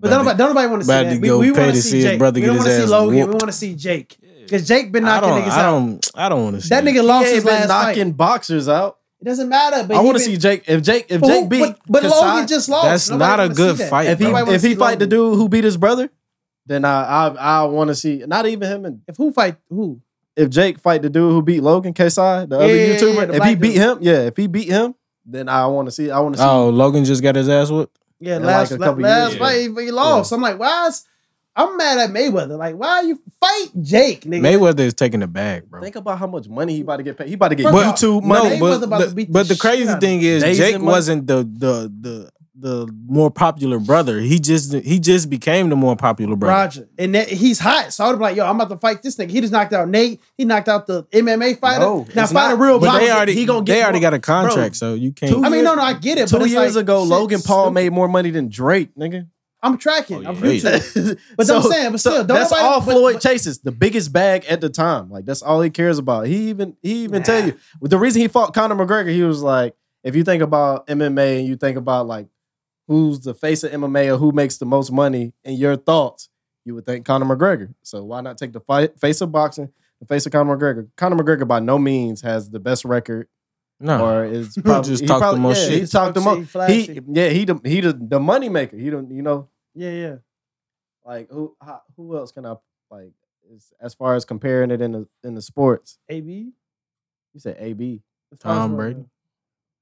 But don't nobody, don't nobody want to see
about
that.
to
We,
go
we
pay
want
to
to
see
see
his
Jake.
brother
we
get
don't
his
want to see
ass
Logan. We
whooped.
want to see Jake
Yeah.
because Jake been
I
knocking
don't.
niggas
I
out.
don't. I don't want to see
That nigga
He
lost
ain't
his
been
last fight.
knocking boxers out.
It doesn't matter. But
I
he
want to
been-
see Jake. If Jake, if
but who-
Jake beat,
but, but Logan
Kasai-
just lost.
That's
Nobody
not a
wanna
good
see that.
fight,
if he
Nobody wanna
if he
see
fight the
Logan.
dude who beat his brother, then I I, I want to see not even him and
if who fight who,
if Jake fight the dude who beat Logan Kasai, the other
Yeah, yeah,
YouTuber,
yeah, the
if he
black
beat
dude.
him, yeah, if he beat him, then I want to see. I want to see.
Oh, Logan just got his ass whooped.
yeah,
In
last
like a
la-
couple
last
years,
fight he, he lost. I'm like, why? Is, I'm mad at Mayweather. Like, why you fight Jake, nigga?
Mayweather is taking the bag, bro.
Think about how much money he about to get paid. He about to get
Bro,
But-
YouTube
no,
money.
they
but,
was about
the,
to beat the
but the
shit
crazy
out of
thing is,
Days
Jake
and months.
wasn't the the the the more popular brother. He just he just became the more popular brother.
Roger, and that, he's hot. So I would be like, yo, I'm about to fight this nigga. He just knocked out Nate. He knocked out the MMA fighter.
No,
now
it's
fight a
not.
real.
But
boxer.
they already
He
he
gonna
going
get
they already
more-
got a contract, so you can't.
Two
I mean,
years-
no, no, I get it. but
Two
it's
years
like,
ago,
shit,
Logan Paul
stupid.
made more money than Drake, nigga.
I'm tracking.
Oh,
I'm
yeah.
YouTube. But
So-
I'm saying, but
so
still, don't
that's
nobody-
all
but-
Floyd
but-
chases. The biggest bag at the time. Like that's all he cares about. He even he even
Nah.
tell you well, the reason he fought Conor McGregor. He was like, if you think about MMA and you think about like who's the face of MMA or who makes the most money in your thoughts, you would think Conor McGregor. So why not take the fight, face of boxing, the face of Conor McGregor? Conor McGregor by no means has the best record
no,
or is probably
just
he
talked the
probably-
most
yeah,
shit.
He talked the
Flashy,
most.
flashy.
He yeah he the, he the, the money maker. He don't you know
Yeah, yeah.
like who how, who else can I like as, as far as comparing it in the in the sports?
AB.
You said AB.
It's
Tom
possible,
Brady.
yeah.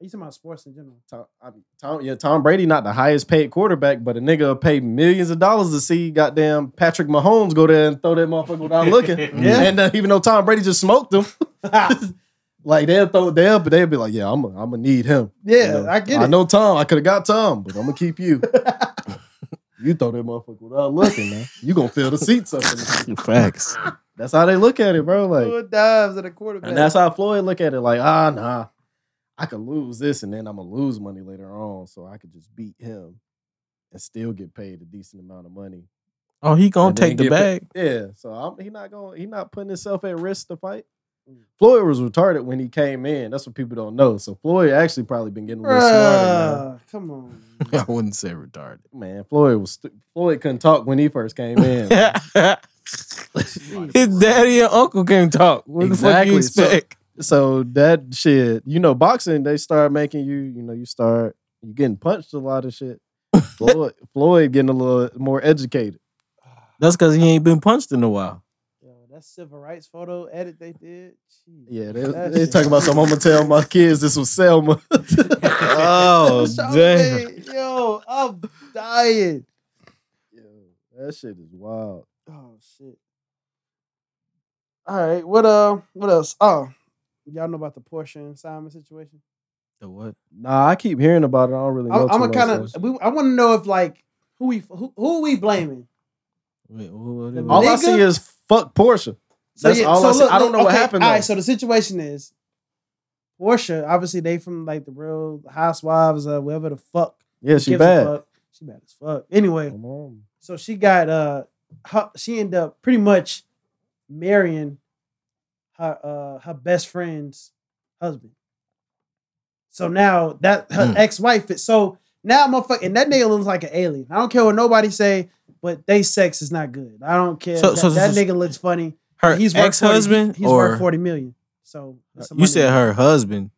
You talking about sports in general?
Tom, I mean, Tom, yeah, Tom Brady not the highest paid quarterback, but a nigga will pay millions of dollars to see goddamn Patrick Mahomes go there and throw that motherfucker without looking.
Yeah.
and uh, even though Tom Brady just smoked him, like they'll throw they'll but they'll be like, yeah, I'm i I'm gonna need him.
Yeah,
You know,
I get it.
I know Tom. I could have got Tom, but I'm gonna keep you. you throw that motherfucker without looking, man. You gonna fill the seats up. in the-
facts.
That's how they look at it, bro. Like
Two dives at a quarterback.
And that's how Floyd look at it. Like, ah, nah, I could lose this, and then I'm gonna lose money later on, so I could just beat him and still get paid a decent amount of money.
Oh, he gonna
And then
take the
get pa-
bag.
Yeah, so I'm, he not going. He not putting himself at risk to fight.
Mm.
Floyd was retarded when he came in. That's what people don't know. So Floyd actually probably been getting a little smarter.
Bruh, come on.
I wouldn't say retarded.
Man, man Floyd was stu- Floyd couldn't talk when he first came in.
His daddy and uncle can't talk. What
Exactly.
the fuck you
So-
expect?
so that shit, you know, boxing, they start making you, you know, you start you getting punched a lot of shit. Floyd, Floyd getting a little more educated.
That's because he ain't been punched in a while.
Yo, that civil rights photo edit they did. Jeez.
Yeah, they,
That
they
shit.
talking about some. I'm gonna tell my kids this was Selma.
Oh
Show
damn!
me. Yo, I'm dying.
Yo, that shit is wild.
Oh shit. All right, what uh, what else? Oh, y'all know about the Porsche and Simon situation?
The what?
Nah, I keep hearing about it. I don't really
I'm,
know. too
I'm a
much,
kind
so-
of. I want to know if like who we who, who we blaming.
Wait, what, what,
all I
Nigga.
see is fuck Portia.
So
That's
yeah,
all
so
I see.
look,
I don't
look,
know what
okay,
happened.
All
though.
right, so the situation is Portia. Obviously, they from like the real housewives or whatever the fuck.
yeah, she
gives a
bad.
fuck. She bad as fuck. Anyway,
Come on.
so she got uh, her, she ended up pretty much marrying her uh her best friend's husband. So now that her
Mm.
ex wife is so Now, motherfucker, and that nigga looks like an alien. I don't care what nobody say, but they sex is not good. I don't care.
So-
that,
so- so-
that
so-
nigga looks funny.
Her
he's worth
ex husband
40 He's
or
worth forty million. So it's
Uh,
a
you
money
said
maker.
her husband,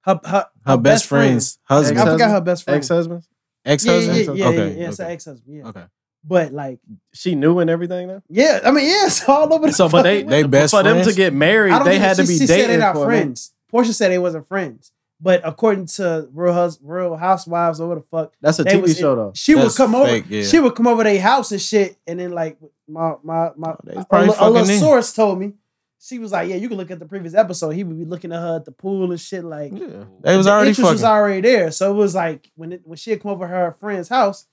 her, her,
her, best, friend's
friend.
husband,
I forgot her best friend.
Ex husbands?
ex
yeah, yeah,
husband.
yeah, yeah, yeah,
okay,
yeah, It's an
okay,
ex husband. Yeah,
okay.
but like,
She knew and everything though?
yeah, I mean, yeah, it's all over the.
So, but they,
fucking-
They best
for them
friends?
to get
I
married,
don't
they
think-
had to
she-
be
she
dating.
Said they're not
for a minute.
friends. Portia said they wasn't friends, but according to Real, Hus- Real Housewives or what the fuck,
That's a
They
TV
was-
show though.
she would
That's
come over.
fake, yeah.
She would come over their house and shit, and then like my my my
Oh, they
a,
was probably
li- a little
fucking in.
source told me she was like, yeah, you can look at the previous episode. He would be looking at her at the pool and shit like.
Yeah.
Oh,
They was
the
already
interest
fucking.
was already there. So it was like when it, when she had come over to her friend's house,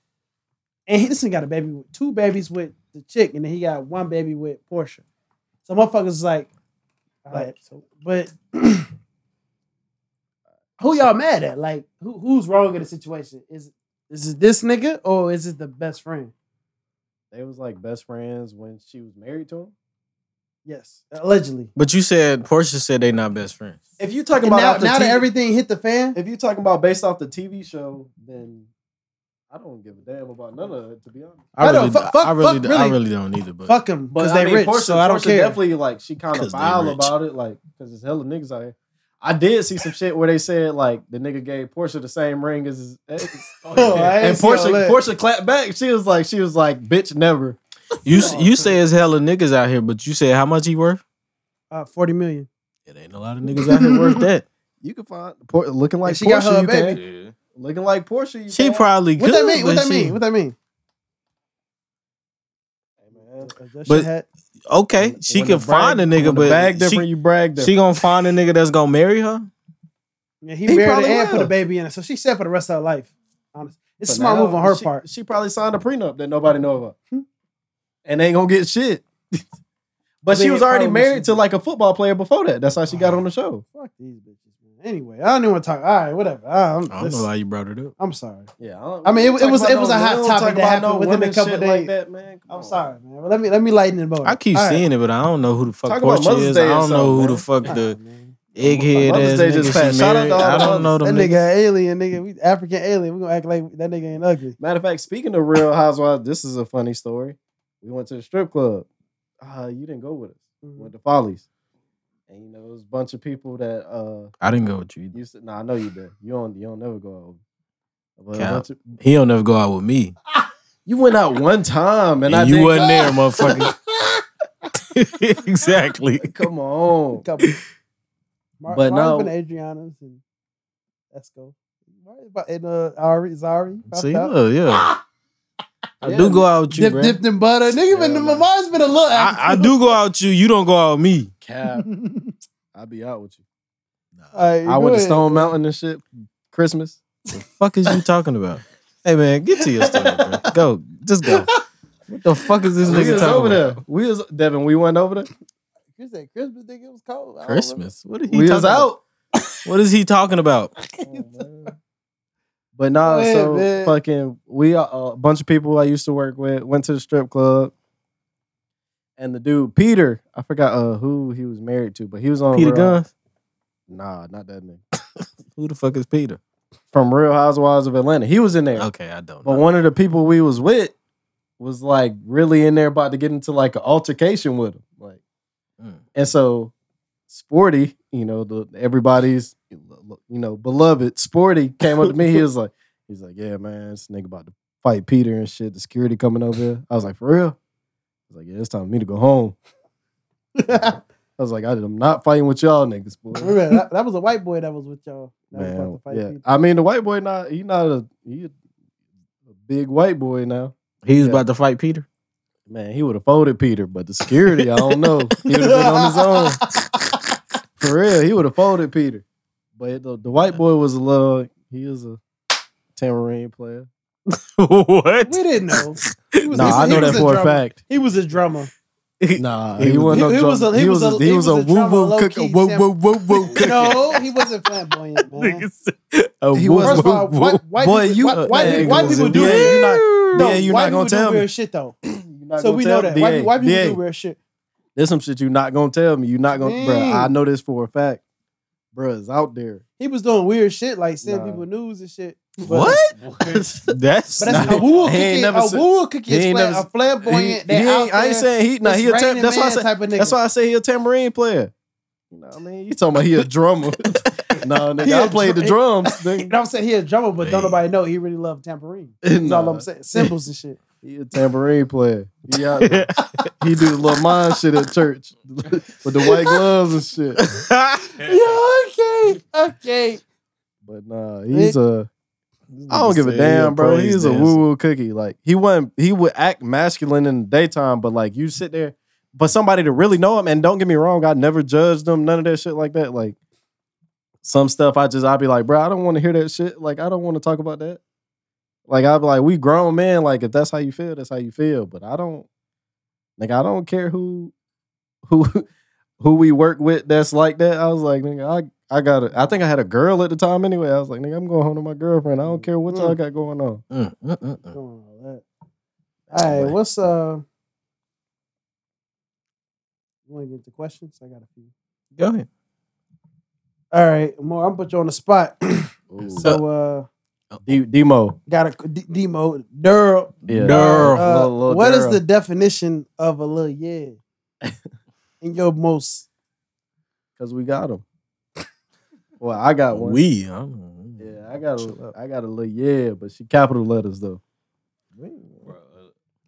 and he, this thing got a baby, with two babies with the chick, and then he got one baby with Portia. So motherfuckers was like, all right, so but who y'all mad at? Like who who's wrong in the situation? Is is it this nigga or is it the best friend?
They was like best friends when she was married to him.
Yes, allegedly.
but you said Portia said they not best friends.
If you talking
And
about
now,
off the
now that
TV
everything hit the fan,
if you talking about based off the TV show, then I don't give a damn about none of it to be honest.
I
I don't-
really,
fuck-
I really,
fuck-
do- I
really.
really don't either. But
fuck him because
I
they
mean,
rich.
Portia-
so I don't
Portia
care.
definitely like she kind
'Cause
of
they
vile
rich.
about it, like because there's hella niggas out here. I did see some shit where they said like the nigga gave Portia the same ring as his ex.
Oh, I ain't
and
see all
Portia,
that.
Portia clapped back. She was like, she was like, bitch, never.
you you say it's hella niggas out here, but you said how much he worth?
Uh, Forty million.
It ain't a lot of niggas out here worth that.
You can find Por- looking like
And she got
Portia.
her a
you
baby.
Can.
Yeah.
Looking like Portia. You
She
can.
probably
What
could.
that mean? What
but
that
she-
mean? What that mean?
But-
But
Okay, she
When
can
the brag-
find a
when
nigga,
the bag
but
different.
she,
you brag different.
she gonna find a nigga that's gonna marry her.
yeah, he,
He
married
probably
her and put
will.
a baby in it, so she's set for the rest of her life. Honestly, it's a
But
smart
now,
move on her
she-
part. Hmm.
She probably signed a prenup that nobody know about, and they ain't gonna get shit. but
I
she
mean,
was
it
already
probably
married
should
to
be.
like a football player before that. That's how she got on the show.
Fuck these bitches, man. Anyway, I don't even want to talk. All right, whatever. I don't,
I don't know
this-
why you brought it up.
I'm sorry.
Yeah,
I mean, it- it was- it was a hot topic that happened within a couple days.
that, man. Come
I'm
on.
sorry, man. But let me let me lighten it up.
I keep seeing it, but I don't know who the fuck
Talk about
Portia
Mother's
is.
Day
I
or
don't know who
something,
the
man.
fuck the egghead
Mother's
ass
Day
nigga
just
she
passed. Shout out
married.
to all
I
the
don't know
mothers.
That
them niggas.
nigga alien, nigga. We African alien. We gonna act like that nigga ain't ugly.
Matter of fact, speaking of Real Housewives, this is a funny story. We went to the strip club. Uh, you didn't go with us. We
Mm-hmm.
went to Follies, and you know, it was a bunch of people that uh
I didn't go with you. either.
used to. Nah, I know you did. You don't. You don't never go out. But a
Cap.
bunch of-
He don't never go out with me.
You went out one time,
And,
and, I
you
didn't
wasn't there, motherfucker. exactly.
Come on,
Couple. Mar-
But
Marvin's
no.
been to Adriana's and let's go. Marvin's about- And uh, Ari, Zari.
See, look, yeah. I
Yeah.
do go out with you,
Dip,
bro.
dipped in butter. Nigga, been,
Yeah, man.
mine's been a little.
I, I do go out with you. You don't go out with me.
Cap. I be out with you.
Alright,
I
go
went to
ahead.
Stone Mountain and shit. Christmas.
fuck is you talking about? Hey man, get to your story, bro. Go, just go. What the fuck is this
we
nigga
was
talking
over
about?
there. We was Devin. We went over there.
You said Christmas, nigga. It was cold. I don't
Christmas. What is he
we
talking
was
about?
out.
What is he talking about?
But nah,
Go ahead,
so
man.
fucking we uh, a bunch of people I used to work with went to the strip club. And the dude Peter, I forgot uh, who he was married to, but he was on
Peter
Real-
Guns.
Nah, not that nigga.
Who the fuck is Peter?
From Real Housewives of Atlanta, he was in there.
Okay, I don't.
But
Know.
one of the people we was with was like really in there about to get into like an altercation with him. Like,
Mm.
and so Sporty, you know, the everybody's you know, beloved Sporty came up to me. He was like, he's like, Yeah, man, this nigga about to fight Peter and shit. The security coming over here. I was like, For real? I was like, Yeah, it's time for me to go home. I was like, I am not fighting with y'all niggas, boy.
Remember, that, that was a white boy that was with y'all. That was about
Man,
to fight
yeah.
people.
I mean, the white boy not he not a he a big white boy now.
He's
Yeah.
about to fight Peter.
Man, he would have folded Peter, but the security, I don't know. He would have been on his own. For real, he would have folded Peter. But the, the white boy was a little, he was a tambourine player.
what?
We didn't know. He was-
Nah,
he
I
was-
know
he
that
was a
for a
drummer.
fact.
He was a drummer.
Nah,
He
he,
was-
wasn't no
he- he
drummer.
was a- he was a-
he
he was
was a
a
woo
drummer,
woo
low-key
cooker. Woo
tam-
woo woo woo cooker.
No, he wasn't flamboyant, man.
A
He
woo-
was-
First of
woo-
all,
woo-
white, white
Boy,
people,
you-
white, white
uh,
people-
nigga
white
was
people
in
do
VA.
weird-
you're
Woo!
No,
Yeah, you're
white
not
people
gonna
do
tell me.
weird shit though.
You're not
So
gonna
we
tell
know that
me.
white,
DA,
white people
DA,
do weird shit.
There's some shit you're not gonna tell me. You're not gonna, bro.
Dang.
I know this for a fact. bruh's out there.
He was doing weird shit, like sending
Nah.
people news and shit. But-
What?
What?
that's
But that's
not-
a woo
He
cookie.
ain't never
A
said-
woo cookie
he
is
ain't
fla-
never
a
s-
flamboyant.
He-
that
he
out
ain't- I ain't
there,
saying he. Nah,
this
he a tam-
Raining
that's why I
Man
said.
type of nigga.
That's why I say he a tambourine player. You know what I mean? You talking about he a drummer? no, nigga,
He
I
a
played the
drum-
drums.
You
Nigga.
know what I'm saying? He a drummer, but don't
Man.
nobody know he really loved tambourine. That's all I'm saying. Symbols and shit.
He a tambourine player. He out there. he do the little mind shit at church with the white gloves and shit.
yeah, okay. Okay.
But nah, he's a. I don't give a
Say he a
damn, bro.
praise
He's a
dancer.
woo woo cookie. Like he wasn't. He would act masculine in the daytime, but like you sit there. But somebody to really know him, and don't get me wrong, I never judged him. None of that shit like that. Like some stuff, I just I'd be like, bro, I don't want to hear that shit. Like I don't want to talk about that. Like I'd be like, we grown men. Like if that's how you feel, that's how you feel. But I don't. Like I don't care who, who, who we work with that's like that. I was like, nigga, I I got. A, I think I had a girl at the time anyway. I was like, nigga, I'm going home to my girlfriend. I don't care what y'all got going on.
Mm, mm, mm, mm.
All right, what's uh? You want to get into questions? I got a few.
Go ahead.
All right, more. I'm put you on the spot. so uh,
D- Demo,
got a D- demo Durl.
yeah,
Durl.
Uh,
Lil- Lil
what is
Durl.
the definition of a little yeah? In your most
Cause we got him. well, I got one.
We. I don't know.
yeah, I got a, I got a little yeah, but she capital letters though.
Bruh, uh,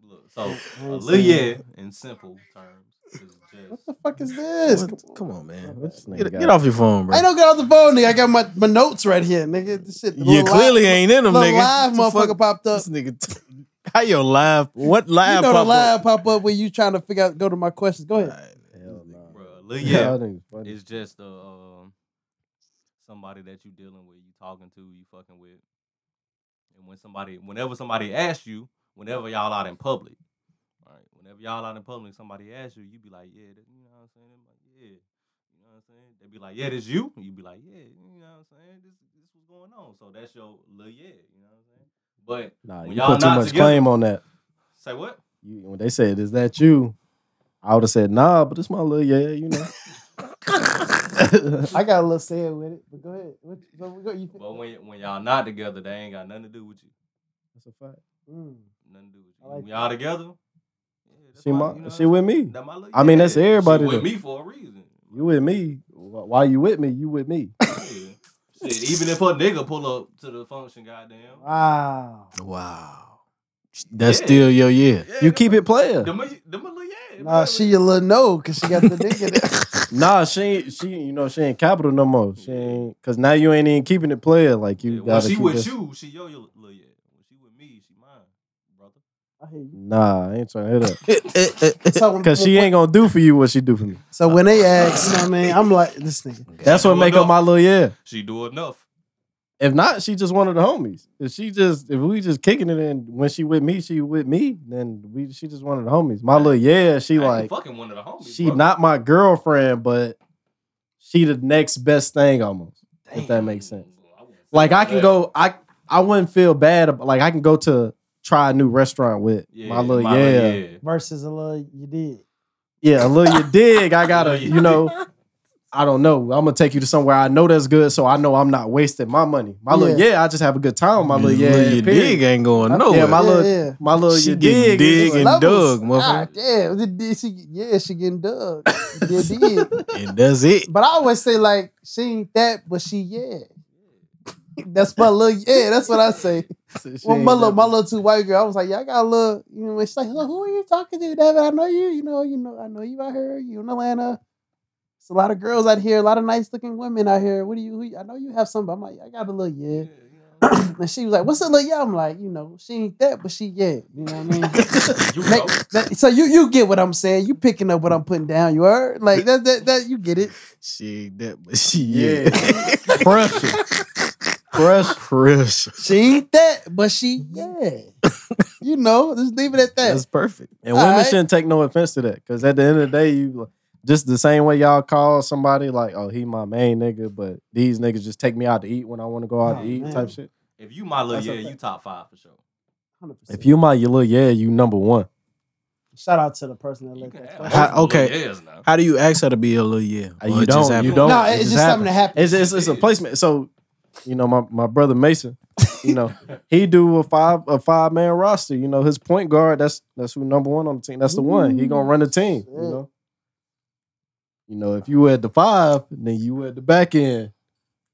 look, so
I
a
ain't
little yeah
saying
in simple terms is
what
just
the fuck is this?
What- Come on, man.
This nigga
Get,
got-
get off your phone, bro.
I don't get off the phone, nigga. I got my, my notes right here, nigga. This shit. the
You
little
clearly
live,
ain't in them,
little
nigga.
live
What the
motherfucker
fuck?
popped up.
This nigga. t- How your live? What live?
you know the
pop up?
live pop up when you trying to figure out go to my questions. Go ahead.
Hell nah.
bruh, a little yeah
Y'all niggas funny.
It's just uh, um, somebody that you dealing with, you talking to, you fucking with, and when somebody, whenever somebody asks you, whenever y'all out in public, all right, whenever y'all out in public, somebody asks you, you be like, yeah, that, you know what I'm saying, They be like, yeah, you know what I'm saying. They be like, yeah, this you, and you be like, yeah, you know what I'm saying. This this what's going on. So that's your little yeah, you know what I'm saying. But
Nah,
when
you
y'all
put too
not
much
together-
claim on that.
say what?
You, when they said, "Is that you?" I would have said, "Nah," but it's my little yeah, you know.
I got a little sad with it, but go ahead. What, what, what, you,
But when when y'all not together, they ain't got nothing to do with you.
That's a fact.
mm,
Nothing to do with you.
I like
when y'all together. yeah, that's
She my,
you know
she
what
with me.
That my little-
I mean, that's
yeah,
everybody
She with
though.
me for a reason.
You with me? Wh- Why you with me? You with me?
Yeah. Shit, even if her nigga pull up to the function, goddamn.
wow.
Wow. That's
Yeah.
still your year.
Yeah,
You
them
keep
a-
it player.
Them, a- them a little yeah.
Nah, she a little no because she got the dick in it.
Nah, she ain't- she you know she ain't capital no more. She ain't because now you ain't even keeping it player. Like you
Yeah, when
gotta
she
keep
with
this-
you, she yo your little yeah. When she with me, she mine, brother.
I hear you.
Nah, I ain't trying to hit that
So when,
because she ain't gonna do for you what she do for me.
so when they ask, you know what I mean? I'm like this nigga.
That's what
Well,
make
no.
up my little yeah.
She do enough.
If not, she just one of the homies. If she just if we just kicking it and when she with me, she with me. Then we she just one of the homies. My little yeah, she
I ain't
like
fucking one of the homies.
she
brother.
not my girlfriend, but she the next best thing almost. If that
Damn.
makes sense.
I wouldn't say
Like I
that.
can go, I I wouldn't feel bad. About, like I can go to try a new restaurant with
Yeah,
my little yeah,
Lil'
yeah,
Versus a little you did.
a little you dig. I gotta,
Lil'
you know, I don't know. I'm gonna take you to somewhere I know that's good, so I know I'm not wasting my money. My little
Yeah.
yeah, I just have a good time. with My little yeah,
Your
period.
dig ain't going nowhere.
Yeah, my
yeah,
little,
yeah.
my little
She
you
getting
dig. is-
dig and
Levels.
dug, motherfucker.
God damn. Did- did she- yeah, she getting dug. Yeah, did.
and that's it.
But I always say like she ain't that, but she yeah. That's my little yeah. That's what I say.
she
Well,
ain't
my little,
that-
my little two white girl, I was like, yeah, I got a little. You know, she's like, "Who- who are you talking to, David? I know you. You know, you know, I know you out here. You in Atlanta. It's a lot of girls out here. A lot of nice looking women out here. What do you? Who, you- I know you have some. I'm like, I got a little yeah. and she was like, what's a little yeah? I'm like, you know, she ain't that, but she yeah. You know what I mean?
You
Make-
know.
that- so you you get what I'm saying. You picking up what I'm putting down. You are like that that that you get it.
She ain't that, but she
Yeah.
yeah.
pressure, pressure.
Pressure.
She ain't that, but she yeah. you know, just leave it at that.
That's perfect.
And women
Alright.
shouldn't take no offense to that because at the end of the day, you just the same way y'all call somebody like, "Oh, he my main nigga," but these niggas just take me out to eat when I want to go out
Oh,
to eat,
man.
type shit.
If you my little
That's
yeah,
okay.
you top five for sure.
100%.
If you my you look, yeah, you number one.
Shout out to the person that
You
let
can
that.
have
Question.
How-
multiple little
okay.
years now.
How do you ask her to be a little yeah?
Uh,
Or
you
it just
don't,
happened?
you don't.
No,
It
it's
just
just something that happens.
It's, it's, it's a placement. So, you know, my, my brother Mason, you know, he do a five a five man roster. You know, his point guard, that's that's who number one on the team. That's the one. He gonna run the team, you know. You know, if you were at the five, then you were at the back end.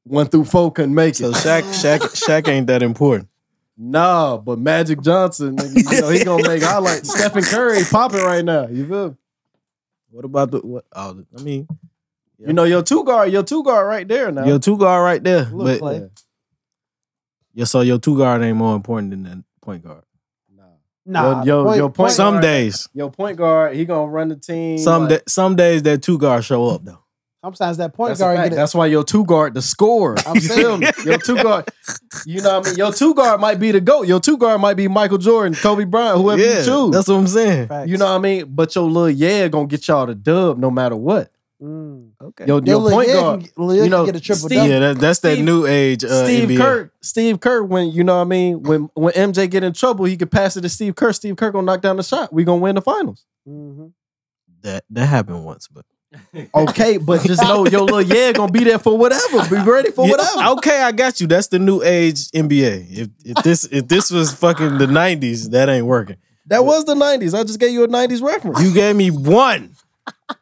One through four couldn't make
So
it.
Shaq, Shaq, Shaq ain't that important.
Nah, but Magic Johnson, nigga, you know, he gonna make highlights. Stephen Curry popping right now. You feel me?
What about the what? Oh, I mean,
You know, your two guard, your two guard right there now.
your two guard right there, but
Look, Clay.
yeah, so your two guard ain't more important than the point guard.
Nah.
Nah,
Yo- yo-
point,
yo, point-
some
guard-
days,
Your point guard, he gonna run the team.
some
like-
da- some days that two guard show up though.
Sometimes that point
That's, a
guard
fact.
get it.
That's why your two guard the score.
I'm
you
saying.
feel me? Your two guard, you know what I mean? Your two guard might be the GOAT. Your two guard might be Michael Jordan, Kobe Bryant, whoever
yeah,
you choose.
that's what I'm saying.
Facts.
you know what I mean? But your little yeah gonna get y'all the dub no matter what.
Mm.
Okay,
Your, your
Lil
point
Yed can
guard.
get- Lil Yed can
you know,
get a triple
Steve-
double.
yeah, that, that's that
Steve-
new age. Uh,
Steve
NBA.
Kerr, Steve Kerr, when you know what I mean, when when MJ get in trouble, he could pass it to Steve Kerr. Steve Kerr gonna knock down the shot. We gonna win the finals.
Mhm.
that that happened once, but
Okay, but just know your little yeah gonna be there for whatever. Be ready for
Yeah,
whatever.
okay, I got you. That's the new age NBA. If if this if this was fucking the '90s, that ain't working.
That was the '90s. I just gave you a '90s reference.
You gave me one.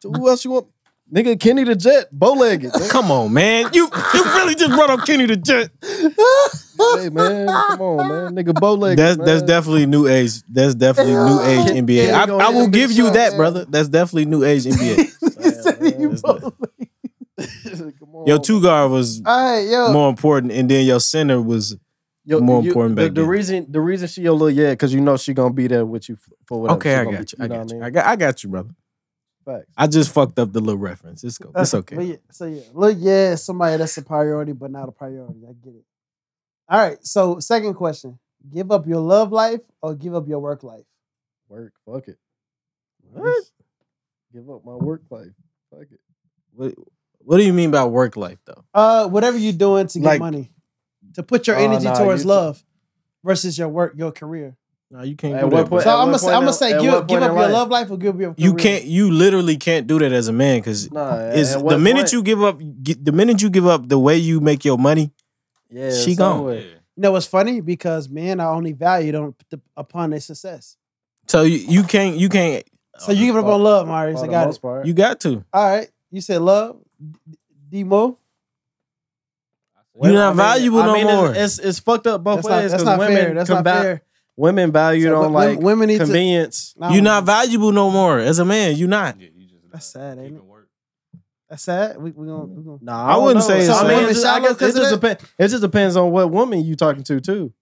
Who else you want? Nigga, Kenny the Jet, bow legged.
Come on, man. You you really just brought up Kenny the Jet.
hey man, come on, man. Nigga, bow legged.
That's that's definitely new age. That's definitely new age NBA.
Yeah,
I,
you gonna
I
hit
will
them
give
big
you
shots,
that,
man.
brother. That's definitely new age NBA. That's the-
definitely. come on.
Your two guard was
All right, yo.
more important, and then your center was
Yo,
more important
The,
back
the
then.
reason, the reason she your little yeah, because you know she gonna be there with you for whatever. She
okay. I
gonna
got you.
be-
I
know
got
what
you.
mean?
I got I got you, brother.
Facts.
I just fucked up the little reference. It's go. It's
But
okay.
yeah, so yeah, look, yeah, it's somebody that's a priority, but not a priority. I get it. All right. So second question: Give up your love life or give up your work life?
Work, fuck it.
What?
Give up my work life. Fuck it.
What, what do you mean by work life though?
Uh, whatever you're doing to get
Like-
money, to put your
Oh,
energy
nah,
towards
you-
love versus your work, your career.
No, you can't.
At
do
what
that,
point-
bro.
So
at
I'm
what
gonna say,
point
I'm
in-
gonna say
at
give,
what
give
point
up
in
your
life?
love life or give up your career.
you can't. You literally can't do that as a man because
Nah, at-
is
at
the
what
minute
point-
you give up, get, the minute you give up the way you make your money,
yeah,
she
it's
gone.
over with.
Yeah.
You know what's funny? Because men are only valued on upon their success.
so you, you can't. You can't.
So you give up
for-
on love, Marius.
For
I
the
got
most
it.
part.
You got to.
All right. You said love, D- Demo.
You're not
I mean-
valuable
I
no
mean,
more.
It's, it's it's fucked up both
That's not,
ways
that's not
because women
fair. That's not
combat-
fair.
women valued
So,
on
but
like
women- women need to-
convenience.
No,
You're not valuable no more as a man. You're not.
Yeah, you just
That's sad, ain't it?
Work.
That's sad. We we gonna, we gonna
Nah,
I
don't
wouldn't
know.
say it's
I mean,
sad.
it just- I
Shallow
guess it
'cause of that?
just depends. It just depends on what woman you talking to too.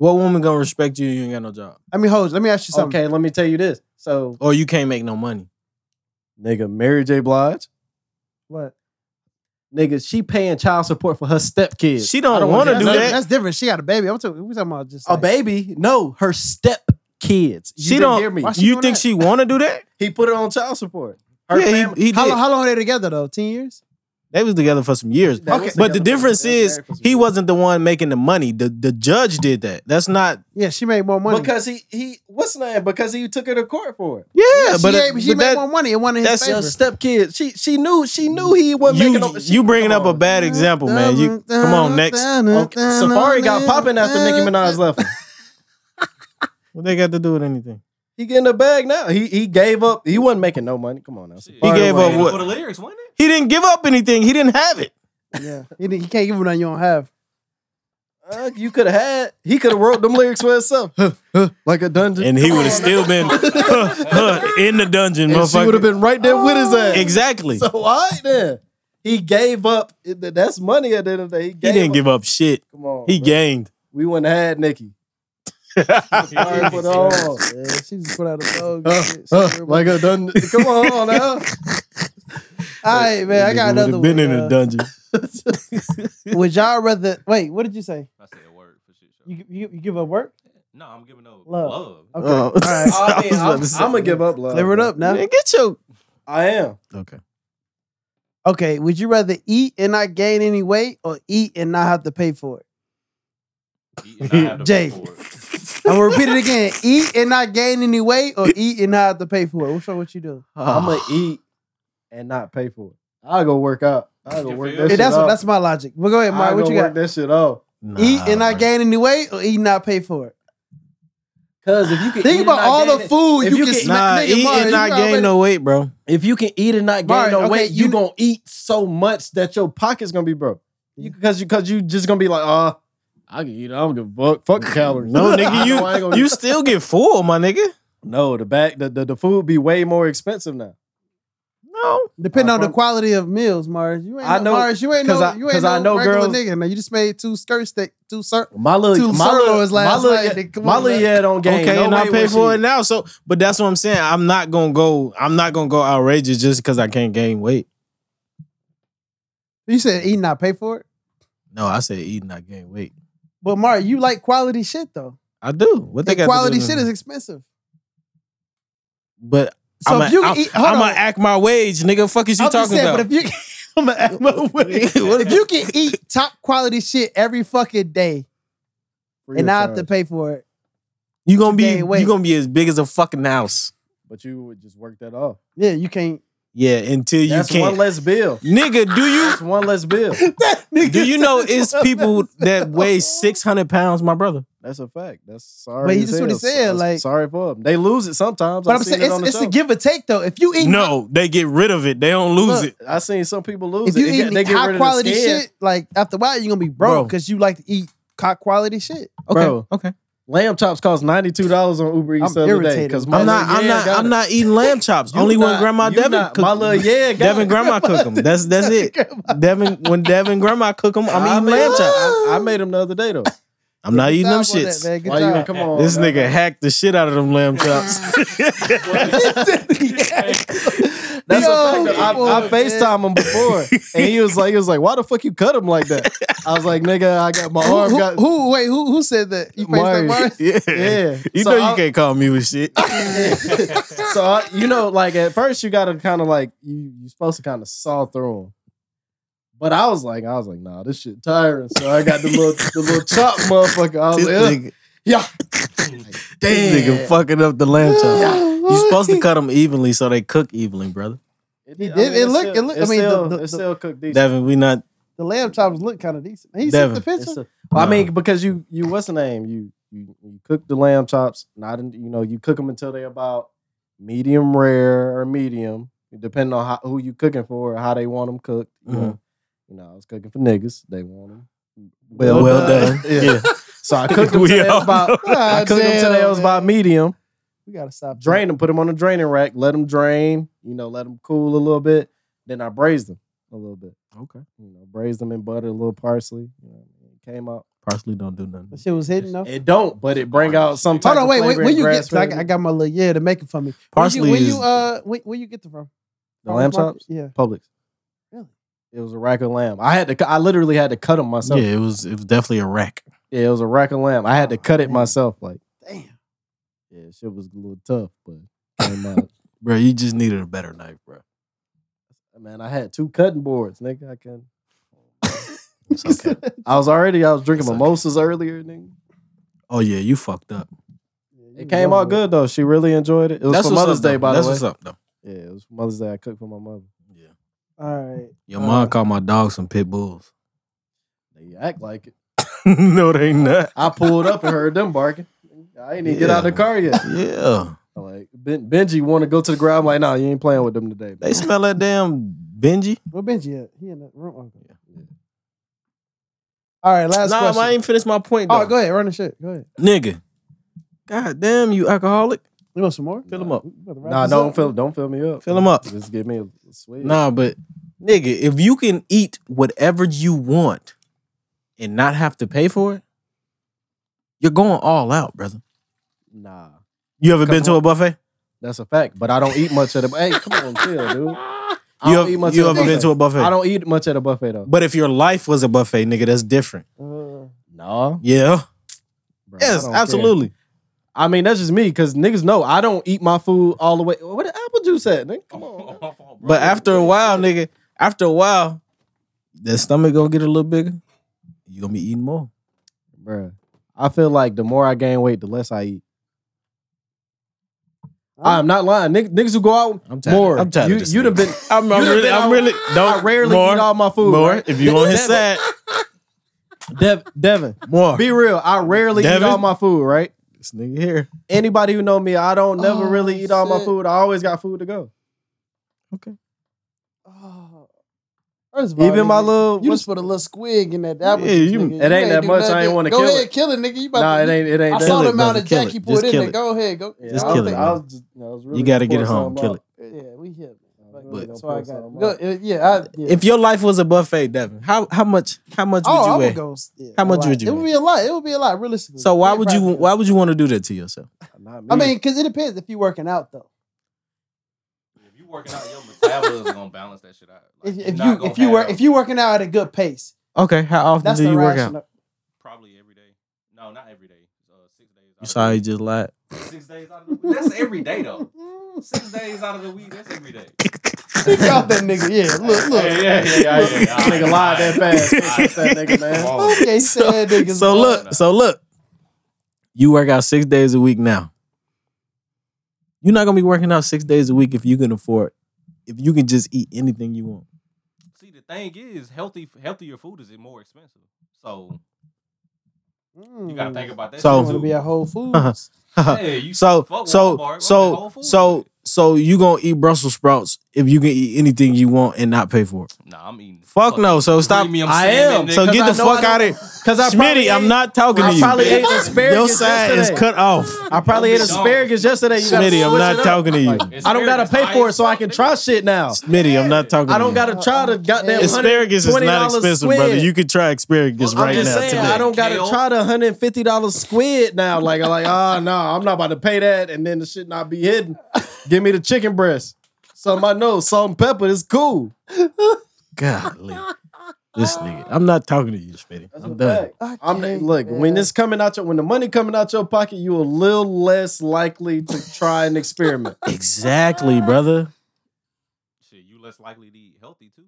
What woman gonna respect you? You ain't got no job,
Let me hold. Oh, Let me ask you something.
Okay, let me tell you this. So,
or you can't make no money.
nigga, Mary J. Blige,
What?
nigga, she paying child support for her stepkids.
She don't,
don't
want to
That's,
wanna
do
different.
that.
that's different. She got a baby. I'm talking. We talking about just
a
like-
baby? No, her stepkids. You
She
didn't
don't.
hear me.
Why she
You
doing
think
that?
she want to do that?
He put her on child support. Her
Yeah,
family-
he, he
How
did.
long? How long are they together though? Ten years.
They was together for some years.
They was
Okay.
But
together
the
for-
difference
they was
is
married for some
he
years.
wasn't the one making the money. The the judge did that. That's not.
Yeah, she made more money.
because he he what's his name because he took her to court for it.
Yeah,
she,
but,
gave- she
but
made
that-
more money. It won in his
that's
favor.
Her stepkids. She she knew she knew he wasn't
you
making. no- she-
you bringing
come
up a
on.
bad example, man. You come on next.
Okay, Safari got popping after Nicki Minaj left him.
What they got to do with anything?
He getting a bag now. He he gave up. He wasn't making no money. Come on now.
Shit.
Safari
gave
Lane.
up what?
For the lyrics, wasn't it?
He didn't give up anything. He didn't have it.
Yeah, he, didn't- he can't give him nothing you don't have.
Uh, you could have had. He could have wrote them lyrics for himself. Huh, huh, like a dungeon.
And he would have still been huh, huh, in the dungeon,
And she would have
motherfucker.
been right there with his ass.
Exactly.
So all right then. He gave up. It- That's money at the end of the day. He,
He
gave
didn't
up.
give up shit.
Come on.
He
bro.
gained.
We wouldn't have had Nikki. Sorry for the whole.
Yeah, she just put out a song.
Uh,
shit.
uh,
Sorry,
like
bro.
a dungeon. Come on now.
all right, man. I
Nigga would've
got another
Been
one.
in the
uh,
dungeon.
Would y'all rather? Wait, what did you say?
I said work for shit. Show.
You you, you give up work?
No, I'm giving up
Love.
love.
Okay.
Oh.
All
I was
right.
I
about
am
to say.
gonna give up love.
Clear it
bro.
up now.
uh, Man, get your
I am.
okay.
Okay, would you rather eat and not gain any weight or eat and not have to pay for it?
Eat and not have to
Jay.
pay for it.
I'm gonna repeat it again. Eat and not gain any weight, or eat and not have to pay for it. What's wrong? What you do?
I'm gonna eat and not pay for it. I'll go work out. I'll go
You
work
feel
that
me?
Hey,
shit
that's
off.
that's my logic. Well, go ahead, Mark.
I'll
What
go
you
work
got?
that shit off.
Ah,
eat and
I
not gain any weight, or eat and not pay for it.
Cause if you can
Think
eat
about
and not
all
gain
the
it-
food
if
you,
you
can
can-
smack.
Nah,
nigga,
eat
Mark,
and
you
not gain
already-
no weight, bro.
if you can eat and not gain
Right,
no
okay,
weight,
you-
you gonna eat so much that your pocket's gonna be broke. You because you because you just gonna be like, ah, I can eat. I don't give a fuck. Fuck the calories.
No,
I know I ain't
nigga,
gonna-
you you still get full, my nigga.
no the back the, the the food be way more expensive now.
No,
Depending
I
on the
prom-
quality of meals, Mars. You ain't
uh, I
no,
know-
Mars. You ain't
'cause
no.
I-
you ain't
'cause
no
I know
regular
girls-
nigga. Now you just made two skirt steak, two sir.
My little
Two
my little
servos
my
last
little
night,
yeah-
nigga, come
my
on,
little
man.
yeah don't gain.
okay,
no
and I
weight
pay
when
for
she-
it now. So, but that's what I'm saying. I'm not gonna go. I'm not gonna go outrageous just because I can't gain weight.
You said eat, not pay for it.
No, I said eat, not gain weight.
But Mark, you like quality shit though.
I do. What they
And
got?
quality
to do
shit is expensive.
But
So
I'm
if you can eat, hold
I'm
on.
gonna act my wage, nigga. Fuck is you
I'm just
talking
saying,
about?
But if you, I'm gonna act my way.
What
if you can eat top quality shit every fucking day
Free
and
of
not have to
charge.
pay for it,
you gonna be
gain weight.
you gonna be as big as a fucking house.
but you would just work that off.
yeah, you can't.
Yeah, until you
That's
can't.
one less bill.
nigga, do you
That's one less bill.
do you know it's people that weigh six hundred pounds, my brother?
That's a fact. That's sorry.
But he
as
just what he
hell.
said,
That's
like-
sorry for them. They lose it sometimes.
But
I've
I'm
seen
saying
it on the
it's, it's
show.
a give or take though. If you eat
No, they get rid of it. They don't lose
Look,
it.
I seen some people lose
if you
it. It
eat
get- they get rid
high
of the
quality
skin.
shit, like after a while you're gonna be
Bro.
broke because you like to eat high quality shit.
Okay,
Bro.
okay.
Lamb chops cost ninety two dollars on Uber
I'm
Eats the other day
irritated.
because
My
I'm not. I'm not. I'm not eating lamb chops. Only when Grandma Devin cook.
My little yeah, got
Devin
it.
Grandma cook them. That's that's it. Devin when Devin Grandma cook them, I'm eating lamb chops.
I, I made them the other day though.
I'm not eating them
Stop on that,
shits.
man. Good
Why you
job.
come on?
This
man.
nigga hacked the shit out of them lamb chops.
That's
Yo,
a fact. I, I
boy,
Facetime him before, and he was like, he was like, why the fuck you cut him like that? I was like, nigga, I got my
Who,
arm
who-
got.
who- wait who who said that? You
Mari.
Mari. Mari?
yeah.
Yeah,
You
So
know you
I-
can't call me with shit.
so I, you know, like at first you gotta kind of like you you supposed to kind of saw through them. But I was like, I was like, nah, this shit tiring. So I got the little the little chop motherfucker. I was
This
like,
nigga,
yeah,
this
damn.
nigga fucking up the lamb chops.
Yeah.
You supposed to cut them evenly so they cook evenly, brother.
It,
He did- it
it's
look-
still-
it look- I
it's
mean, the-
still,
the-
it's
the-
still cooked decent.
Devin, we not.
The lamb chops look kind of decent. He sent
Devin.
the
It's
picture.
still- well, I
No.
mean, because you you what's the name? You you you cook the lamb chops. Not in, you know you cook them until they're about medium rare or medium, depending on how, who you cooking for or how they want them cooked. You know, you know, I was cooking for niggas. They want them
Mm-hmm. Well, well done.
Yeah.
Yeah.
So I cooked them
We
till they
all
was about
know.
I cooked them till they
Goddamn,
was about
man.
medium.
We gotta stop.
Drain them, put them on the draining rack, let them drain. You know, let them cool a little bit. Then I braised them a little bit.
Okay.
You know, braised them in butter, a little parsley. You know, it came out.
Parsley don't do nothing.
That shit was hitting though.
It don't, but it bring out some type
Hold on,
of
wait, wait.
flavor
When
in
you
grass
get, I,
fed-
I got my little yeah to make it for me. When you,
Parsley
when
is
you uh, when, where you get the from?
the lamb
Farmers market?
chops, Publix.
Really?
It was a rack of lamb. I had to. cu- I literally had to cut them myself.
yeah,
Yeah,
it was it was definitely a rack.
it was a rack of lamb. I had to
Oh,
cut it
man.
myself. Like,
Yeah. Damn.
yeah, shit was a little tough, but came out.
Bro, you just needed a better knife, bro.
man, I had two cutting boards, nigga. I can.
It's okay.
I was already. I was drinking
It's okay.
mimosas earlier, nigga.
oh yeah, you fucked up.
Yeah, you
It came
was
out good though. She really enjoyed it. It was for
what's
Mother's
up,
Day,
though.
by
That's
the way.
what's up though.
Yeah, it was for Mother's Day. I cooked for my mother.
Yeah.
All right.
Your
Uh,
Uh-huh.
mom called my dog some pit bulls.
They act like it.
no, they not.
I pulled up and heard them barking. I ain't even get out of the
Yeah.
car yet.
Yeah.
Like ben, Benji want to go to the ground. I'm like, nah, you ain't playing with them today.
They smell that damn Benji.
Where Benji at? He in the room. Okay. All right. Last
nah,
question.
I ain't finished my point though.
oh, go ahead. Run the shit. Go ahead.
Nigga. God damn, you alcoholic.
You want some more?
Fill him up.
We about to wrap
Nah,
this
don't
up.
fill, don't fill me up.
Fill 'em up.
Just give me a sweet.
Nah, but nigga, if you can eat whatever you want and not have to pay for it, you're going all out, brother.
nah,
You ever
Come
been to
on.
a buffet?
that's a fact. But I don't eat much at a. hey, come on, chill, dude. I
you
don't
have-
eat much.
you
at
ever been to a buffet?
I don't eat much at a buffet though.
But if your life was a buffet, nigga, that's different.
Uh,
No.
Yeah.
bro, I
Yes,
don't care.
absolutely.
I mean, that's just me because niggas know I don't eat my food all the way. What the apple juice at? Nigga, come on. man.
But after a while, nigga, after a while, the stomach gonna get a little bigger. You gonna be eating more.
Bruh. I feel like the more I gain weight, the less I eat. I'm not lying. Nigg- Niggas who go out
I'm tired.
more.
I'm tired.
you
of this
you'd have
nigga.
been.
I'm, I'm
you'd have
really.
been
I'm
out-
really. Don't
I rarely
more,
eat all my food.
more.
right?
If you on his
Devin,
side,
Dev, Devin,
more.
be real. I rarely eat
Devin?
all my food. Right.
this nigga here.
Anybody who know me, I don't never
Oh,
really eat all my
shit.
food. I always got food to go.
Oh. First of all,
Even my
nigga,
little.
You
what's-
just put a little squig in that.
Yeah,
That was just,
you-
nigga.
it
You
ain't that
do
much, I
nothing.
ain't wanna
Go
kill
ahead,
it.
kill it, nigga. You about
Nah,
to
it ain't. It ain't.
I
that.
saw
it,
the amount
brother,
of
kill
jack
it.
you poured
Just
in
kill
there.
it.
Go ahead, go.
Yeah,
Just
I
I
kill
don't
it,
think-
was- I was just- I was really
You gotta
gonna
get it
pour
home.
something
Kill
out.
it.
Yeah, we here.
I
Fuck
was
it.
really gonna
so I
pour
got
something
go,
out.
uh, yeah, I, yeah.
If your life was a buffet, Devin, how how much how much would
oh,
you
I
weigh?
would go. s- yeah,
How
a
much
lot.
would you
It would
weigh?
be a lot. It would be a lot, realistically.
So why
It'd
would you
probably be a
why
lot.
would you want to do that to yourself?
Not me.
I mean, because it depends if you're working out though.
If you working out, your metabolism gonna balance that shit out. Like,
If,
you're
if
not
you
gonna
if you work
have-
if you working out at a good pace,
Okay, how often
that's
do
the
you work out?
rational.
probably every day. No, not every day. Uh, six days.
You
Out
saw
of
he
the
just lied.
week. Six days out of the week. That's every day though. Six days out of the week. That's every day.
Think out that nigga. Yeah, look, look.
Hey, yeah, yeah, yeah, yeah, yeah.
Nigga
Alright,
lied that
alright,
fast.
alright.
That nigga, man.
Come on.
Okay,
So-
sad niggas.
So
boy.
look, so look. You work out six days a week now. You're not gonna be working out six days a week if you can afford, if you can just eat anything you want.
See, the thing is, healthy, healthier food is more expensive. So you
Hmm.
gotta think about that.
So-
You
shit,
want to
too.
be a Whole Foods.
Uh-huh.
Yeah, you
so
fuck
so
Walmart, go to Whole
so
Foods
so
with it.
so you gonna eat Brussels sprouts if you can eat anything you want and not pay for it.
Nah, I'm eating.
Fuck no. So stop.
premium
I
salmon,
am.
nigga,
So
cause
get
I
the
know
fuck
I
out of here.
Cause I probably
Smitty, I'm
ate-
not talking
I
to you.
probably ate
Your
asparagus
side is
yesterday.
cut off.
I probably ate
Don't be dumb.
asparagus yesterday. You gotta
Smitty, I'm
switch
not
it up.
talking to you.
Like, I don't gotta pay for it, so I can try shit now.
Smitty, I'm not talking
I
to
don't
you.
gotta try to goddamn
Asparagus is not
$120
expensive,
squid.
brother. You could try asparagus
I'm
I'm
right
just
now
saying,
today.
I don't gotta
Kale.
try the hundred and fifty dollar squid now. Like, I'm like, ah, no, I'm not about to pay that, and then the shit not be hidden. Give me the chicken breast. Something I know, salt and pepper is cool.
Golly. This nigga. I'm not talking to you, Smitty. I'm done.
I
I'm
can't,
look when
man.
this coming out your when the money coming out your pocket, you a little less likely to try an experiment.
Exactly, brother.
Shit, you less likely to eat healthy too.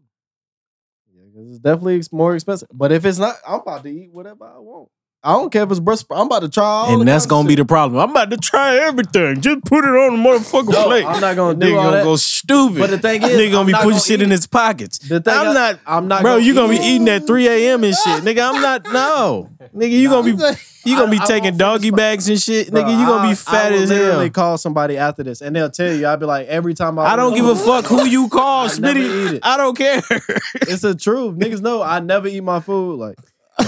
Yeah, 'cause it's definitely ex- more expensive. But if it's not, I'm about to eat whatever I want. I don't care if it's breast. I'm about to try all.
And that's gonna
going
be the problem. I'm about to try everything. Just put it on the motherfucking
No,
plate.
I'm not gonna do
nigga
all
gonna
that.
go stupid.
But the thing is,
nigga
I'm
gonna be
not
putting
gonna
shit
eat
in
it.
his pockets.
The thing
I'm
I-
not-
I'm not.
Bro, you gonna
eat
be eating at 3 a.m. and shit. Nigga, I'm not no. Nigga, you gonna be you gonna be
I- I
taking
won't
doggy bags and shit.
Bro,
nigga, you gonna
I-
be fat
I will
as hell.
literally call somebody after this, and they'll tell you. I'll be like, every time I,
I don't give a fuck who you call,
I never eat
Smitty.
it.
I don't care.
It's the truth. Niggas know I never eat my food. Like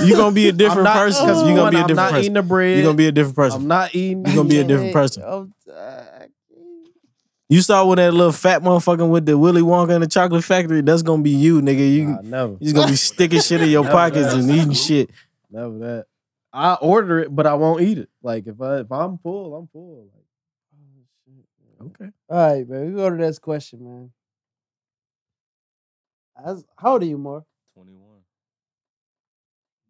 you gonna be a different
I'm not,
person.
Because
you gonna be a
I'm
different
not
person.
eating the bread.
you gonna be a different person.
I'm not eating. Oh,
you gonna be a different person.
I'm- I can't.
You saw when that little fat motherfucker with the Willy Wonka and the chocolate factory. That's gonna be you, nigga. You
Nah, never,
you just gonna be sticking shit in your
Never
pockets and
does.
eating shit.
never that. I order it, but I won't eat it. Like if I if I'm full, I'm full. Like, oh,
Okay.
All right, man. We go to this question, man. As, how old are you, Mark?
Twenty one.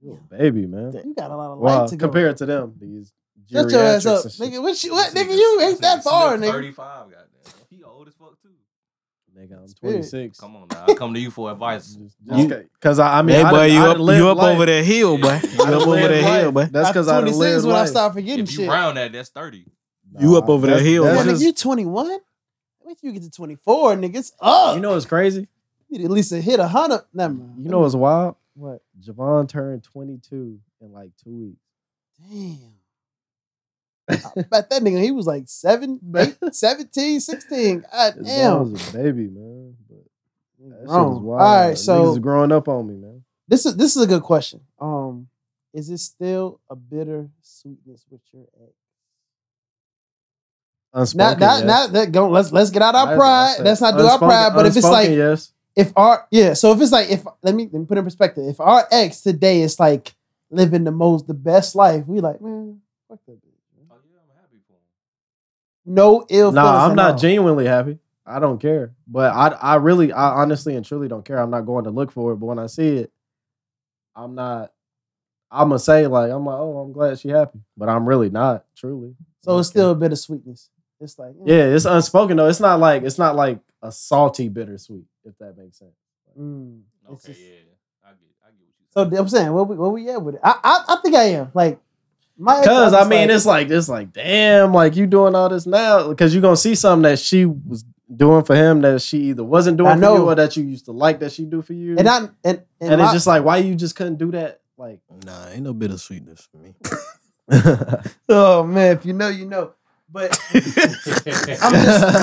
you a baby, man.
You got a lot of light
Wow,
to go.
compared to them, these
Shut your ass
geriatrics
up,
and shit.
nigga. What, you, what, nigga? You ain't that far, nigga.
Thirty five, goddamn. He old as fuck too.
Nigga, I'm
Spirit.
26.
Come on, now. I come to you for advice.
You-
Because I, I mean,
hey
I
boy,
done-
you
I
up
done lived
you up
life.
over that hill, boy.
Yeah.
You
I done
up over
lived
that hill, boy.
life. That's because I
I'm
done
26
lived
when I
life.
start forgetting
If you
shit.
round that, that's thirty.
You up over that
that's-
hill,
Boy,
that's
boy.
nigga,
just-
you 21? Wait till you get to 24, nigga. It's up.
you know what's crazy?
You need at least a hit a hundred. Never mind.
You know what's wild?
what?
Javon turned 22 in like two weeks.
Damn. I bet that nigga, he was like 7, eight, 17, 16. God
His
damn.
mom was a baby, man. But that shit is
Wrong.
wild.
All right,
Niggas
so
is growing up on me, man.
this is this is a good question. Um, is it still a bitter sweetness with your ex? Not
Unspoken,
not
yes.
not that go. Let's let's get out our
I- I
pride.
said
Let's not do our
unspoken-
pride. But if it's
unspoken,
like
yes.
if our yeah, so if it's like if let me let me put it in perspective. If our ex today is like living the most the best life, we like man, fuck that bitch.
Oh yeah, I'm happy for him.
No ill. feelings
Nah,
at
I'm not
all.
genuinely happy. I don't care. But I I really I honestly and truly don't care. I'm not going to look for it. But when I see it, I'm not I'ma say like I'm like, oh, I'm glad she happy. But I'm really not, truly.
So it's
Okay.
still a bit of sweetness. It's like mm,
Yeah, it's unspoken though. It's not like it's not like a salty bittersweet, if that makes sense.
mm, it's
Okay,
just-
yeah, I get, I get what you.
So I'm saying, where we where we at with it? I I, I think I am. Like My ex,
Cause I
just
mean,
like,
it's like it's like damn, like you doing all this now because you're gonna see something that she was doing for him that she either wasn't doing
I
for you
know.
or that you used to like that she do for you,
and I and and,
And
my-
it's just like why you just couldn't do that, like
Nah, ain't no bittersweetness for me.
oh man, if you know, you know. But I'm just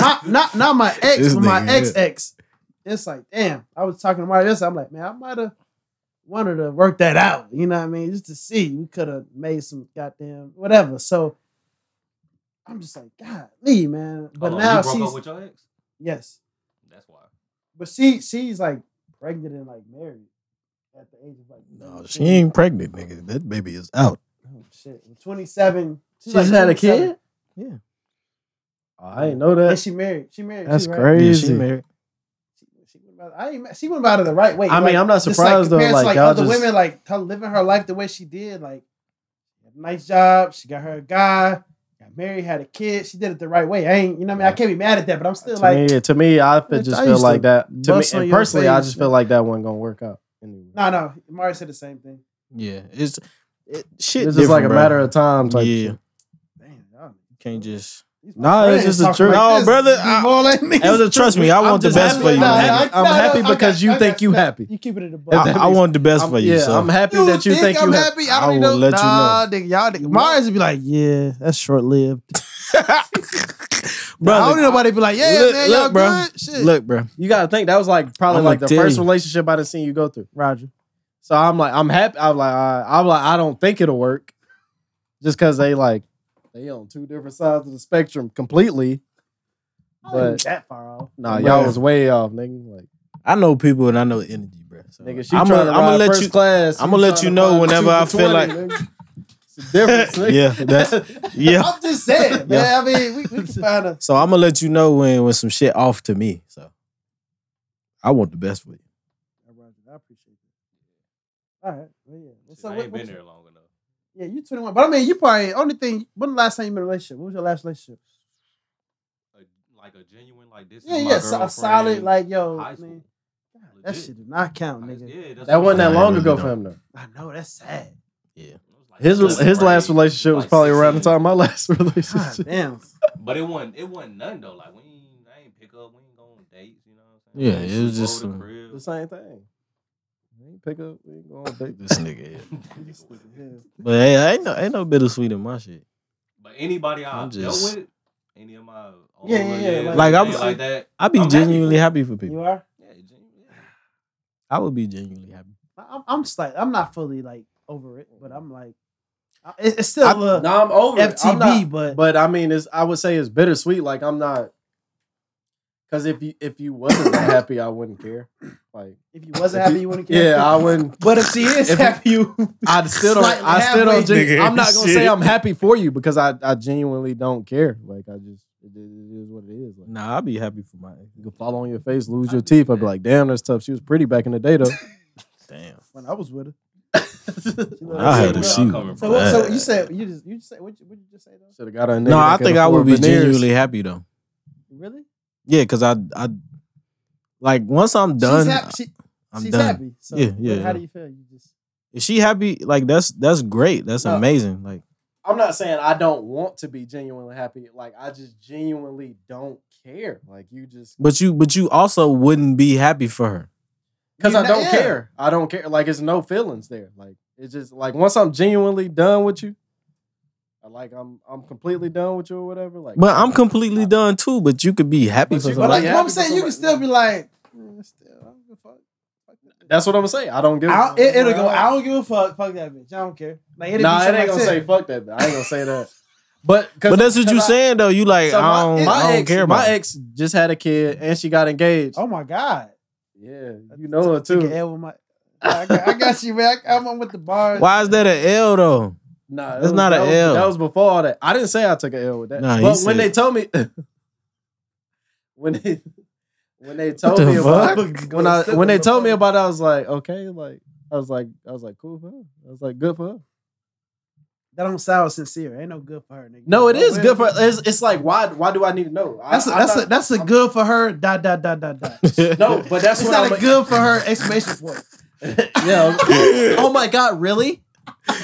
not not not my ex,
This
but my
nigga,
ex
yeah.
ex. It's like, damn, I was talking to Mario yesterday. I'm like, man, I might have wanted to work that out. You know what I mean? Just to see. We could have made some goddamn whatever. So I'm just like, God, Lee, man. But
Hold on,
now
you broke
she's
up with your ex.
yes.
That's why.
But she she's like pregnant and like married at the age of like
No, she ain't pregnant, nigga. That baby is out.
oh, shit. 27.
she
She's like
just had a
27.
kid.
Yeah.
Oh, I ain't know that.
And she married. She married.
That's
she,
crazy.
Yeah, she married.
She, she went about. I ain't, ma- she went about it the right way.
I mean,
Like,
I'm not
just
surprised
compared
though.
to,
Like, y'all
other
just
women, like her living her life the way she did. Like, had a nice job. She got her guy. Got married. Had a kid. She did it the right way. I ain't. You know what I mean? I
Yeah.
can't be mad at that. But I'm still
to
like,
me, to me, I feel-
Bitch,
just
I
feel
used to
like that. To me,
bust on
and
your
personally, I
face,
just
man.
feel like that wasn't gonna work out. Anyway.
no, no. Mario said the same thing.
Yeah, it's it, shit.
It's just like
different,
a
bro.
matter of time. Type
yeah,
Shit.
Damn. y'all-
can't just.
these my
Nah, Oh, it's
friends
just a
talking
truth.
like
No,
this.
brother,
You
I-
more like me.
Elder, trust me, I
I'm
want the
just
best
happy-
for you.
nah,
nigga.
I- I'm
no, no,
happy
okay,
because you
okay,
think you
okay.
happy.
You keep it in the box.
I, I want the best
I'm-
for you.
yeah,
so.
I'm happy that you think,
I'm
you happy.
happy. I,
I
don't need
will
no-
let you
nah, Nigga, y'all nigga. Mars would be like, yeah, that's short lived. I don't
brother.
need nobody to be like, yeah,
look,
man,
look,
y'all
bro.
good. Shit.
Look, bro.
You gotta think that was like probably
I'ma
like the
tell
first
you.
relationship I done seen you go through.
Roger.
So I'm like, I'm happy. I'm like, I, I'm like, I don't think it'll work, just because they like they on two different sides of the spectrum completely. But
that far off.
nah,
Yeah.
y'all was way off, nigga. Like,
I know people and I know energy, bro. So
nigga, she
I'm
trying to
gonna
ride
let
first
you.
class.
I'ma let
trying
you
to
know
find a
whenever
two
I
for
feel
20,
like-
nigga. it's a difference. Nigga.
Yeah, that- Yeah.
I'm just saying, man. I mean, we, we can find a.
So I'm gonna let you know when when some shit off to me. So I want the best for you.
Roger, I appreciate that. All right. Well, yeah.
Shit, I ain't been there long enough.
Yeah, you 21. But I mean, you probably, only thing, when the last time you been in a relationship? What was your last relationship?
A- like a genuine, like this.
Yeah,
is my
yeah, so- a solid,
girlfriend,
like, yo,
high
I
school.
mean, that
Legit.
shit do not count,
Like,
nigga.
yeah, that's
That wasn't that
Nah, I
long
really
ago
don't.
for him though.
I know, that's sad.
Yeah.
His his last relationship was probably around the time my last
God
relationship.
damn.
But it wasn't it wasn't nothing though. Like we ain't, I ain't pick up, we ain't go on dates, you know what I'm
Yeah,
saying?
it was just
Go to
some-
crib.
The same thing. We ain't pick up. We ain't go on date.
This nigga. Yeah.
This nigga here.
But hey, ain't no ain't no bittersweet in my shit.
But anybody I
I'm
dealt
just-
with, any of
Yeah,
my
yeah,
older
yeah,
years,
like- Like, I'm-
anything like that.
I be
I'm happy
genuinely
for-
happy for
You
people.
are?
Yeah, genuinely.
I would be genuinely happy.
I'm, I'm slight. I'm not fully like over it, but I'm like, I- it- it's still a little
No, I'm over it. I'm
FTB,
not-
but,
But I mean, it's I would say it's bittersweet. Like I'm not, because if you if you wasn't that happy, I wouldn't care. Like
if you wasn't happy, you wouldn't care.
yeah, I wouldn't.
But if she is
If-
happy, you
I still don't.
Slightly
I still don't.
halfway.
Genu-
Nigga,
I'm not gonna say
shit.
I'm happy for you because I I genuinely don't care. Like I just it, it is what it is. Like,
Nah, I'd be happy for my
you can fall on your face, lose your teeth. I'd be like, damn, that's tough. She was pretty back in the day though.
damn.
when I was with her.
I had to
Where y'all
see.
coming
So,
from?
what, so
that.
you said you just you just said what you, what you just say though?
Should have got a nigga
No,
that
I
could
think I would
afford
be
veneers.
genuinely happy though.
Really?
Yeah, cause I I like once I'm done,
She's, hap- she,
I'm
she's
done.
happy. So
Yeah,
yeah,
yeah,
How
yeah.
do you feel? You just
If she happy, like that's that's great. That's
No.
amazing. Like
I'm not saying I don't want to be genuinely happy. Like I just genuinely don't care. Like you just
but you but you also wouldn't be happy for her.
because
You're
I
not-
don't
yeah.
care. I don't care. Like it's no feelings there. Like it's just like once I'm genuinely done with you, I- like I'm I'm completely done with you or whatever. Like
But I'm completely done too, but you could be happy
But
for
you-
But
Well,
like
somebody.
yeah,
what I'm
because
saying, you
somebody-
can still be like, "Man, it's still, I don't give a fuck. Fuck that bitch."
That's what I'm gonna say. I don't give. a-
I'll- it, will go. I don't give a fuck. Fuck that bitch. I don't care. Like it'll
Nah,
be
it ain't
something
gonna
like
say
that.
fuck that. I ain't gonna say that. But
But that's what you
said.
saying though. You like
So
I don't, I
my, my
don't
ex,
care about.
my
it.
ex just had a kid and she got engaged.
Oh my god.
Yeah, you know it
Took
too.
an L with my- I, got, I got you, man. I, I'm on with the bars.
Why is that an L though?
Nah,
That's not
that
a
was,
L.
That was before all that. I didn't say I took an L with that.
Nah, he
but
said-
when they told me, when they when they told
the
me about
fuck?
when I when they told me about it, I was like, okay, like I was like I was like cool for her. I was like good for her.
That don't sound sincere. Ain't no good for her, nigga.
No, it
Don't
is
wear
good for. It's, it's like why why do I need to know? I-
That's a,
I'm
that's
not-
a, that's a good for her. Dot dot dot dot dot.
no, but that's
It's
what
not
I'm
a good for her exclamation point.
yeah. oh my god, really?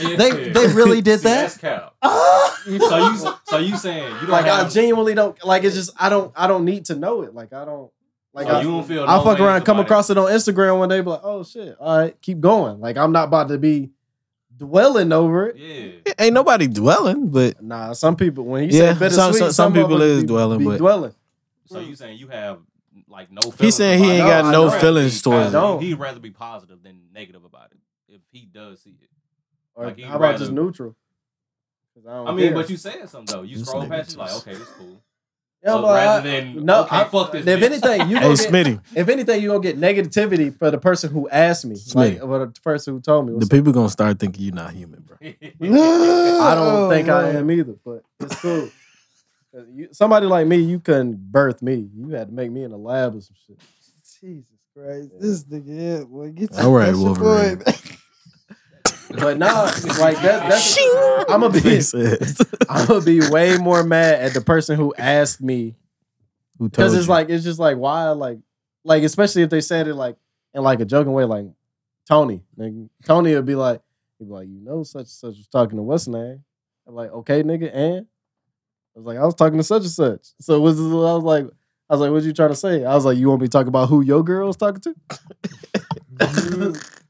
They they really did
See, That's
that.
cap. So you so you saying you don't
like I
have,
genuinely don't like. It's just I don't I don't need to know it. Like I don't like.
so
I,
Oh, you don't feel.
I
no
fuck
way
around, come
somebody-
across it on Instagram one day, be like, oh shit, all right, keep going. Like I'm not about to be dwelling over it.
Yeah.
Ain't nobody dwelling, but
Nah, some people when you
Yeah,
say better
some- some- some people is
be,
dwelling,
be
but-
dwelling.
So you saying you have like no. Feelings
he saying he
about
ain't
it.
I
got
know,
no
I know.
feelings towards
I
it.
know.
He'd rather be positive than negative about it. If he does see it,
Or
Like, he
how about
rather-
just neutral? 'Cause don't
I mean,
care.
but you said something though. You
This
scroll
nigga
past, you like,
just-
okay, it's cool.
Yeah,
So
but I-
rather than
no,
okay,
I-
fuck this.
If
bitch.
anything, you
Hey,
gonna get,
Smitty,
if anything, you gonna get negativity for the person who asked me, like
Smitty.
or the person who told me.
the
What's
people gonna start thinking you're not human, bro.
up? I don't
Oh,
think I
man.
am either, but it's cool. 'Cause you- somebody like me, you couldn't birth me. You had to make me in a lab or some shit.
Jesus Christ, this nigga. Yeah, boy, get
All right,
that's your
Wolverine.
boy.
But nah, like that, that's I'ma be-
Face ass.
I'm gonna be way more mad at the person who asked me
Who told
because it's
you?
like it's just like why like like especially if they said it like in like a joking way like Tony nigga. Tony would be like he'd be like you know such and such was talking to what's her name I'm like okay nigga and I was like I was talking to such and such so was I was like I was like what you trying to say I was like you want me to talk about who your girl's talking to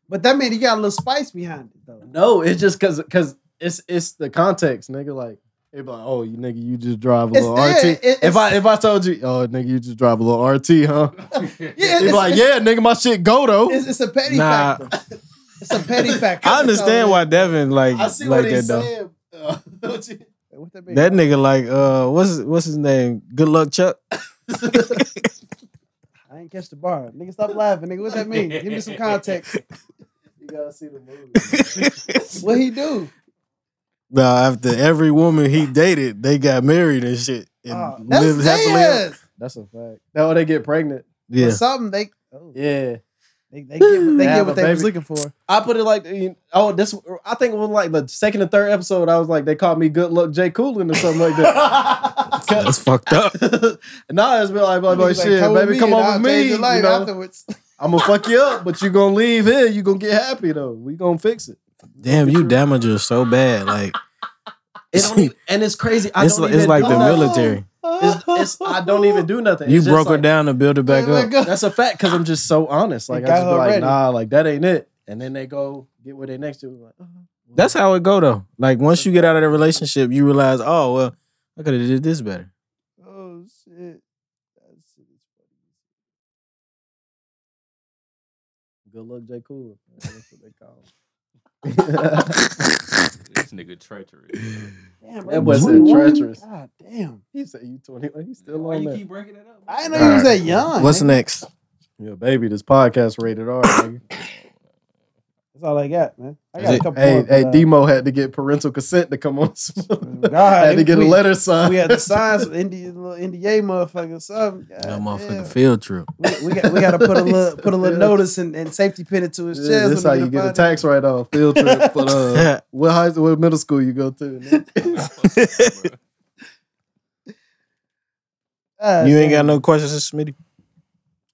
but that mean he got a little spice behind it though.
no it's just because because it's it's the context nigga like. It'd be like, oh, you nigga, you just drive a
It's
little
there.
RT.
It- it's-
if I if I told you, oh, nigga, you just drive a little RT, huh?
Yeah,
He'd be
it's,
like,
it's,
yeah, nigga, my shit go though.
it's, it's a petty
Nah.
factor. It's a petty factor.
I understand why Devin like
I see
like
what
that
he's
though.
saying. uh, don't you-
What that, mean?
That nigga like uh what's what's his name? Good luck Chuck.
I ain't catch the bar. Nigga, stop laughing. Nigga, what that mean? Give me some context.
you gotta see the movie.
What he do?
No, after every woman he dated, they got married and shit and
Ah,
Oh,
lived
that's
happily. ever-
theirs.
That's a fact. That's how they get pregnant.
Yeah.
Yeah.
Something they, oh,
Yeah,
they they get, they
Have
get
a
what they was
baby.
looking for.
I put it like, you know, oh, this. I think it was like the second or third episode. I was like, they called me Good Luck Jay Coolin or something like that.
That's fucked up.
nah, it's been like, like, like,
Niggas like,
shit,
come with
baby,
me
come
and
over
I'll
me.
change your
you
life
know?
afterwards.
I'm gonna fuck you up, but you gonna leave here. You gonna get happy though. We gonna fix it.
Damn, you damage her so bad. Like
It don't even, and it's crazy. I
it's
don't
like,
even
it's like
do
the
nothing.
military.
It's, it's, I don't even do nothing.
You
It's just
broke her
like-
down and build it back
Like,
up.
uh,
That's a fact because I'm just so honest.
You
Like I
got
just be
her
like,
ready.
nah, like that ain't it. And then they go get where they next to. Like, oh.
That's how it go though. Like once you get out of that relationship, you realize, oh well, I could have did this better.
Oh shit. That shit is funny.
Good luck, J. Cooler. That's what they call. him.
this nigga treacherous.
Damn,
That
bro,
boy said
21?
treacherous.
God damn.
he said you 21. He's still
Why
on
you
that.
keep breaking that up?
I didn't know you was that young.
What's
nigga.
next?
Yeah, baby, this podcast rated R. nigga.
That's all I got, man. I
Is
got a
it-
couple
hey,
more,
hey,
but, uh, Mm,
Demo had to get parental consent to come on. this mother-
God,
had to get
we,
a letter signed.
We had to sign some Indian little NDA motherfucker something. God,
That motherfucking
damn.
field trip.
We, we got we gotta put a little put a little
Yeah.
notice and, and safety pin into his
Yeah,
chest.
this how
when he
you get a
up out
tax write off. Field trip. But, uh, what high, what middle school you go to? nigga?
there. God
you ain't got
damn.
no questions, Smitty.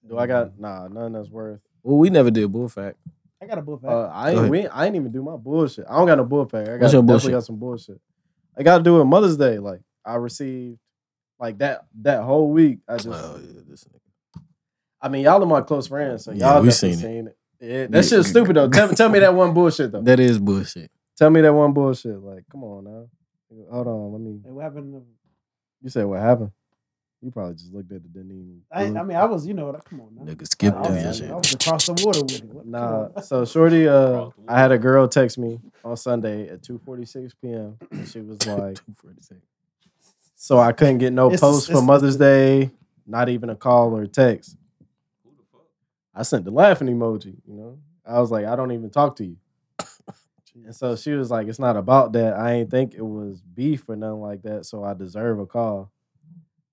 Do I got nah? None that's worth.
Well, we never did bull fact.
I got a book.
Uh, I
Go
ain't,
ahead.
we, ain't- I ain't even do my bullshit. I don't got no bullpack. I got,
What's your
definitely
bullshit?
got some bullshit. I got to do it Mother's Day. Like I received like that that whole week. I just,
Oh, yeah, this nigga.
I mean, y'all are my close friends, so y'all
Yeah, we
definitely
seen
seen it. Yeah,
Yeah.
that shit's stupid though. Tell, tell me that one bullshit though.
That is bullshit.
Tell me that one bullshit. Like, come on now. Hold on, let me.
what happened? to-
You said what happened? You probably just looked at it, didn't even.
I, I mean, I was you know what? Come on, now.
Nigga, skip
Oh,
I,
through
was,
your
I
shit.
was across the water with it. What- come
Nah.
on.
So shorty, uh,
Across the
I had a girl text me on Sunday at two forty six p.m. and she was like. So I couldn't get no
It's-
post
it's-
for Mother's Day, not even a call or a text. I sent the laughing emoji, you know. I was like, I don't even talk to you. And so she was like, It's not about that. I ain't think it was beef or nothing like that. So I deserve a call.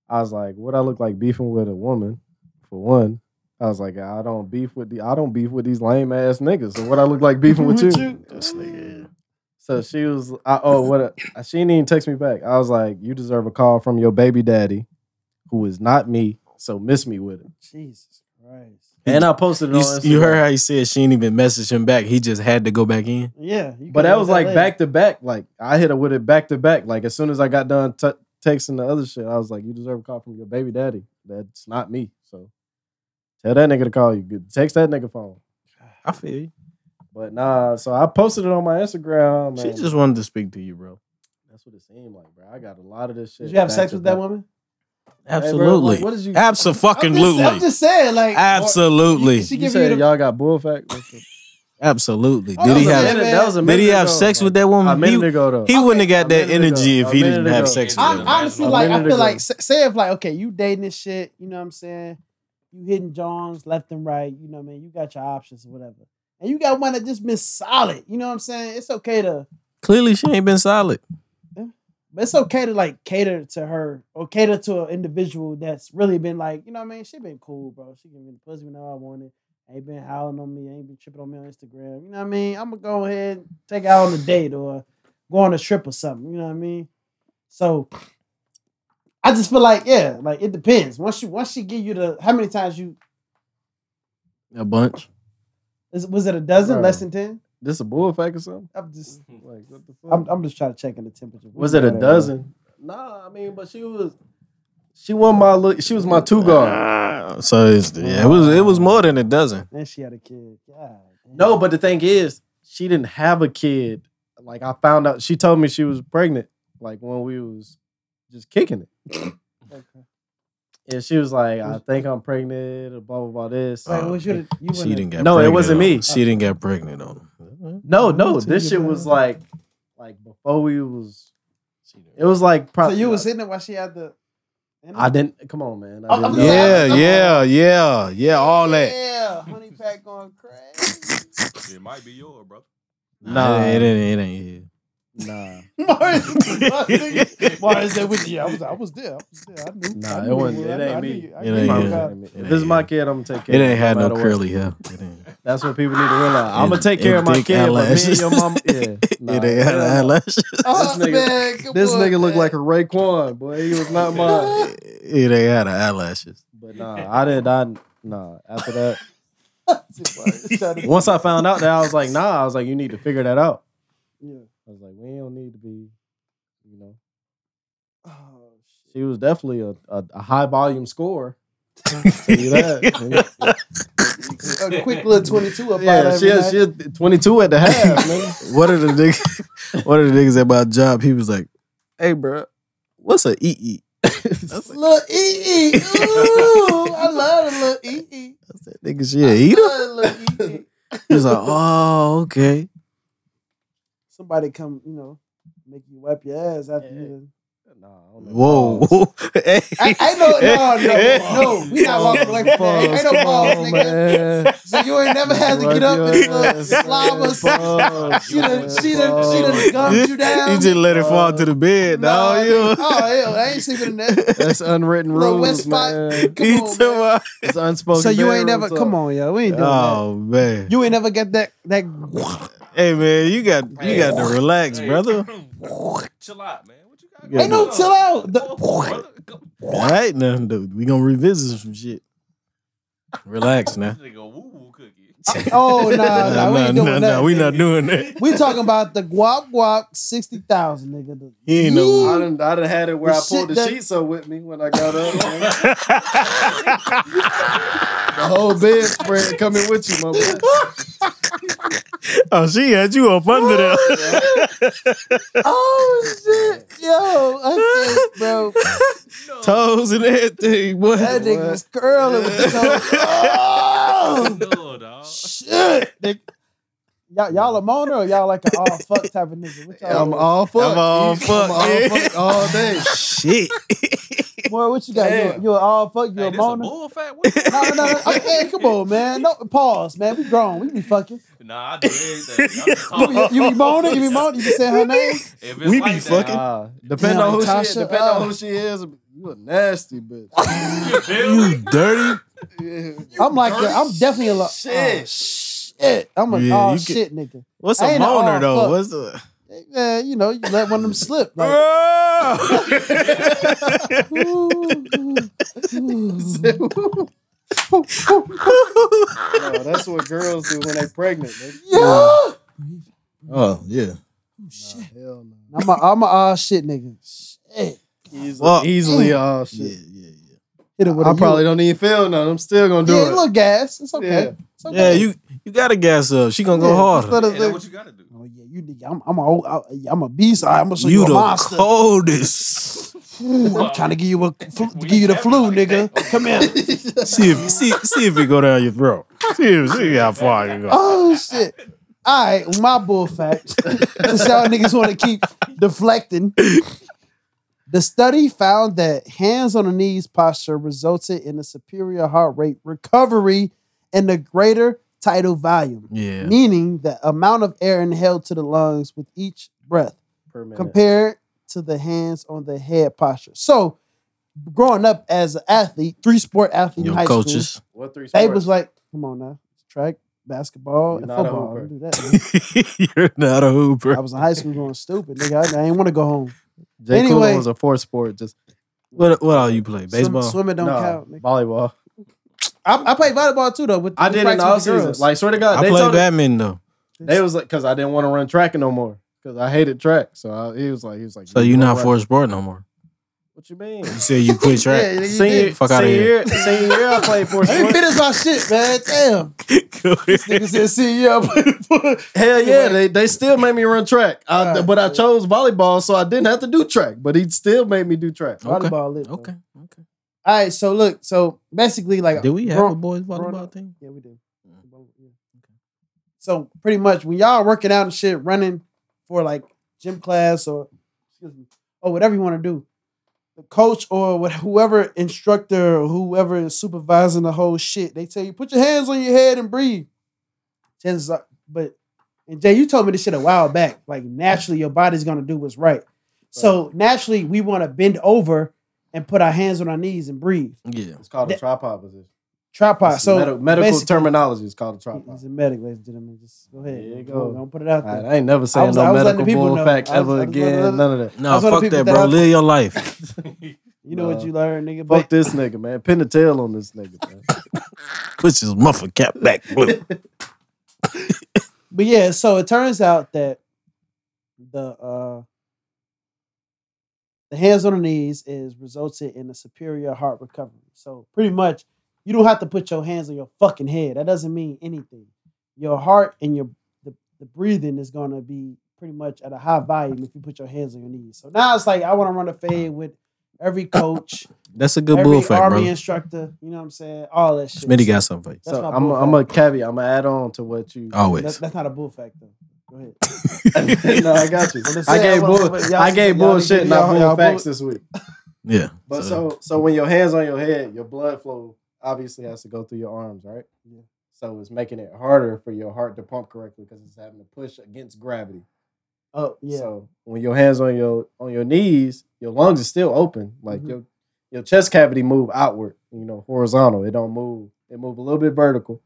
I was like, What I look like beefing with a woman, for one. I was like, I don't beef with the I don't beef with these lame ass niggas. So what I look like beefing with you?
This nigga, yeah.
So she was, I, oh, what? A, she didn't even text me back. I was like, you deserve a call from your baby daddy, who is not me. So miss me with it.
Jesus Christ.
and I posted it
You,
on
s- you
Instagram.
heard how he said she ain't even message him back. He just had to go back in.
Yeah, you
But
can
that
do
was like
later.
back to back. Like I hit her with it back to back. Like as soon as I got done t- texting the other shit, I was like, "You deserve a call from your baby daddy. That's not me." So tell that nigga to call you. Good- Text that nigga phone.
I feel you.
But nah. So I posted it on my Instagram.
She
and
just wanted to speak to you, bro.
that's what it seemed like, bro. I got a lot of this shit.
Did you have
back
sex
to
with that
back.
woman?
Hey, bro,
Absolutely.
like, what did you?
I'm
Absolutely.
just, I'm just saying, like,
Absolutely.
She
you
give you
said
the-
y'all got bull fact. That's what-
Absolutely.
Oh,
Did he
I'm
have
saying-
minute-
man.
a
did he
minute
have
ago,
sex
like,
with that
A
woman?
minute
He,
ago though.
he wouldn't have got
A
that
minute
energy
ago.
if
A
he didn't
minute
have
ago.
sex with
I'm
that woman.
honestly
A
like, I
minute
feel
ago.
like, s- say if like, okay, you dating this shit, you know what I'm saying? You hitting Johns left and right, you know what I mean? You got your options or whatever. And you got one that just been solid, you know what I'm saying? It's okay to,
Clearly, she ain't been solid.
but it's okay to like cater to her or cater to an individual that's really been like, you know what I mean? She been cool, bro. She give me the pussy whenever I wanted. Ain't been howling on me, ain't been tripping on me on Instagram. You know what I mean? I'm gonna go ahead and take her out on a date or go on a trip or something, you know what I mean? So I just feel like, yeah, like it depends. Once she once she give you the how many times you
A bunch.
is, was it a dozen,
Bro.
less than ten?
This a bull fact or something?
I'm just
Like what the fuck?
I'm, I'm just trying to check in the temperature. We
Was
can
it
go
a
there,
dozen? Nah, I mean, but she was she won my look. She was my two guard.
Ah, so it's, yeah, it was it was more than a dozen.
bro. And she had a kid. God, damn.
No, but the thing is, she didn't have a kid. Like I found out, she told me she was pregnant. Like when we was just kicking it,
Okay.
and she was like, "I think I'm pregnant," or blah blah blah. This.
Oh,
Wait, was you?
okay.
the- you
She
wouldn't-
didn't get
No, it
pregnant
wasn't
on
me.
him. She didn't get pregnant on. him.
no, no,
Two
this shit was
guard.
like, like before we was. It was like
So
probably
you was hitting it while she had the.
I didn't. Come on, man. I
I'm-
didn't
I'm
know.
saying-
Yeah, yeah, yeah, yeah. All that.
Yeah, honey pack going crazy.
It might be yours, bro.
Nah.
it ain't. It ain't.
Nah,
Mars, Mars there with you. I was, I was there. I was there. I knew. I
nah,
knew
it wasn't.
would. I
It
knew- I knew
ain't me.
you-
It
I knew
ain't
you
you.
was out.
ain't me. If
It
This is
ain't
my
you.
kid. I'm gonna take
It
care. of
ain't had no
matter what.
curly hair. It ain't.
That's what people need to realize. I'm gonna
It-
take care of
it
my
thick
kid, but me and
eyelashes.
your mom. Yeah, nah,
it ain't had
hell no.
eyelashes.
Oh,
This nigga-
man, good
This
boy,
nigga
man.
looked like a Raekwon, boy. He was not mine.
It ain't had eyelashes.
But nah, I did not. Nah, after that,
Trying to-
once I found out that, I was like, nah. I was like, you need to figure that out.
Yeah.
I was like, we don't need to be, you know.
Oh, shit.
She was definitely a, a, a high volume scorer. Tell you that.
a quick little 22 up out
yeah,
of
she
every
was, she
night.
was 22 at the half, nigga.
One of the niggas, one of the niggas at my job, he was like, "Hey, bro, what's a E ee ee?"
Little E E. Ooh, I love a little E E.
I said, "Nigga, she a eater."
Little E E.
He was like, "Oh, okay."
Somebody come, you know, make you wipe your ass after
Yeah.
you.
Nah, I don't know.
Whoa. hey.
I, I know, no, no, no. We not walking away from that. Ain't no balls,
Pause,
nigga.
man.
So you ain't never had to get up and uh, slob us. She done, she done, she done
You-
gumped you down.
You just let it fall to the bed.
Nah,
No,
nigga.
you.
Oh, hell, I ain't sleeping in that.
That's unwritten
Little
rules,
West Spot.
man.
Come
He
on,
took
man.
my-
It's unspoken.
So you ain't
bedroom
never,
talk.
come on, yo. We ain't doing that.
Oh man.
You ain't never got that, that.
Hey man, you got you got to relax,
Hey,
brother.
Chill out, man. What you got?
Ain't
going
no
on?
chill out. The-
Come on, brother. Go-
All right, now dude, we gonna revisit some shit. Relax now.
This nigga woo woo cookie.
Oh, nah, nah, we ain't doing that.
we not doing that.
We talking about the guap guap 60,000, nigga. The-
He ain't
I
no.
done, I done had it where
The
I pulled
shit
the
that-
sheets up with me when I got up. man. the whole bedspread coming with you, my boy.
oh, she had you up under there.
Oh, shit. Yo, I think, bro.
Toes and everything. Boy.
That nigga was curling with the toes.
No,
Oh,
no, dog.
shit. nigga. Y'all, y'all a moaner or y'all like an all fuck type of nigga? What y'all
I'm all fucked.
I'm all
I'm all
fucked.
fucked all day.
Shit.
Boy, what you got? You,
Damn.
you an all fuck? You
Hey,
a
this a
moaner?
bull fat? What you-
No, no, no. I'm, hey, come on, man. No, pause, man. We grown. We be fucking.
Nah, I do everything. I'm just
You
talking.
be, you be moaning. You be moaning. You be saying her name.
If it's
We be
like
fucking.
That,
Nah, depending on who she is,
Tasha,
depending
uh,
on who she is, you a nasty bitch.
you feel me?
You dirty.
I'm like, the, I'm definitely a lo-
Shit.
Oh, shit. I'm a
Yeah,
oh
you could-
shit nigga.
What's a
I ain't a all
moaner though?
fuck.
What's the?
Hey, Man, Eh, you know, you let one of them slip. Like,
Oh!
ooh, ooh, ooh.
No, that's what girls do when they pregnant. nigga.
Yeah.
Oh yeah.
Nah, hell no.
I'm a I'm a ah shit nigga. Shit.
Easily,
Fuck.
easily all
Yeah,
shit.
yeah, yeah.
Hit it with
I
a
probably
you.
don't even feel nothing. I'm still gonna do
yeah,
it.
a little gas. It's okay.
Yeah.
It's okay.
Yeah, you you gotta gas up. She gonna go
Yeah,
harder.
just let us-
that's what you gotta do.
Oh yeah, you nigga. I'm I'm a old- I- I'm a beast. I'm gonna show you,
you
a
the
monster.
coldest.
Ooh, I'm trying to give you a flu,
We
give you the
have
flu,
it like
nigga.
that.
Come here.
see if see see if it go down your throat. See, if, see how far you go.
Oh shit. All right, my bull fact. Since y'all niggas want to keep deflecting. The study found that hands on the knees posture resulted in a superior heart rate recovery and a greater tidal volume,
Yeah.
meaning the amount of air inhaled to the lungs with each breath.
Per minute.
compared to the hands on the head posture. So, growing up as an athlete, three sport athlete in
Your
high
coaches.
school,
what three sports?
they was like, "Come on now, track, basketball,
You're
and
not a
football.
hooper.
Don't do that."
You're not a hooper.
I was in high school going stupid, nigga. I, I didn't want to go home.
Jay
Anyway.
Cooler was a fourth sport. Just
What what all you play?
Swim-
Baseball.
swimming don't
nah,
count. Nigga.
volleyball.
I, I played volleyball too, though. With,
I
we
did in
practiced
all
with the
season.
girls.
Like swear to God,
I
they
play
told me-
badminton though.
They was like, cause I didn't want to run track no more, cause I hated track. So I, he was like, he was like,
So you
gonna
not
run-
for sport no more.
What you mean?
You said you quit track.
Yeah, you
Senior,
did.
Fuck outta
senior
here.
year, senior year, I played for
Let me
sport.
finish my shit, man. Damn. Nigga said, see, yeah, I played for-"
Hell yeah, they, they still made me run track. I,
Alright.
but I chose volleyball, so I didn't have to do track. But he still made me do track.
Okay.
Volleyball lit, though.
okay. Okay.
All right, so look, so basically, like,
Do we have
grow-
a boys
growing up-
volleyball thing?
Yeah, we do.
Mm.
Yeah.
So pretty much when y'all working out and shit, running for like gym class or excuse me, or whatever you want to do, the coach or what, whoever instructor or whoever is supervising the whole shit, they tell you put your hands on your head and breathe. Chances are, but and Jay, you told me this shit a while back. Like naturally, your body's gonna do what's right. So naturally, we want to bend over and put our hands on our knees and breathe.
Yeah.
It's called a
That-
tripod position.
Tripod.
It's
so
medi- medical
basically-
terminology is called a tripod.
He's a medic, ladies and gentlemen. Just go ahead.
There you
Don't-
go.
Don't put it out
Alright,
there.
I ain't never saying
was- I
no
was letting
medical
the people
bull
know.
facts
I was-
ever
I was letting
again.
other-
None of that.
No,
That's what
fuck
people
that,
that
bro.
I-
Live your life.
You know what
Nah.
you learned, nigga.
Fuck
But
this nigga, man. Pin the tail on this nigga, man.
Put your muffler cap back. Blue.
but yeah, so it turns out that the uh the hands on the knees is resulted in a superior heart recovery. So pretty much, you don't have to put your hands on your fucking head. That doesn't mean anything. Your heart and your the, the breathing is gonna be pretty much at a high volume if you put your hands on your knees. So now it's like I want to run a fade with every coach.
That's a good
every
bull fact,
army
bro.
instructor. You know what I'm saying? All that shit.
Smitty got something for you.
That's
so
my
I'm
bull
a, I'm a
fact.
caveat. I'm gonna add on to what you.
That's,
Always.
that's not a bull fact though. Go ahead.
no, I got you.
I'm just
I
saying,
gave
well,
bull.
but y'all-
I gave
y'all
bullshit,
niggas-
not
y'all- y'all
bull facts
bull-
this week.
Yeah.
But so so when your hands on your head, your blood flow obviously has to go through your arms, right?
Yeah.
So it's making it harder for your heart to pump correctly because it's having to push against gravity.
Oh yeah.
So when your hands on your on your knees, your lungs are still open. Like
Mhm.
your your chest cavity move outward, you know, horizontal. It don't move. It move a little bit vertical,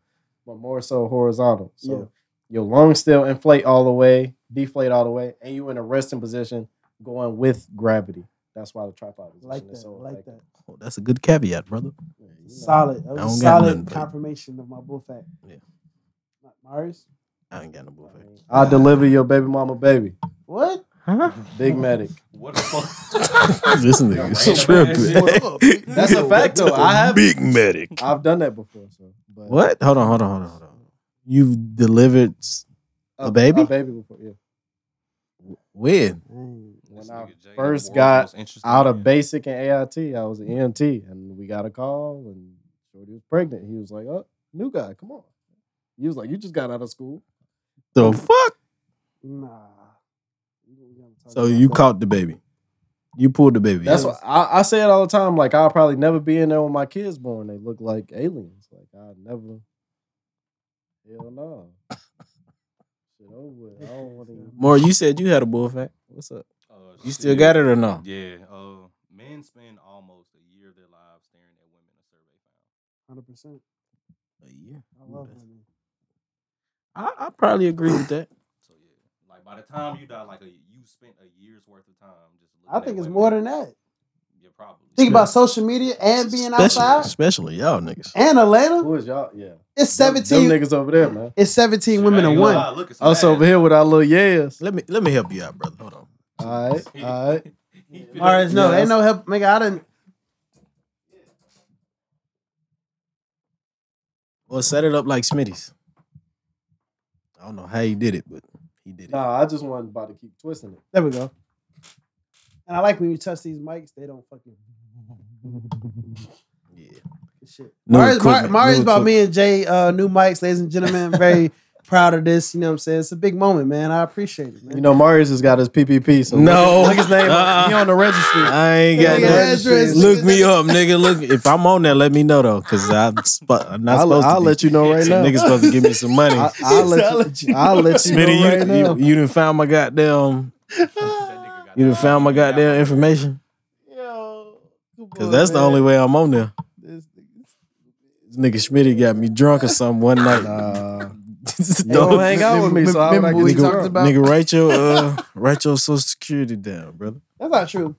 but more so horizontal. So
Yeah.
your lungs still inflate all the way, deflate all the way, and you in a resting position going with gravity. That's why the tripod
I
position
like
is
that.
so
I like
effective.
that.
Oh, that's a good caveat, brother.
Yeah, you know.
Solid. That
I
was a
don't got nothing,
solid
but-
confirmation of my bull fact.
Yeah.
Ma- Marius?
I ain't got no bull fact.
I'll deliver your baby mama baby.
What?
Big medic.
What the fuck?
this nigga's tripping.
That's a fact though. I have
Big medic.
I've done that before. So but
What? Hold on, hold on, hold on, hold on. You've delivered s- a baby?
A baby before, yeah.
when?
Mm.
When
This
I
nigga Jay the
first
world's
got
most interesting
out of
man.
basic and AIT, I was an EMT, and we got a call, and Shorty was pregnant. He was like, "Oh, new guy, come on." He was like, "You just got out of school."
The fuck?
Nah. We don't gotta talk
So
about
you
that.
caught the baby. You pulled the baby.
That's
out.
what I, I say it all the time. Like I'll probably never be in there when my kids born. They look like aliens. Like I never. Hell no. Shit over. with. I don't want to.
More, you said you had a bull fact. What's up?
Uh,
You still got it or no?
Yeah. Uh, men spend almost a year of their lives staring at women. A survey found.
100%.
A year.
I love women.
I, I probably agree with that.
So yeah, like by the time you die, like a, you spent a year's worth of time just.
I
looking
think
at
it's
women.
more than that.
Yeah, probably.
Think about social media and being
especially,
outside
especially y'all niggas.
and Atlanta.
Who is y'all? Yeah.
It's
Them-
seventeen.
Them niggas over there, man.
it's seventeen
Shit, I
women
ain't
in
gonna
one.
lie, look at some
Us
ass.
over here with our little yeahs.
Let me let me help you out, brother. Hold on.
All right, all right.
He
All right, no,
Yeah,
ain't no help. Nigga, I didn't.
Well, set it up like Smitty's. I don't know how he did it, but he did it.
Nah, I just wasn't about to keep twisting it.
There we go. And I like when you touch these mics; they don't fucking
Yeah.
shit.
New
Mari's, Mar-
equipment,
Mari's
new
about
equipment.
me and Jay, uh, new mics, ladies and gentlemen. Very proud of this. You know what I'm saying? It's a big moment, man. I appreciate it, man.
You know, Marius has got his PPP. So
No.
look, look his name.
Uh-uh.
He on the registry.
I ain't got
Nigga,
no.
address,
Look
nigga,
me
nigga.
up, nigga. Look, if I'm on there, let me know though, because I'm, sp- I'm not
I'll,
supposed to.
I'll let you know right now.
Niggas supposed to give me some money.
I, I'll, let you, I'll let you know
Smitty, you,
right
you,
now.
you, didn't found my goddamn. You done found my goddamn information. Cause that's the only way I'm on there. This nigga Schmitty got me drunk or something one night.
don't hang out with me, so how would I
Remember
get
we
you
talked
up?
about?
nigga, write your uh, write your social security down, brother.
That's not true.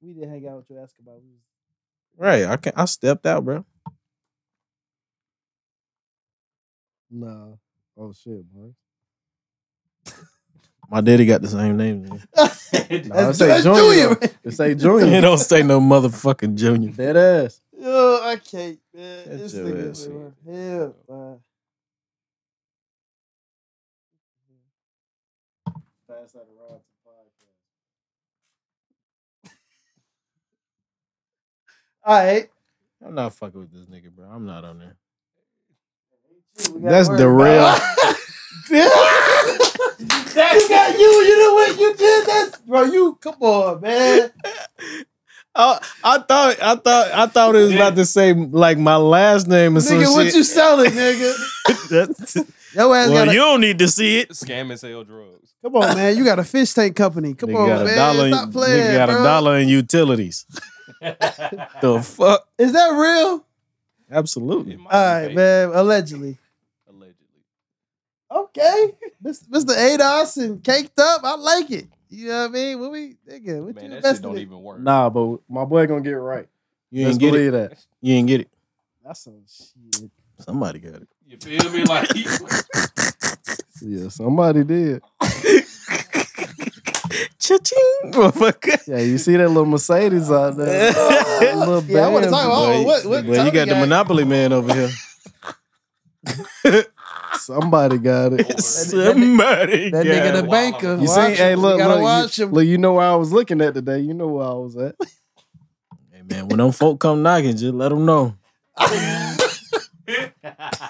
We didn't hang out with you. Ask about. We was-
Right, I can I stepped out, bro.
No. Oh shit, boy.
My daddy got the same name. nigga.
No,
That's-
it say
that's Junior,
Junior. though.
man.
It say
It
Junior.
don't say no motherfucking junior.
Dead ass.
Yo, I can't, man.
Shut
This
your
nigga,
ass
man. Hell, man. mm-hmm. All right.
I'm not fucking with this nigga, bro. I'm not on there.
We got
That's
work.
the real.
you got you. You know what you did? That's bro. You come on, man.
I, I thought I thought I thought it was about to say like my last name or
nigga,
some
what
shit.
you selling, nigga?
That's-
Yo ass
well,
got a,
you don't need to see it.
Scam and sell drugs.
come on, man. You got a fish tank company. Come
Nigga
on,
got a
man.
dollar in-
Stop playing,
nigga got
bro.
a dollar in utilities. the fuck?
Is that real?
Absolutely.
It might be
All right,
fake,
man. Allegedly.
Allegedly.
Okay, Mr. Mr. Ados and caked up. I like it. You know what I mean? What we nigga? What you
Man, that shit
investing
don't
in?
even work.
Nah, but my boy gonna get it right.
You
Let's
ain't get it.
believe that.
You ain't get it.
That's some shit.
Somebody got it.
You feel me? Like
Yeah, somebody did.
Cha-ching, motherfucker.
Yeah, you see that little Mercedes out there. little
Yeah, I wanna
Benz,
talk about-
boy.
Oh, what- what
Boy, you
Tommy
got the
got?
Monopoly man over here.
Somebody got it.
Somebody
That
got
nigga the
it.
banker.
You
Watch
see,
him.
hey,
We
look,
gotta
look,
watch
you,
him.
look, you know where I was looking at today. You know where I was at.
Hey man, when them folk come knocking, just let them know.
Oh,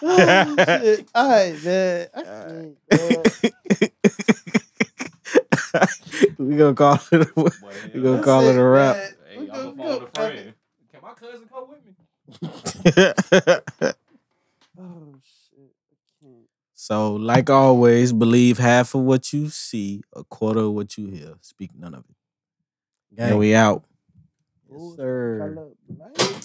shit. All right, man. I can't, man.
we gonna call it. a- You gonna
go
call it a wrap.
man.
Hey,
We gonna
I'm gonna phone
go,
a
man.
friend. Can my cousin come with me?
Oh shit. I can't.
so, like always, believe half of what you see, a quarter of what you hear. Speak none of it. And we out.
Ooh,
sir.
Er.
colour blind.